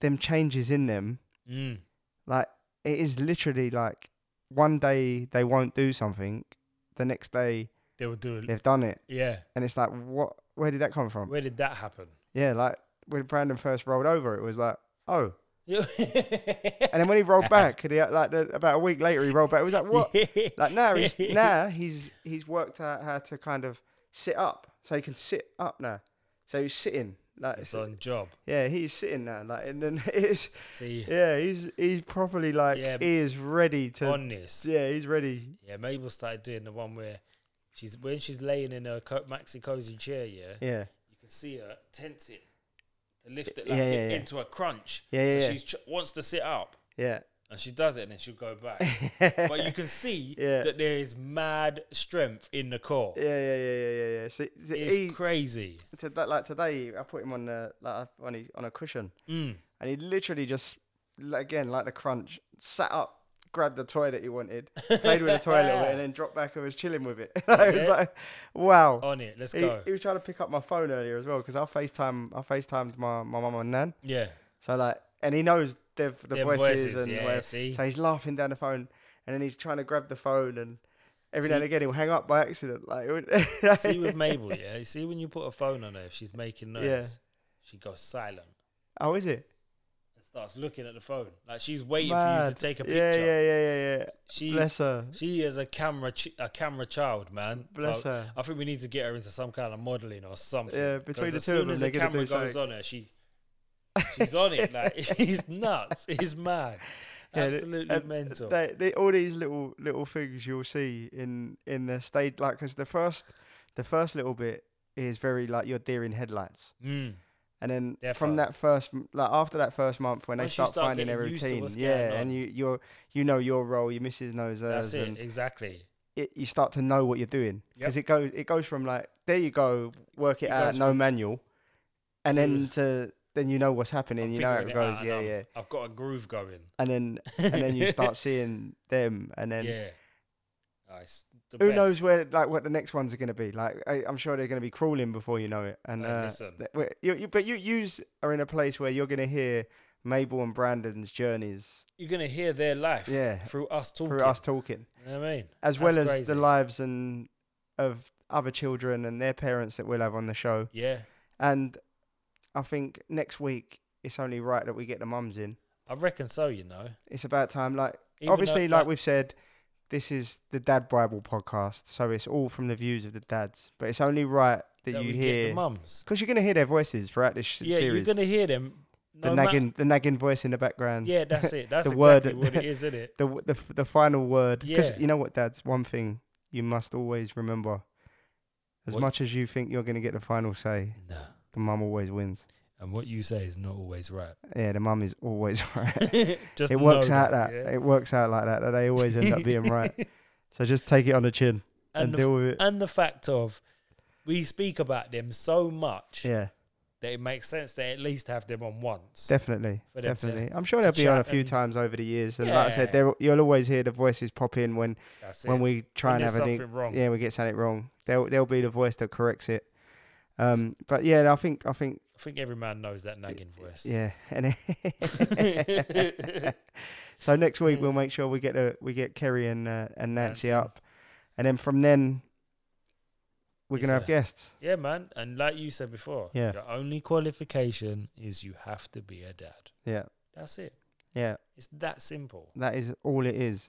Speaker 1: them changes in them
Speaker 2: mm.
Speaker 1: Like it is literally like one day they won't do something, the next day
Speaker 2: they will do it.
Speaker 1: they've done it,
Speaker 2: Yeah.
Speaker 1: and it's like what? Where did that come from?
Speaker 2: Where did that happen?
Speaker 1: Yeah, like when Brandon first rolled over, it was like oh,
Speaker 2: Yeah.
Speaker 1: and then when he rolled back, he, like the, about a week later, he rolled back. It was like what? like now he's now he's he's worked out how to kind of sit up, so he can sit up now. So he's sitting like
Speaker 2: It's on job.
Speaker 1: yeah, he's sitting now. Like and then it's
Speaker 2: See
Speaker 1: yeah, he's he's properly like
Speaker 2: Yeah,
Speaker 1: he is ready to.
Speaker 2: on this.
Speaker 1: yeah, he's ready.
Speaker 2: Yeah, Mabel started doing the one where she's when she's laying in her co- maxi cozy chair. Yeah,
Speaker 1: Yeah.
Speaker 2: you can see her tense it to lift it like
Speaker 1: Yeah, yeah,
Speaker 2: it
Speaker 1: yeah.
Speaker 2: into a crunch.
Speaker 1: Yeah, yeah,
Speaker 2: so
Speaker 1: yeah.
Speaker 2: she ch- wants to sit up
Speaker 1: Yeah.
Speaker 2: and she does it, and then she'll go back. but you can see
Speaker 1: Yeah.
Speaker 2: that there is mad strength in the core.
Speaker 1: yeah, yeah, yeah, yeah, yeah, yeah. See, see,
Speaker 2: It's
Speaker 1: he,
Speaker 2: crazy.
Speaker 1: to that, like today, I put him on the like I- on his, on a cushion,
Speaker 2: Mm.
Speaker 1: and he literally just like, again like the crunch sat up, grabbed the toy that he wanted, played with the toy a little bit, and then dropped back and was chilling with it. it was
Speaker 2: Yeah.
Speaker 1: like, wow.
Speaker 2: On it, let's
Speaker 1: he,
Speaker 2: go.
Speaker 1: he was trying to pick up my phone earlier as well because I FaceTime I FaceTimed my my mum and nan.
Speaker 2: yeah.
Speaker 1: So like, and he knows their the
Speaker 2: Their
Speaker 1: voices,
Speaker 2: voices,
Speaker 1: and
Speaker 2: yeah,
Speaker 1: where-
Speaker 2: see?
Speaker 1: so he's laughing down the phone, and then he's trying to grab the phone, and every now
Speaker 2: See?
Speaker 1: and again he'll hang up by accident. Like, it would,
Speaker 2: See with Mabel, yeah. You see when you put a phone on her, if she's making noise,
Speaker 1: Yeah.
Speaker 2: she goes silent
Speaker 1: oh, is it?
Speaker 2: and starts looking at the phone like she's waiting for you
Speaker 1: Mad.
Speaker 2: to take a picture.
Speaker 1: Yeah, yeah, yeah, yeah,
Speaker 2: She
Speaker 1: yeah. Bless her.
Speaker 2: she is a camera ch- a camera child, man.
Speaker 1: Bless
Speaker 2: So
Speaker 1: her.
Speaker 2: I think we need to get her into some kind of modeling or something.
Speaker 1: Yeah, between
Speaker 2: 'Cause
Speaker 1: the
Speaker 2: as
Speaker 1: two of
Speaker 2: soon
Speaker 1: them,
Speaker 2: as
Speaker 1: they're
Speaker 2: the
Speaker 1: gonna
Speaker 2: camera
Speaker 1: do something.
Speaker 2: goes on her, she she's on it. Like he's nuts. He's mad.
Speaker 1: Yeah, th-
Speaker 2: Absolutely
Speaker 1: and
Speaker 2: mental.
Speaker 1: They, they, all these little little things you'll see in in the stage, like because the first the first little bit is very like your deer in headlights,
Speaker 2: Mm.
Speaker 1: and then
Speaker 2: They're
Speaker 1: from
Speaker 2: fun.
Speaker 1: that first m- like after that first month when
Speaker 2: Once
Speaker 1: they
Speaker 2: you
Speaker 1: start,
Speaker 2: start
Speaker 1: finding their
Speaker 2: getting used to
Speaker 1: routine,
Speaker 2: what's
Speaker 1: yeah,
Speaker 2: going on.
Speaker 1: and you you're you know your role, your missus knows hers,
Speaker 2: That's it.
Speaker 1: and
Speaker 2: Exactly.
Speaker 1: it, you start to know what you're doing because it goes it goes from like there you go, work it,
Speaker 2: It
Speaker 1: out,
Speaker 2: goes
Speaker 1: no
Speaker 2: from-
Speaker 1: manual, and
Speaker 2: to-
Speaker 1: then to then you know what's happening,
Speaker 2: I'm
Speaker 1: you know how it
Speaker 2: figuring it
Speaker 1: goes,
Speaker 2: out and
Speaker 1: yeah,
Speaker 2: I'm-
Speaker 1: yeah,
Speaker 2: I've got a groove going.
Speaker 1: and then and then you start seeing them, and then.
Speaker 2: yeah. Oh, it's the
Speaker 1: Who
Speaker 2: best.
Speaker 1: knows where like what the next ones are going to be? Like I, I'm sure they're going to be crawling before you know it. And
Speaker 2: Like,
Speaker 1: uh,
Speaker 2: listen.
Speaker 1: th- we- you, you, but you yous are in a place where you're going to hear Mabel and Brandon's journeys
Speaker 2: You're gonna hear their life.
Speaker 1: Yeah.
Speaker 2: Through us talking.
Speaker 1: through us talking,
Speaker 2: You know what I mean?
Speaker 1: as
Speaker 2: That's
Speaker 1: well as
Speaker 2: crazy.
Speaker 1: the lives and of other children and their parents that we'll have on the show.
Speaker 2: Yeah.
Speaker 1: And I think next week it's only right that we get the mums in.
Speaker 2: I reckon so. You know.
Speaker 1: It's about time. Like
Speaker 2: Even though,
Speaker 1: obviously, like we've said. This is the Dad Bible podcast, so it's all from the views of the dads. But it's only right that,
Speaker 2: that
Speaker 1: you
Speaker 2: we
Speaker 1: hear
Speaker 2: get the mums.
Speaker 1: Because you're going to hear their voices throughout this sh-
Speaker 2: Yeah,
Speaker 1: series.
Speaker 2: you're gonna hear them.
Speaker 1: the
Speaker 2: no ma-
Speaker 1: nagging, the nagging voice in the background.
Speaker 2: Yeah, that's it. That's
Speaker 1: The word
Speaker 2: exactly what it is, isn't it?
Speaker 1: The w- the f- the final word. Because
Speaker 2: Yeah.
Speaker 1: you know what, Dad's one thing you must always remember. As
Speaker 2: What?
Speaker 1: much as you think you're going to get the final say,
Speaker 2: No.
Speaker 1: the mum always wins.
Speaker 2: And what you say is not always right.
Speaker 1: Yeah, the mum is always right.
Speaker 2: Just
Speaker 1: it works
Speaker 2: know
Speaker 1: out that
Speaker 2: yeah?
Speaker 1: it works out like that. That they always end up being right. So just take it on the chin and,
Speaker 2: and, the,
Speaker 1: deal with it.
Speaker 2: and the fact of we speak about them so much
Speaker 1: yeah,
Speaker 2: that it makes sense to at least have them on once.
Speaker 1: definitely,
Speaker 2: For them to-
Speaker 1: definitely. I'm sure
Speaker 2: to
Speaker 1: they'll be on a
Speaker 2: chat
Speaker 1: few
Speaker 2: and-
Speaker 1: times over the years. And like I said,
Speaker 2: Yeah.
Speaker 1: they'll- you'll always hear the voices pop in when
Speaker 2: That's
Speaker 1: when
Speaker 2: it.
Speaker 1: we try and
Speaker 2: When there's
Speaker 1: have a
Speaker 2: something wrong.
Speaker 1: Yeah, we get something wrong. They'll they'll be the voice that corrects it. Um, but yeah, I think I think
Speaker 2: I think every man knows that nagging voice.
Speaker 1: yeah. And so next week we'll make sure we get a, we get Kerry and uh, and Nancy,
Speaker 2: Nancy.
Speaker 1: up, and then from then we're
Speaker 2: Yes,
Speaker 1: gonna have
Speaker 2: sir.
Speaker 1: guests.
Speaker 2: Yeah, man. And like you said before,
Speaker 1: Yeah.
Speaker 2: your only qualification is you have to be a dad.
Speaker 1: Yeah,
Speaker 2: That's it.
Speaker 1: yeah.
Speaker 2: It's that simple.
Speaker 1: That is all it is.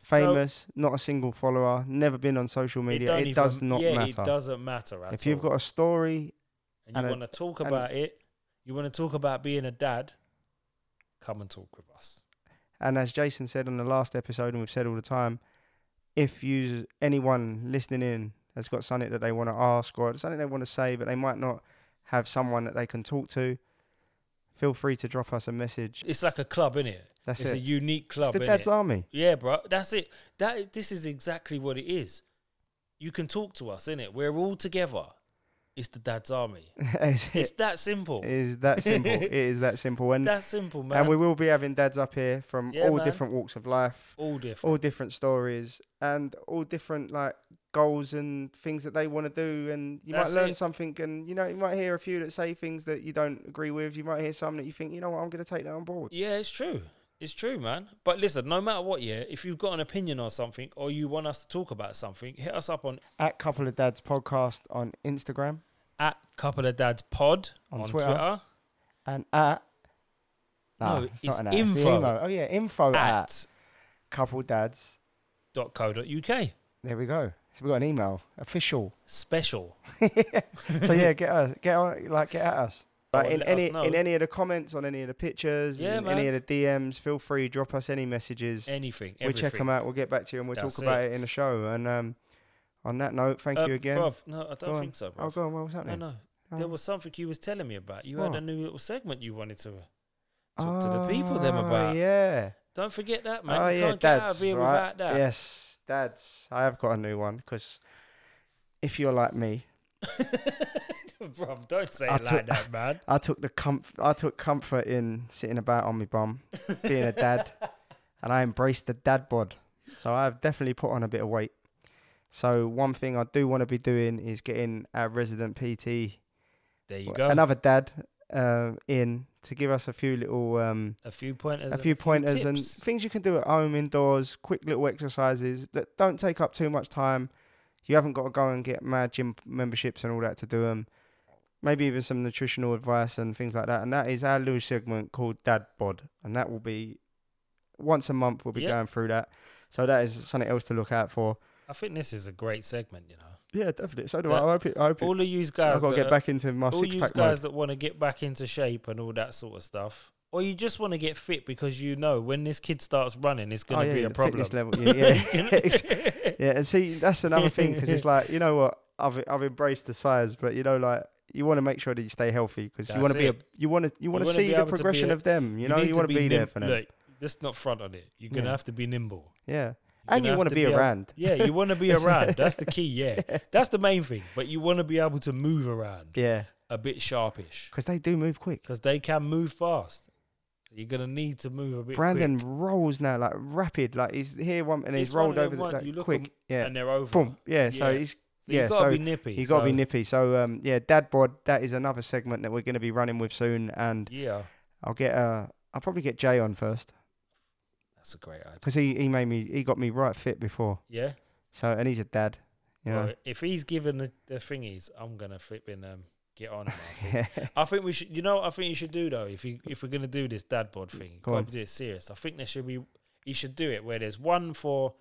Speaker 1: Famous, not a single follower, never been on social media.
Speaker 2: don't
Speaker 1: It,
Speaker 2: even-
Speaker 1: does not
Speaker 2: yeah,
Speaker 1: matter.
Speaker 2: It doesn't matter at
Speaker 1: if you've
Speaker 2: all.
Speaker 1: got a story,
Speaker 2: and you
Speaker 1: and a-
Speaker 2: want to talk
Speaker 1: and-
Speaker 2: about it, you want to talk about being a dad, come and talk with us.
Speaker 1: And as Jason said on the last episode, and we've said all the time, if you anyone listening in has got something that they want to ask or something they want to say, but they might not have someone that they can talk to, feel free to drop us a message.
Speaker 2: It's like a club, innit?
Speaker 1: That's
Speaker 2: it's a
Speaker 1: it.
Speaker 2: unique club.
Speaker 1: it's the
Speaker 2: innit?
Speaker 1: Dad's Army.
Speaker 2: Yeah, bro. That's it. That this is exactly what it is. You can talk to us, innit? We're all together. It's the dad's army.
Speaker 1: it's,
Speaker 2: It's
Speaker 1: it
Speaker 2: that simple.
Speaker 1: is that simple. it is that simple. And
Speaker 2: that simple, man.
Speaker 1: and we will be having dads up here from
Speaker 2: Yeah,
Speaker 1: all
Speaker 2: man.
Speaker 1: different walks of life,
Speaker 2: all different.
Speaker 1: all different stories, and all different like goals and things that they want to do and you
Speaker 2: That's
Speaker 1: might learn
Speaker 2: it.
Speaker 1: something and you know you might hear a few that say things that you don't agree with you might hear some that you think you know what i'm going to take that on board
Speaker 2: Yeah, it's true. It's true, man. But listen, no matter what, yeah, if you've got an opinion on something or you want us to talk about something, hit us up on
Speaker 1: at couple of dads podcast on instagram
Speaker 2: at Couple of Dads Pod
Speaker 1: On
Speaker 2: on,
Speaker 1: Twitter.
Speaker 2: Twitter.
Speaker 1: and at
Speaker 2: No, it's
Speaker 1: at, the
Speaker 2: info.
Speaker 1: email. oh yeah info at,
Speaker 2: at
Speaker 1: couple dads
Speaker 2: dot co dot uk.
Speaker 1: there we go so we got an email official
Speaker 2: Special.
Speaker 1: so yeah get us get on like get at us
Speaker 2: Oh,
Speaker 1: like
Speaker 2: and
Speaker 1: in
Speaker 2: let us
Speaker 1: any
Speaker 2: know.
Speaker 1: in any of the comments on any of the pictures
Speaker 2: Yeah,
Speaker 1: in any of the dms feel free drop us any messages
Speaker 2: Anything.
Speaker 1: we'll
Speaker 2: everything.
Speaker 1: check them out. We'll get back to you and we'll
Speaker 2: That's
Speaker 1: talk about it. in the show. And um, on that note, thank you
Speaker 2: Uh,
Speaker 1: again.
Speaker 2: bruv, no, I don't
Speaker 1: on.
Speaker 2: think so, bro.
Speaker 1: oh, go on. What was
Speaker 2: no,
Speaker 1: happening?
Speaker 2: no.
Speaker 1: Oh.
Speaker 2: There was something you was telling me about. You
Speaker 1: What?
Speaker 2: had a new little segment you wanted to. Talk to the people them
Speaker 1: Oh,
Speaker 2: about.
Speaker 1: Yeah.
Speaker 2: Don't forget that, man.
Speaker 1: oh,
Speaker 2: you
Speaker 1: yeah.
Speaker 2: can't
Speaker 1: dads,
Speaker 2: get out of here
Speaker 1: right?
Speaker 2: without that.
Speaker 1: Yes, dads. I have got a new one because if you're like me,
Speaker 2: Bruv, don't say
Speaker 1: I
Speaker 2: it
Speaker 1: took-
Speaker 2: like that, man.
Speaker 1: I took the comf- I took comfort in sitting about on my bum, being a dad. and I embraced the dad bod. So I've definitely put on a bit of weight. So one thing I do want to be doing is getting our resident PT,
Speaker 2: There you
Speaker 1: w-
Speaker 2: go.
Speaker 1: another dad, uh, in to give us a few little, um,
Speaker 2: a few pointers.
Speaker 1: a few pointers and
Speaker 2: tips.
Speaker 1: things you can do at home indoors, quick little exercises that don't take up too much time. You haven't got to go and get mad gym memberships and all that to do them. Maybe even some nutritional advice and things like that. And that is our little segment called Dad Bod, and that will be once a month. We'll be
Speaker 2: Yeah.
Speaker 1: going through that. So that is something else to look out for.
Speaker 2: I think this is a great segment, you know.
Speaker 1: Yeah, definitely. So do
Speaker 2: That-
Speaker 1: I. I hope it. I hope it,
Speaker 2: All of you
Speaker 1: I've
Speaker 2: guys,
Speaker 1: got to
Speaker 2: that
Speaker 1: get
Speaker 2: are-
Speaker 1: back into my
Speaker 2: all
Speaker 1: six
Speaker 2: you
Speaker 1: pack
Speaker 2: guys
Speaker 1: mode.
Speaker 2: that want to get back into shape and all that sort of stuff, or you just want to get fit because you know when this kid starts running, it's
Speaker 1: Oh
Speaker 2: going to
Speaker 1: yeah,
Speaker 2: be a
Speaker 1: the
Speaker 2: problem.
Speaker 1: fitness level. Yeah, yeah. Ex- yeah, and see, that's another thing because it's like you know what I've I've embraced the size, but you know like you want to make sure that you stay healthy because you want to
Speaker 2: That's
Speaker 1: be a
Speaker 2: it.
Speaker 1: you want to you want to
Speaker 2: wanna
Speaker 1: see
Speaker 2: be
Speaker 1: the
Speaker 2: able to be
Speaker 1: progression
Speaker 2: a-
Speaker 1: of them. You know
Speaker 2: need
Speaker 1: you want to be there
Speaker 2: nim-
Speaker 1: for them.
Speaker 2: Look, let's not front on it. You're going to
Speaker 1: Yeah.
Speaker 2: have to be nimble.
Speaker 1: Yeah,
Speaker 2: You're
Speaker 1: and
Speaker 2: gonna
Speaker 1: you
Speaker 2: have
Speaker 1: want to be
Speaker 2: a-
Speaker 1: around.
Speaker 2: Yeah, you want to be around. That's the key. Yeah, that's the main thing. But you want to be able to move around
Speaker 1: Yeah,
Speaker 2: a bit sharpish
Speaker 1: because they do move quick.
Speaker 2: because they can move fast. So you're going to need to move a bit. quick.
Speaker 1: Brandon rolls now like rapid, like he's here one and he's
Speaker 2: It's one
Speaker 1: rolled
Speaker 2: of
Speaker 1: over
Speaker 2: them
Speaker 1: the,
Speaker 2: ones,
Speaker 1: like,
Speaker 2: you look
Speaker 1: quick.
Speaker 2: em-
Speaker 1: Yeah,
Speaker 2: and they're over.
Speaker 1: boom. Yeah, so
Speaker 2: Yeah.
Speaker 1: he's
Speaker 2: So you
Speaker 1: yeah,
Speaker 2: got to
Speaker 1: so
Speaker 2: be nippy.
Speaker 1: he's got to be
Speaker 2: so-
Speaker 1: nippy. So um, yeah, dad bod. That is another segment that we're going to be running with soon, and
Speaker 2: Yeah,
Speaker 1: I'll get uh, I'll probably get Jay on first
Speaker 2: that's a great idea.
Speaker 1: because he he made me he got me right fit before.
Speaker 2: Yeah.
Speaker 1: So and he's a dad, you know.
Speaker 2: Well, if he's given the, the thingies, I'm gonna flip in um get on. him, I think.
Speaker 1: Yeah.
Speaker 2: I think we should. You know, what I think you should do though. If you if we're gonna do this dad bod thing, you
Speaker 1: Go
Speaker 2: gotta
Speaker 1: on.
Speaker 2: do it serious. I think there should be. You should do it where there's one for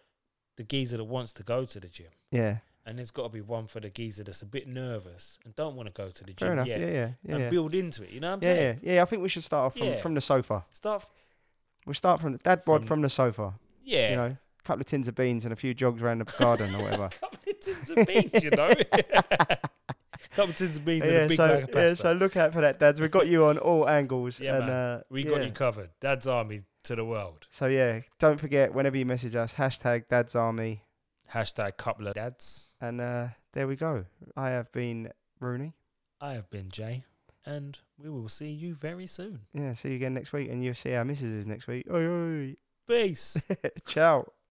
Speaker 2: the geezer that wants to go to the gym,
Speaker 1: yeah,
Speaker 2: and there's got to be one for the geezer that's a bit nervous and don't want to go to the
Speaker 1: fair
Speaker 2: gym
Speaker 1: enough.
Speaker 2: yet,
Speaker 1: Yeah, yeah, yeah,
Speaker 2: and
Speaker 1: yeah.
Speaker 2: build into it. You know what I'm
Speaker 1: yeah,
Speaker 2: saying?
Speaker 1: yeah, yeah. I think we should start off from,
Speaker 2: Yeah.
Speaker 1: from the sofa.
Speaker 2: Start. f-
Speaker 1: We'll start from dad bod
Speaker 2: From-
Speaker 1: from, the sofa.
Speaker 2: Yeah.
Speaker 1: You know, a couple of tins of beans and a few jogs around the garden or whatever.
Speaker 2: Couple of tins of beans, you know. Couple of tins of beans and a
Speaker 1: yeah,
Speaker 2: big
Speaker 1: so
Speaker 2: bag of pasta.
Speaker 1: yeah, so look out for that, dads. We got you on all angles.
Speaker 2: Yeah,
Speaker 1: and,
Speaker 2: man.
Speaker 1: Uh,
Speaker 2: we got
Speaker 1: yeah.
Speaker 2: you covered. Dad's army to the world.
Speaker 1: So yeah, don't forget whenever you message us, hashtag Dad's Army,
Speaker 2: Hashtag couple of dads.
Speaker 1: and uh, there we go. I have been Rooney.
Speaker 2: I have been Jay, and we will see you very soon.
Speaker 1: Yeah, see you again next week, and you'll see how Mrs. is next week. Oi, oi.
Speaker 2: Peace.
Speaker 1: Ciao.